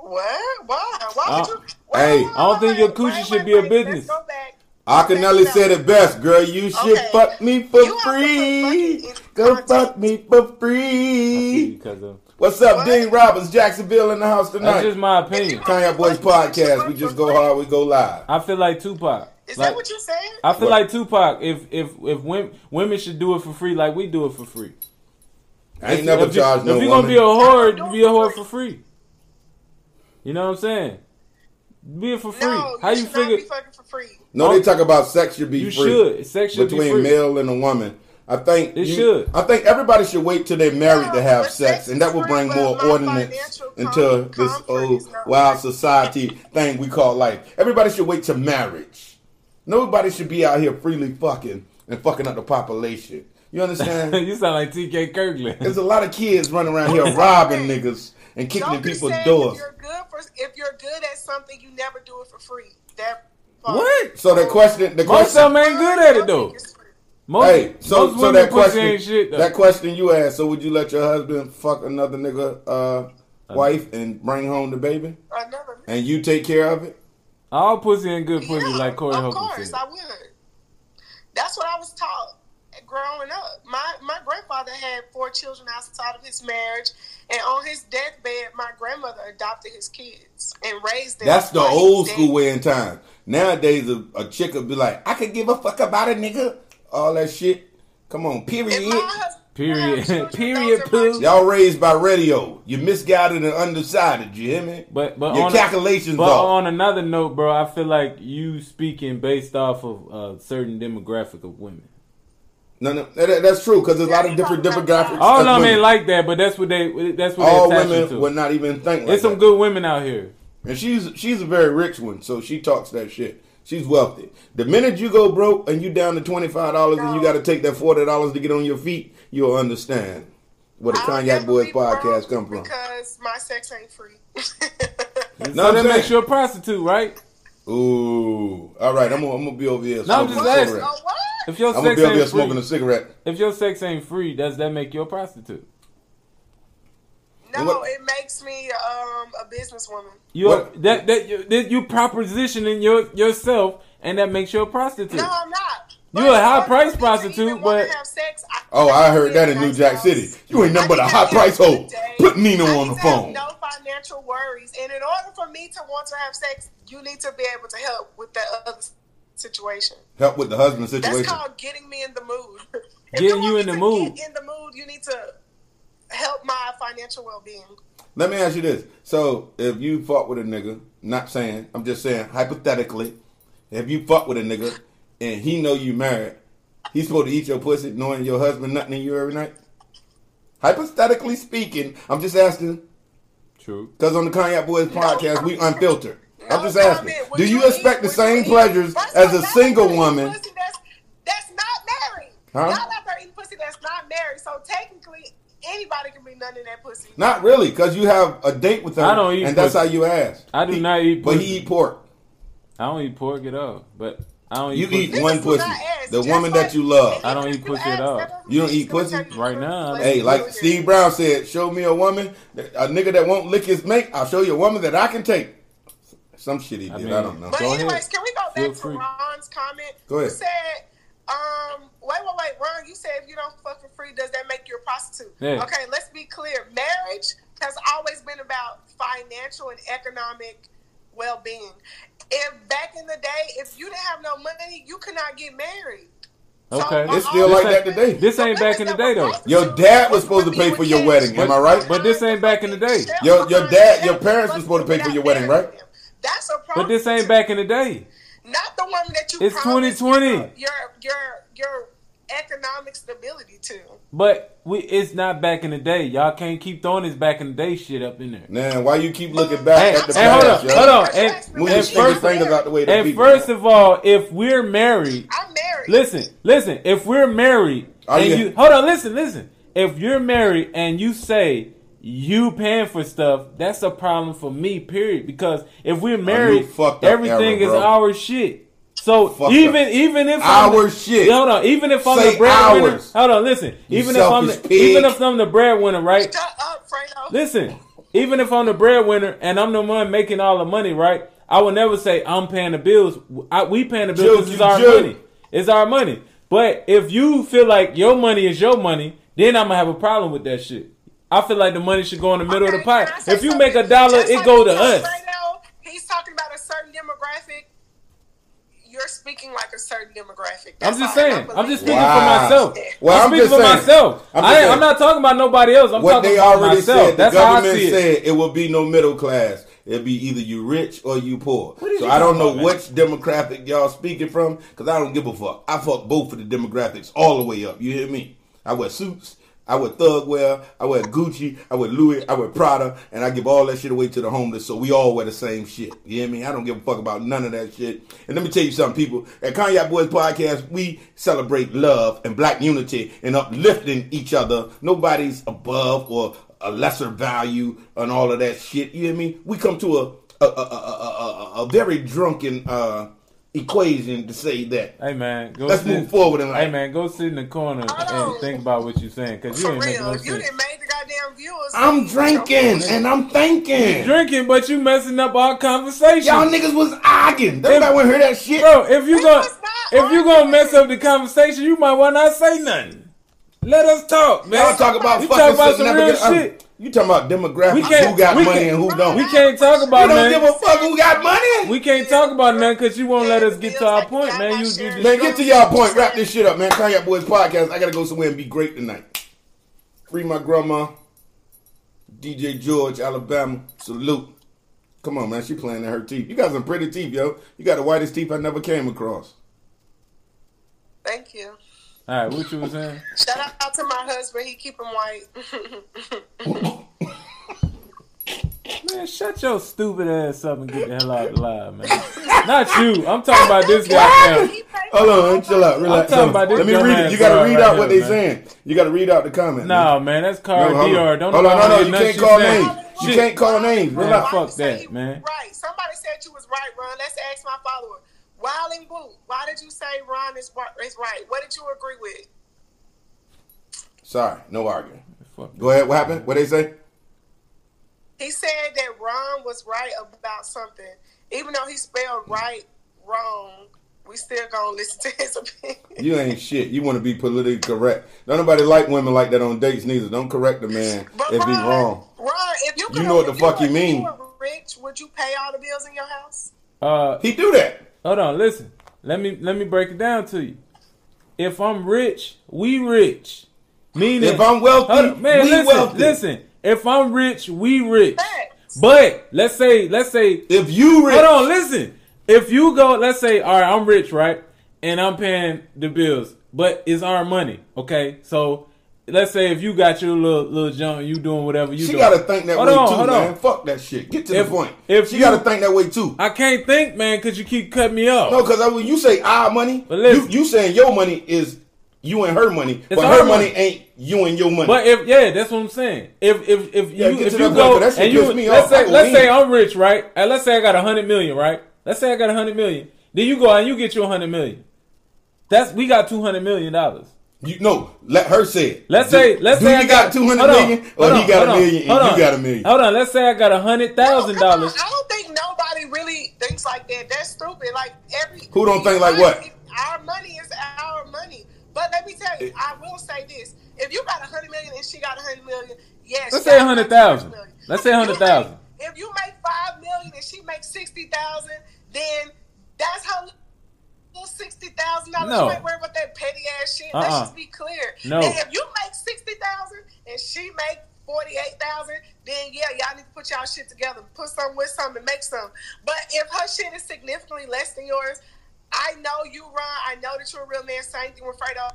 [SPEAKER 3] What? Why? Why would
[SPEAKER 2] I-
[SPEAKER 3] you? Why-
[SPEAKER 1] Hey.
[SPEAKER 3] why-
[SPEAKER 2] I don't think your
[SPEAKER 3] wait,
[SPEAKER 2] coochie
[SPEAKER 3] wait,
[SPEAKER 2] should
[SPEAKER 3] wait,
[SPEAKER 2] be a
[SPEAKER 3] wait.
[SPEAKER 2] business.
[SPEAKER 3] Let's go back.
[SPEAKER 1] Akinelli said it best, girl. You should
[SPEAKER 3] Okay.
[SPEAKER 1] fuck me for
[SPEAKER 3] You have to put
[SPEAKER 1] free.
[SPEAKER 3] fucking in
[SPEAKER 1] Go
[SPEAKER 3] context.
[SPEAKER 1] fuck me for
[SPEAKER 2] I see you,
[SPEAKER 1] free.
[SPEAKER 2] cousin.
[SPEAKER 1] What's up,
[SPEAKER 3] What?
[SPEAKER 1] Dean Roberts, Jacksonville in the house
[SPEAKER 2] That's just
[SPEAKER 1] tonight.
[SPEAKER 2] my opinion.
[SPEAKER 1] Kanye Boys podcast. We just go hard. We go live.
[SPEAKER 2] I feel like Tupac.
[SPEAKER 3] Is
[SPEAKER 2] like,
[SPEAKER 3] that what you said?
[SPEAKER 2] I feel
[SPEAKER 1] What?
[SPEAKER 2] like Tupac. If if if women women should do it for free, like we do it for free.
[SPEAKER 1] I ain't
[SPEAKER 2] If-
[SPEAKER 1] never
[SPEAKER 2] if you-
[SPEAKER 1] charged no
[SPEAKER 2] If you're
[SPEAKER 1] woman.
[SPEAKER 2] gonna be a
[SPEAKER 3] No,
[SPEAKER 2] whore, be a
[SPEAKER 3] no.
[SPEAKER 2] whore for free. You know what I'm saying? Be it for free.
[SPEAKER 3] No.
[SPEAKER 2] How you
[SPEAKER 3] should not
[SPEAKER 2] figure?
[SPEAKER 3] be fucking for free.
[SPEAKER 1] no, they talk about sex should be
[SPEAKER 2] You
[SPEAKER 1] free
[SPEAKER 2] should. Sex should be
[SPEAKER 1] between
[SPEAKER 2] free.
[SPEAKER 1] male and a woman. I think
[SPEAKER 2] It should.
[SPEAKER 1] I think everybody should wait till they're married to
[SPEAKER 3] No,
[SPEAKER 1] have
[SPEAKER 3] but
[SPEAKER 1] sex,
[SPEAKER 3] sex
[SPEAKER 1] and that
[SPEAKER 3] is
[SPEAKER 1] will bring
[SPEAKER 3] free,
[SPEAKER 1] more
[SPEAKER 3] but my
[SPEAKER 1] ordinance
[SPEAKER 3] financial
[SPEAKER 1] into
[SPEAKER 3] com-
[SPEAKER 1] this
[SPEAKER 3] comfort
[SPEAKER 1] old
[SPEAKER 3] is not
[SPEAKER 1] wild
[SPEAKER 3] free.
[SPEAKER 1] society thing we call life. Everybody should wait till marriage. Nobody should be out here freely fucking and fucking up the population. You understand?
[SPEAKER 2] you sound like TK Kirkland.
[SPEAKER 1] There's a lot of kids running around here
[SPEAKER 3] Don't be
[SPEAKER 1] robbing
[SPEAKER 3] saying-
[SPEAKER 1] niggas and kicking in
[SPEAKER 3] Don't be
[SPEAKER 1] people's
[SPEAKER 3] saying
[SPEAKER 1] doors.
[SPEAKER 3] If you're good for, if you're good at something, you never do it for free. That
[SPEAKER 2] What?
[SPEAKER 1] So the question, the
[SPEAKER 2] Most
[SPEAKER 1] question,
[SPEAKER 2] of them ain't good at it though. Most,
[SPEAKER 1] hey, so
[SPEAKER 2] most
[SPEAKER 1] so
[SPEAKER 2] women
[SPEAKER 1] that
[SPEAKER 2] pussy
[SPEAKER 1] question,
[SPEAKER 2] ain't shit though.
[SPEAKER 1] that question you asked. So would you let your husband fuck another nigga,
[SPEAKER 2] Uh-huh.
[SPEAKER 1] uh, wife, and bring home the baby,
[SPEAKER 3] Another.
[SPEAKER 1] and you take care of it?
[SPEAKER 2] All pussy ain't good pussy,
[SPEAKER 3] Yeah,
[SPEAKER 2] like Corey
[SPEAKER 3] Of
[SPEAKER 2] Holcomb
[SPEAKER 3] course,
[SPEAKER 2] said.
[SPEAKER 3] I would. That's what I was taught growing up. My my grandfather had four children outside of his marriage, and on his deathbed, my grandmother adopted his kids and raised them.
[SPEAKER 1] That's the
[SPEAKER 3] while he
[SPEAKER 1] old
[SPEAKER 3] was dead.
[SPEAKER 1] school way in time. Nowadays, a, a chick would be like, "I could give a fuck about a nigga," all that shit. Come on,
[SPEAKER 3] If
[SPEAKER 1] period.
[SPEAKER 3] my husband
[SPEAKER 2] Period.
[SPEAKER 3] had children,
[SPEAKER 2] Period,
[SPEAKER 3] those are my
[SPEAKER 2] poo.
[SPEAKER 1] Y'all raised by radio. You misguided and undecided. You hear me?
[SPEAKER 2] But but
[SPEAKER 1] your
[SPEAKER 2] on
[SPEAKER 1] calculations
[SPEAKER 2] A, but
[SPEAKER 1] off.
[SPEAKER 2] on another note, bro, I feel like you speaking based off of a certain demographic of women.
[SPEAKER 1] no, no, that, that's true because there's a lot of
[SPEAKER 3] Yeah,
[SPEAKER 1] different
[SPEAKER 3] you're
[SPEAKER 1] demographics.
[SPEAKER 3] talking
[SPEAKER 1] of
[SPEAKER 2] All of them
[SPEAKER 1] women.
[SPEAKER 2] ain't like that, but that's what they that's what
[SPEAKER 1] all
[SPEAKER 2] they attach you
[SPEAKER 1] women
[SPEAKER 2] to.
[SPEAKER 1] would not even think. Like
[SPEAKER 2] There's some
[SPEAKER 1] that.
[SPEAKER 2] good women out here.
[SPEAKER 1] And she's she's a very rich one, so she talks that shit. She's wealthy. The minute you go broke and you down to twenty five dollars and you
[SPEAKER 3] No.
[SPEAKER 1] got to take that forty dollars to get on your feet, you'll understand where the
[SPEAKER 3] I'll
[SPEAKER 1] Cognac
[SPEAKER 3] never
[SPEAKER 1] Boys
[SPEAKER 3] be broke
[SPEAKER 1] podcast come from.
[SPEAKER 3] Because my sex ain't free.
[SPEAKER 1] No,
[SPEAKER 2] so
[SPEAKER 1] I'm
[SPEAKER 2] that
[SPEAKER 1] saying-
[SPEAKER 2] makes you a prostitute, right?
[SPEAKER 1] Ooh, all right, I'm gonna, I'm gonna be over here.
[SPEAKER 2] No, I'm
[SPEAKER 1] smoking
[SPEAKER 2] just
[SPEAKER 1] a
[SPEAKER 2] asking.
[SPEAKER 1] cigarette.
[SPEAKER 3] Oh, what?
[SPEAKER 2] If your
[SPEAKER 1] I'm gonna
[SPEAKER 2] sex
[SPEAKER 1] be over here
[SPEAKER 2] ain't
[SPEAKER 1] smoking
[SPEAKER 2] free,
[SPEAKER 1] a cigarette.
[SPEAKER 2] if your sex ain't free, does that make you a prostitute?
[SPEAKER 3] No,
[SPEAKER 1] What-
[SPEAKER 3] it makes me um, a businesswoman.
[SPEAKER 2] You
[SPEAKER 1] What-
[SPEAKER 2] that that you, that you propositioning your yourself, and that makes you a prostitute.
[SPEAKER 3] No, I'm not.
[SPEAKER 2] You a high
[SPEAKER 3] But
[SPEAKER 2] price
[SPEAKER 3] if you
[SPEAKER 2] prostitute,
[SPEAKER 3] even wanna
[SPEAKER 2] but-
[SPEAKER 3] have sex, I-
[SPEAKER 1] Oh, I heard that in
[SPEAKER 3] Nice
[SPEAKER 1] New Jack
[SPEAKER 3] house.
[SPEAKER 1] City. You ain't nothing but a
[SPEAKER 3] I need
[SPEAKER 1] high
[SPEAKER 3] to have
[SPEAKER 1] price hoe.
[SPEAKER 3] today.
[SPEAKER 1] Put Nino
[SPEAKER 3] I
[SPEAKER 1] on the
[SPEAKER 3] need to have
[SPEAKER 1] phone.
[SPEAKER 3] No financial worries, and in order for me to want to have sex, you need to be able to help with that other situation.
[SPEAKER 1] Help with the husband
[SPEAKER 3] That's
[SPEAKER 1] situation.
[SPEAKER 3] called getting me in the mood. If
[SPEAKER 2] Getting
[SPEAKER 3] want
[SPEAKER 2] you
[SPEAKER 3] me
[SPEAKER 2] in the
[SPEAKER 3] to
[SPEAKER 2] mood.
[SPEAKER 3] Get in the mood, you need to help my financial well-being.
[SPEAKER 1] Let me ask you this. So, if you fought with a nigga, not saying, I'm just saying hypothetically, if you fought with a nigga and he know you married, he's supposed to eat your pussy knowing your husband nothing in you every night? Hypothetically speaking, I'm just asking,
[SPEAKER 2] True.
[SPEAKER 1] because on the Cognac Boys podcast, we unfiltered. I'm
[SPEAKER 3] No
[SPEAKER 1] just asking,
[SPEAKER 3] comment. Would
[SPEAKER 1] do you expect
[SPEAKER 3] eat-
[SPEAKER 1] the
[SPEAKER 3] would
[SPEAKER 1] same
[SPEAKER 3] you eat-
[SPEAKER 1] pleasures
[SPEAKER 3] First
[SPEAKER 1] as
[SPEAKER 3] of
[SPEAKER 1] a
[SPEAKER 3] all,
[SPEAKER 1] single
[SPEAKER 3] y'all out there
[SPEAKER 1] woman?
[SPEAKER 3] eating pussy That's, that's not married.
[SPEAKER 1] Huh?
[SPEAKER 3] Y'all out there eating pussy that's not married. So technically, anybody can be none in that pussy.
[SPEAKER 1] Not really, because you have a date with her,
[SPEAKER 2] I don't eat
[SPEAKER 1] and that's how
[SPEAKER 2] pussy.
[SPEAKER 1] you ask.
[SPEAKER 2] I do not eat
[SPEAKER 1] But
[SPEAKER 2] pussy.
[SPEAKER 1] he eat pork.
[SPEAKER 2] I don't eat pork at all. But I don't
[SPEAKER 1] You
[SPEAKER 2] eat
[SPEAKER 1] eat
[SPEAKER 2] pussy.
[SPEAKER 1] one
[SPEAKER 3] Niggas do
[SPEAKER 1] pussy,
[SPEAKER 3] not ask.
[SPEAKER 1] the
[SPEAKER 3] Just
[SPEAKER 1] woman
[SPEAKER 3] like-
[SPEAKER 1] that you love.
[SPEAKER 3] and
[SPEAKER 2] I don't
[SPEAKER 3] even
[SPEAKER 2] eat
[SPEAKER 3] if
[SPEAKER 2] pussy at
[SPEAKER 3] ask,
[SPEAKER 2] all.
[SPEAKER 3] that don't
[SPEAKER 1] You don't
[SPEAKER 3] mean
[SPEAKER 1] eat
[SPEAKER 3] she's gonna
[SPEAKER 1] pussy?
[SPEAKER 3] tell you
[SPEAKER 2] Right
[SPEAKER 3] no.
[SPEAKER 2] now, I
[SPEAKER 3] Like,
[SPEAKER 2] don't
[SPEAKER 1] Hey,
[SPEAKER 3] you know
[SPEAKER 1] like
[SPEAKER 3] it.
[SPEAKER 1] Steve Brown said, show me a woman, a nigga that won't lick his mate. I'll show you a woman that I can take. Some shit he did. I,
[SPEAKER 2] I mean-
[SPEAKER 1] don't know.
[SPEAKER 3] But
[SPEAKER 2] Go
[SPEAKER 3] anyways,
[SPEAKER 2] ahead.
[SPEAKER 3] can we go back
[SPEAKER 2] Feel
[SPEAKER 3] to
[SPEAKER 2] free.
[SPEAKER 3] Ron's comment?
[SPEAKER 1] Go ahead.
[SPEAKER 3] You said, um, wait, wait, wait, Ron. You said if you don't fuck for free, does that make you a prostitute?
[SPEAKER 2] Yeah.
[SPEAKER 3] Okay, let's be clear. Marriage has always been about financial and economic well-being. If back in the day, if you didn't have no money, you could not get married.
[SPEAKER 2] Okay.
[SPEAKER 3] my
[SPEAKER 1] It's still
[SPEAKER 3] aunt-
[SPEAKER 1] like that today.
[SPEAKER 2] This ain't back in the day, though.
[SPEAKER 1] Your dad was supposed to pay for your wedding, am I right?
[SPEAKER 2] But this ain't back in the day.
[SPEAKER 1] Your- your dad- your parents was supposed to pay for your wedding, right?
[SPEAKER 3] That's a
[SPEAKER 2] But
[SPEAKER 3] problem.
[SPEAKER 2] this ain't back in the day.
[SPEAKER 3] Not the one that you.
[SPEAKER 2] It's
[SPEAKER 3] promised
[SPEAKER 2] 2020.
[SPEAKER 3] Your your your economic stability to.
[SPEAKER 2] But we, it's not back in the day. Y'all can't keep throwing this back in the day shit up in there.
[SPEAKER 1] Man, why you keep looking back
[SPEAKER 2] Hey,
[SPEAKER 1] at the
[SPEAKER 2] hey, hold
[SPEAKER 1] past,
[SPEAKER 2] up,
[SPEAKER 1] yo?
[SPEAKER 2] hold up.
[SPEAKER 1] Move
[SPEAKER 2] At
[SPEAKER 1] your stinking
[SPEAKER 2] first-
[SPEAKER 1] fingers out the way. to
[SPEAKER 2] And
[SPEAKER 1] people.
[SPEAKER 2] first of all, if we're married,
[SPEAKER 3] I'm married.
[SPEAKER 2] listen, listen. If we're married,
[SPEAKER 1] Are
[SPEAKER 2] and
[SPEAKER 1] you-
[SPEAKER 2] you, hold on, listen, listen. If you're married and you say you paying for stuff, that's a problem for me. Period. Because if we're married,
[SPEAKER 1] Oh, fucked up
[SPEAKER 2] everything
[SPEAKER 1] era,
[SPEAKER 2] is
[SPEAKER 1] bro.
[SPEAKER 2] our shit. So
[SPEAKER 1] Fucked
[SPEAKER 2] even
[SPEAKER 1] up.
[SPEAKER 2] even if
[SPEAKER 1] Our
[SPEAKER 2] I'm,
[SPEAKER 1] shit.
[SPEAKER 2] hold on, even if I'm
[SPEAKER 1] Say
[SPEAKER 2] the breadwinner,
[SPEAKER 1] ours.
[SPEAKER 2] hold on, listen.
[SPEAKER 1] You
[SPEAKER 2] Even if I'm
[SPEAKER 1] selfish
[SPEAKER 2] the,
[SPEAKER 1] pig.
[SPEAKER 2] even if I'm the breadwinner, right?
[SPEAKER 3] Shut up, Fredo.
[SPEAKER 2] Listen, even if I'm the breadwinner and I'm the one making all the money, right? I will never say I'm paying the bills. I, we paying the bills.
[SPEAKER 1] Joke,
[SPEAKER 2] This is
[SPEAKER 1] you
[SPEAKER 2] our
[SPEAKER 1] joke.
[SPEAKER 2] money. It's our money. But if you feel like your money is your money, then I'm gonna have a problem with that shit. I feel like the money should go in the middle of
[SPEAKER 3] Okay,
[SPEAKER 2] the pot.
[SPEAKER 3] can I say
[SPEAKER 2] If you
[SPEAKER 3] something?
[SPEAKER 2] make a dollar,
[SPEAKER 3] Just
[SPEAKER 2] it
[SPEAKER 3] like
[SPEAKER 2] go
[SPEAKER 3] you
[SPEAKER 2] to
[SPEAKER 3] told
[SPEAKER 2] us.
[SPEAKER 3] Fredo, he's talking about a certain demographic. You're speaking like a certain demographic.
[SPEAKER 2] I'm
[SPEAKER 3] That's
[SPEAKER 2] just
[SPEAKER 3] all. I
[SPEAKER 2] saying. I'm
[SPEAKER 3] believe
[SPEAKER 2] just
[SPEAKER 3] you.
[SPEAKER 2] speaking
[SPEAKER 1] Wow.
[SPEAKER 2] for myself.
[SPEAKER 1] Well, I'm
[SPEAKER 2] I'm speaking
[SPEAKER 1] just
[SPEAKER 2] for
[SPEAKER 1] saying.
[SPEAKER 2] myself.
[SPEAKER 1] I'm
[SPEAKER 2] I'm,
[SPEAKER 1] just
[SPEAKER 2] I,
[SPEAKER 1] saying.
[SPEAKER 2] am not talking about nobody else. I'm
[SPEAKER 1] what
[SPEAKER 2] talking
[SPEAKER 1] they
[SPEAKER 2] about
[SPEAKER 1] already
[SPEAKER 2] myself.
[SPEAKER 1] said, the
[SPEAKER 2] That's how I
[SPEAKER 1] government
[SPEAKER 2] see it.
[SPEAKER 1] said it will be no middle class. It'll be either you rich or you poor.
[SPEAKER 2] is
[SPEAKER 1] So
[SPEAKER 2] you
[SPEAKER 1] I don't
[SPEAKER 2] talking
[SPEAKER 1] know
[SPEAKER 2] about,
[SPEAKER 1] which demographic y'all speaking from, because I don't give a fuck. I fuck both of the demographics all the way up. You hear me? I wear suits. I wear thug wear. I wear Gucci. I wear Louis. I wear Prada, and I give all that shit away to the homeless. So we all wear the same shit. You hear me? I don't give a fuck about none of that shit. And let me tell you something, people. At Kanye Boys Podcast, we celebrate love and black unity and uplifting each other. Nobody's above or a lesser value and all of that shit. You hear me? We come to a a, a, a, a, a very drunken uh, equation to say that.
[SPEAKER 2] Hey man, go
[SPEAKER 1] Let's
[SPEAKER 2] sit,
[SPEAKER 1] move forward in life.
[SPEAKER 2] Hey man, go sit in the corner
[SPEAKER 3] Hold on.
[SPEAKER 2] and think about what you're saying because you
[SPEAKER 3] For
[SPEAKER 2] ain't making
[SPEAKER 3] real,
[SPEAKER 2] no
[SPEAKER 3] if you
[SPEAKER 2] sense.
[SPEAKER 3] didn't make the goddamn viewers.
[SPEAKER 1] I'm drinking and I'm thinking.
[SPEAKER 2] Drinking, but you messing up our conversation,
[SPEAKER 1] Y'all niggas was arguing. Nobody want to hear that shit.
[SPEAKER 2] bro. If you
[SPEAKER 3] We
[SPEAKER 2] gonna
[SPEAKER 3] was not
[SPEAKER 2] if you gonna mess up
[SPEAKER 3] arguing.
[SPEAKER 2] the conversation, you might want not say nothing. Let us talk, man.
[SPEAKER 1] Y'all talk about
[SPEAKER 2] you
[SPEAKER 1] fucking
[SPEAKER 2] talk about some real
[SPEAKER 1] significant other.
[SPEAKER 2] shit.
[SPEAKER 1] You talking about
[SPEAKER 2] We
[SPEAKER 1] demographics,
[SPEAKER 2] can't-
[SPEAKER 1] who got
[SPEAKER 2] we
[SPEAKER 1] money
[SPEAKER 2] can't-
[SPEAKER 1] and who don't.
[SPEAKER 2] We can't talk about
[SPEAKER 1] you don't
[SPEAKER 2] man.
[SPEAKER 1] give a fuck who got money.
[SPEAKER 2] We can't talk about nothing because you won't let us get to our point, man. You, you just,
[SPEAKER 1] man, get to y'all point. Wrap this shit up, man. Kanye Boys Podcast. I gotta go somewhere and be great tonight. Free my grandma. DJ George, Alabama. Salute. Come on, man. She playing in her teeth. You got some pretty teeth, yo. You got the whitest teeth I never came across.
[SPEAKER 3] Thank you.
[SPEAKER 2] all right, what you was saying?
[SPEAKER 3] Shout out to my husband. He keep him white.
[SPEAKER 2] Man, shut your stupid ass up and get the hell out alive, man. Not you. I'm talking about this guy. now.
[SPEAKER 1] Hold on, chill out,
[SPEAKER 2] I'm
[SPEAKER 1] relax.
[SPEAKER 2] talking about this
[SPEAKER 1] Let me
[SPEAKER 2] dumb
[SPEAKER 1] read it.
[SPEAKER 2] ass
[SPEAKER 1] You gotta
[SPEAKER 2] card
[SPEAKER 1] read
[SPEAKER 2] right
[SPEAKER 1] out what they
[SPEAKER 2] here,
[SPEAKER 1] saying. You gotta read out the comment. man.
[SPEAKER 2] No, man, that's Cardi
[SPEAKER 1] No, hold
[SPEAKER 2] B.
[SPEAKER 1] on.
[SPEAKER 2] or Don't
[SPEAKER 1] Hold on, no,
[SPEAKER 2] nobody
[SPEAKER 1] no,
[SPEAKER 2] hear
[SPEAKER 1] you
[SPEAKER 2] nothing
[SPEAKER 1] can't
[SPEAKER 2] she
[SPEAKER 1] call
[SPEAKER 2] saying.
[SPEAKER 1] names. You
[SPEAKER 2] Shit.
[SPEAKER 1] can't call names.
[SPEAKER 2] Man,
[SPEAKER 1] Relax.
[SPEAKER 2] fuck
[SPEAKER 3] Say
[SPEAKER 2] that,
[SPEAKER 3] you
[SPEAKER 2] man.
[SPEAKER 3] Right. Somebody said you was right, Ron. Let's ask my follower. Wilding Boo, why did you say Ron is, wa- is right? What did you agree with?
[SPEAKER 1] Sorry, no arguing.
[SPEAKER 2] Fuck that.
[SPEAKER 1] Go ahead. What happened? What they say?
[SPEAKER 3] He said that Ron was right about something. Even though he spelled right wrong, we still gonna listen to his opinion.
[SPEAKER 1] You ain't shit. You want to be politically correct. Don't nobody like women like that on dates neither. Don't correct a man
[SPEAKER 3] But
[SPEAKER 1] if
[SPEAKER 3] Ron,
[SPEAKER 1] he wrong.
[SPEAKER 3] Ron, if you, could-
[SPEAKER 1] know what the
[SPEAKER 3] if
[SPEAKER 1] fuck he
[SPEAKER 3] were-
[SPEAKER 1] mean.
[SPEAKER 3] If you were rich, would you pay all the bills in your house?
[SPEAKER 2] Uh,
[SPEAKER 1] He do that.
[SPEAKER 2] Hold on, listen. Let me let me break it down to you. If I'm rich, we rich. Meaning,
[SPEAKER 1] If I'm wealthy,
[SPEAKER 2] Hold on, man,
[SPEAKER 1] we
[SPEAKER 2] listen,
[SPEAKER 1] wealthy.
[SPEAKER 2] Listen, if I'm rich, we rich.
[SPEAKER 3] Facts.
[SPEAKER 2] But let's say let's say
[SPEAKER 1] If you rich,
[SPEAKER 2] hold on, listen. If you go, let's say, all right, I'm rich, right, and I'm paying the bills, but it's our money, okay? So let's say if you got your little little junk, you doing whatever you
[SPEAKER 1] she
[SPEAKER 2] doing.
[SPEAKER 1] gotta think that
[SPEAKER 2] Hold
[SPEAKER 1] way
[SPEAKER 2] on,
[SPEAKER 1] too,
[SPEAKER 2] hold
[SPEAKER 1] man.
[SPEAKER 2] on.
[SPEAKER 1] Fuck that shit. Get to
[SPEAKER 2] If-
[SPEAKER 1] the point.
[SPEAKER 2] if
[SPEAKER 1] she
[SPEAKER 2] you-
[SPEAKER 1] gotta think that way too.
[SPEAKER 2] I can't think, man, because you keep cutting me off.
[SPEAKER 1] no, because when you say our money,
[SPEAKER 2] But listen.
[SPEAKER 1] you, you saying your money is you and her money, but
[SPEAKER 2] our
[SPEAKER 1] her money
[SPEAKER 2] money.
[SPEAKER 1] ain't you and your money.
[SPEAKER 2] But if yeah, that's what I'm saying. If if if you
[SPEAKER 1] Yeah, get
[SPEAKER 2] if
[SPEAKER 1] to
[SPEAKER 2] you
[SPEAKER 1] that point, 'cause
[SPEAKER 2] go
[SPEAKER 1] that shit
[SPEAKER 2] and you
[SPEAKER 1] pissed me
[SPEAKER 2] let's
[SPEAKER 1] off. I
[SPEAKER 2] say
[SPEAKER 1] go
[SPEAKER 2] let's say
[SPEAKER 1] in.
[SPEAKER 2] I'm rich, right? And let's say I got a hundred million, right? Let's say I got a hundred million. Then you go out and you get your hundred million. That's we got two hundred million dollars.
[SPEAKER 1] you no, let her say it.
[SPEAKER 2] Let's
[SPEAKER 1] Do-
[SPEAKER 2] say let's
[SPEAKER 1] do
[SPEAKER 2] say
[SPEAKER 1] you
[SPEAKER 2] I
[SPEAKER 1] got two hundred
[SPEAKER 2] hold on,
[SPEAKER 1] million,
[SPEAKER 2] hold
[SPEAKER 1] or
[SPEAKER 2] on,
[SPEAKER 1] he got a
[SPEAKER 2] hold on,
[SPEAKER 1] million, and
[SPEAKER 2] hold
[SPEAKER 1] you
[SPEAKER 2] on.
[SPEAKER 1] got a million.
[SPEAKER 2] Hold on, let's say I got a hundred thousand
[SPEAKER 3] No, come
[SPEAKER 2] dollars.
[SPEAKER 3] on. I don't think nobody really thinks like that. That's stupid. Like every
[SPEAKER 1] Who don't think like what?
[SPEAKER 3] Our money is our money. But let me tell you, I will say this: if you got a hundred million and she got a hundred million, yes.
[SPEAKER 2] Let's
[SPEAKER 3] she
[SPEAKER 2] say
[SPEAKER 3] got
[SPEAKER 2] 100,000.
[SPEAKER 3] 100 million.
[SPEAKER 2] Let's say
[SPEAKER 3] If you
[SPEAKER 2] 100,000.
[SPEAKER 3] make- If you make five million and she makes sixty thousand, then that's her little sixty thousand dollars.
[SPEAKER 2] No.
[SPEAKER 3] You ain't worried about that petty ass shit. Let's
[SPEAKER 2] Uh-uh.
[SPEAKER 3] just be clear.
[SPEAKER 2] No.
[SPEAKER 3] And if you make sixty thousand and she make forty eight thousand, then yeah, y'all need to put y'all shit together, put some with some and make some. But if her shit is significantly less than yours, I know you, Ron. I know that you're a real man. Same thing with Fredo.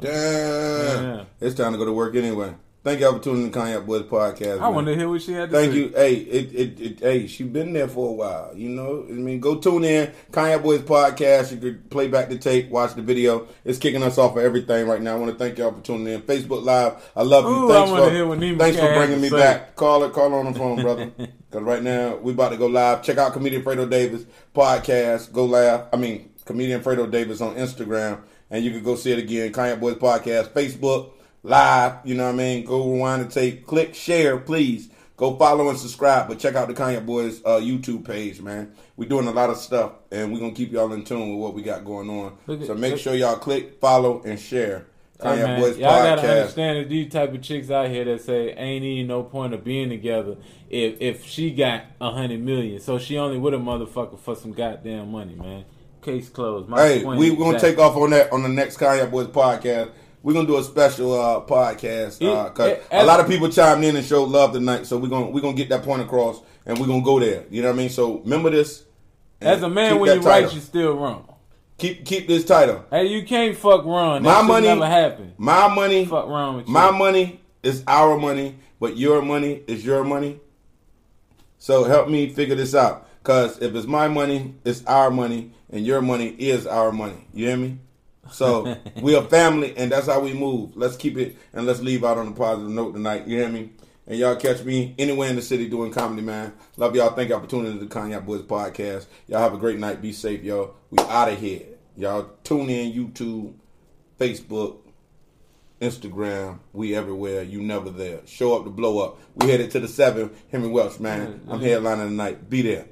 [SPEAKER 1] Damn.
[SPEAKER 2] Yeah.
[SPEAKER 1] It's time to go to work anyway. Thank y'all for tuning in to Kanye Boys podcast.
[SPEAKER 2] I
[SPEAKER 1] man.
[SPEAKER 2] want to hear what she had to
[SPEAKER 1] Thank
[SPEAKER 2] say.
[SPEAKER 1] you. Hey, it, it, it, hey, she been there for a while. You know, I mean, go tune in Kanye Boys podcast. You could play back the tape, watch the video. It's kicking us off of everything right now. I want to thank y'all for tuning in. Facebook Live, I love you.
[SPEAKER 2] Ooh,
[SPEAKER 1] thanks
[SPEAKER 2] I wanna
[SPEAKER 1] for
[SPEAKER 2] hear what Nima
[SPEAKER 1] thanks for
[SPEAKER 2] Cat had
[SPEAKER 1] bringing
[SPEAKER 2] to
[SPEAKER 1] me
[SPEAKER 2] say.
[SPEAKER 1] back. Call her, call her on the phone, brother. Because right now we about to go live. Check out comedian Fredo Davis podcast. Go live. I mean, comedian Fredo Davis on Instagram, and you can go see it again. Kanye Boys podcast, Facebook live. You know what I mean? Go rewind and tape. Click share, please. Go follow and subscribe, but check out the Kanye Boys uh, YouTube page, man. We're doing a lot of stuff, and we're gonna keep y'all in tune with what we got going on.
[SPEAKER 2] Look at-
[SPEAKER 1] so make
[SPEAKER 2] look-
[SPEAKER 1] sure y'all click, follow, and share
[SPEAKER 2] Hey,
[SPEAKER 1] Kanye
[SPEAKER 2] man,
[SPEAKER 1] Boys
[SPEAKER 2] y'all gotta
[SPEAKER 1] podcast.
[SPEAKER 2] understand that these type of chicks out here that say ain't even no point of being together if if she got a hundred million, so she only with a motherfucker for some goddamn money, man. Case closed. My
[SPEAKER 1] Hey,
[SPEAKER 2] point
[SPEAKER 1] we're
[SPEAKER 2] is
[SPEAKER 1] gonna
[SPEAKER 2] that-
[SPEAKER 1] take off on that on the next Kanye Boys podcast. We're gonna do a special uh, podcast uh,
[SPEAKER 2] It-
[SPEAKER 1] 'cause
[SPEAKER 2] it-
[SPEAKER 1] a lot of people chimed in and showed love tonight. So we're gonna we're gonna get that point across, and we're gonna go there. You know what I mean? So remember this. and
[SPEAKER 2] as a man
[SPEAKER 1] keep
[SPEAKER 2] when
[SPEAKER 1] that
[SPEAKER 2] you right,
[SPEAKER 1] title.
[SPEAKER 2] you still wrong.
[SPEAKER 1] keep keep this title.
[SPEAKER 2] Hey, you can't fuck wrong. That
[SPEAKER 1] My
[SPEAKER 2] should
[SPEAKER 1] money,
[SPEAKER 2] never happened.
[SPEAKER 1] my money,
[SPEAKER 2] Fuck wrong with you.
[SPEAKER 1] my money is our money, but your money is your money. So help me figure this out, cause if it's my money, it's our money, and your money is our money. You hear me? So we a family, and that's how we move. Let's keep it, and let's leave out on a positive note tonight. You hear me? And y'all catch me anywhere in the city doing comedy, man. Love y'all. Thank y'all for tuning into the Kanye Boys podcast. Y'all have a great night. Be safe, y'all. We out of here. Y'all tune in YouTube, Facebook, Instagram. We everywhere. You never there. Show up to blow up. We headed to the seven. Henry Welch, man. I'm headlining tonight. Be there.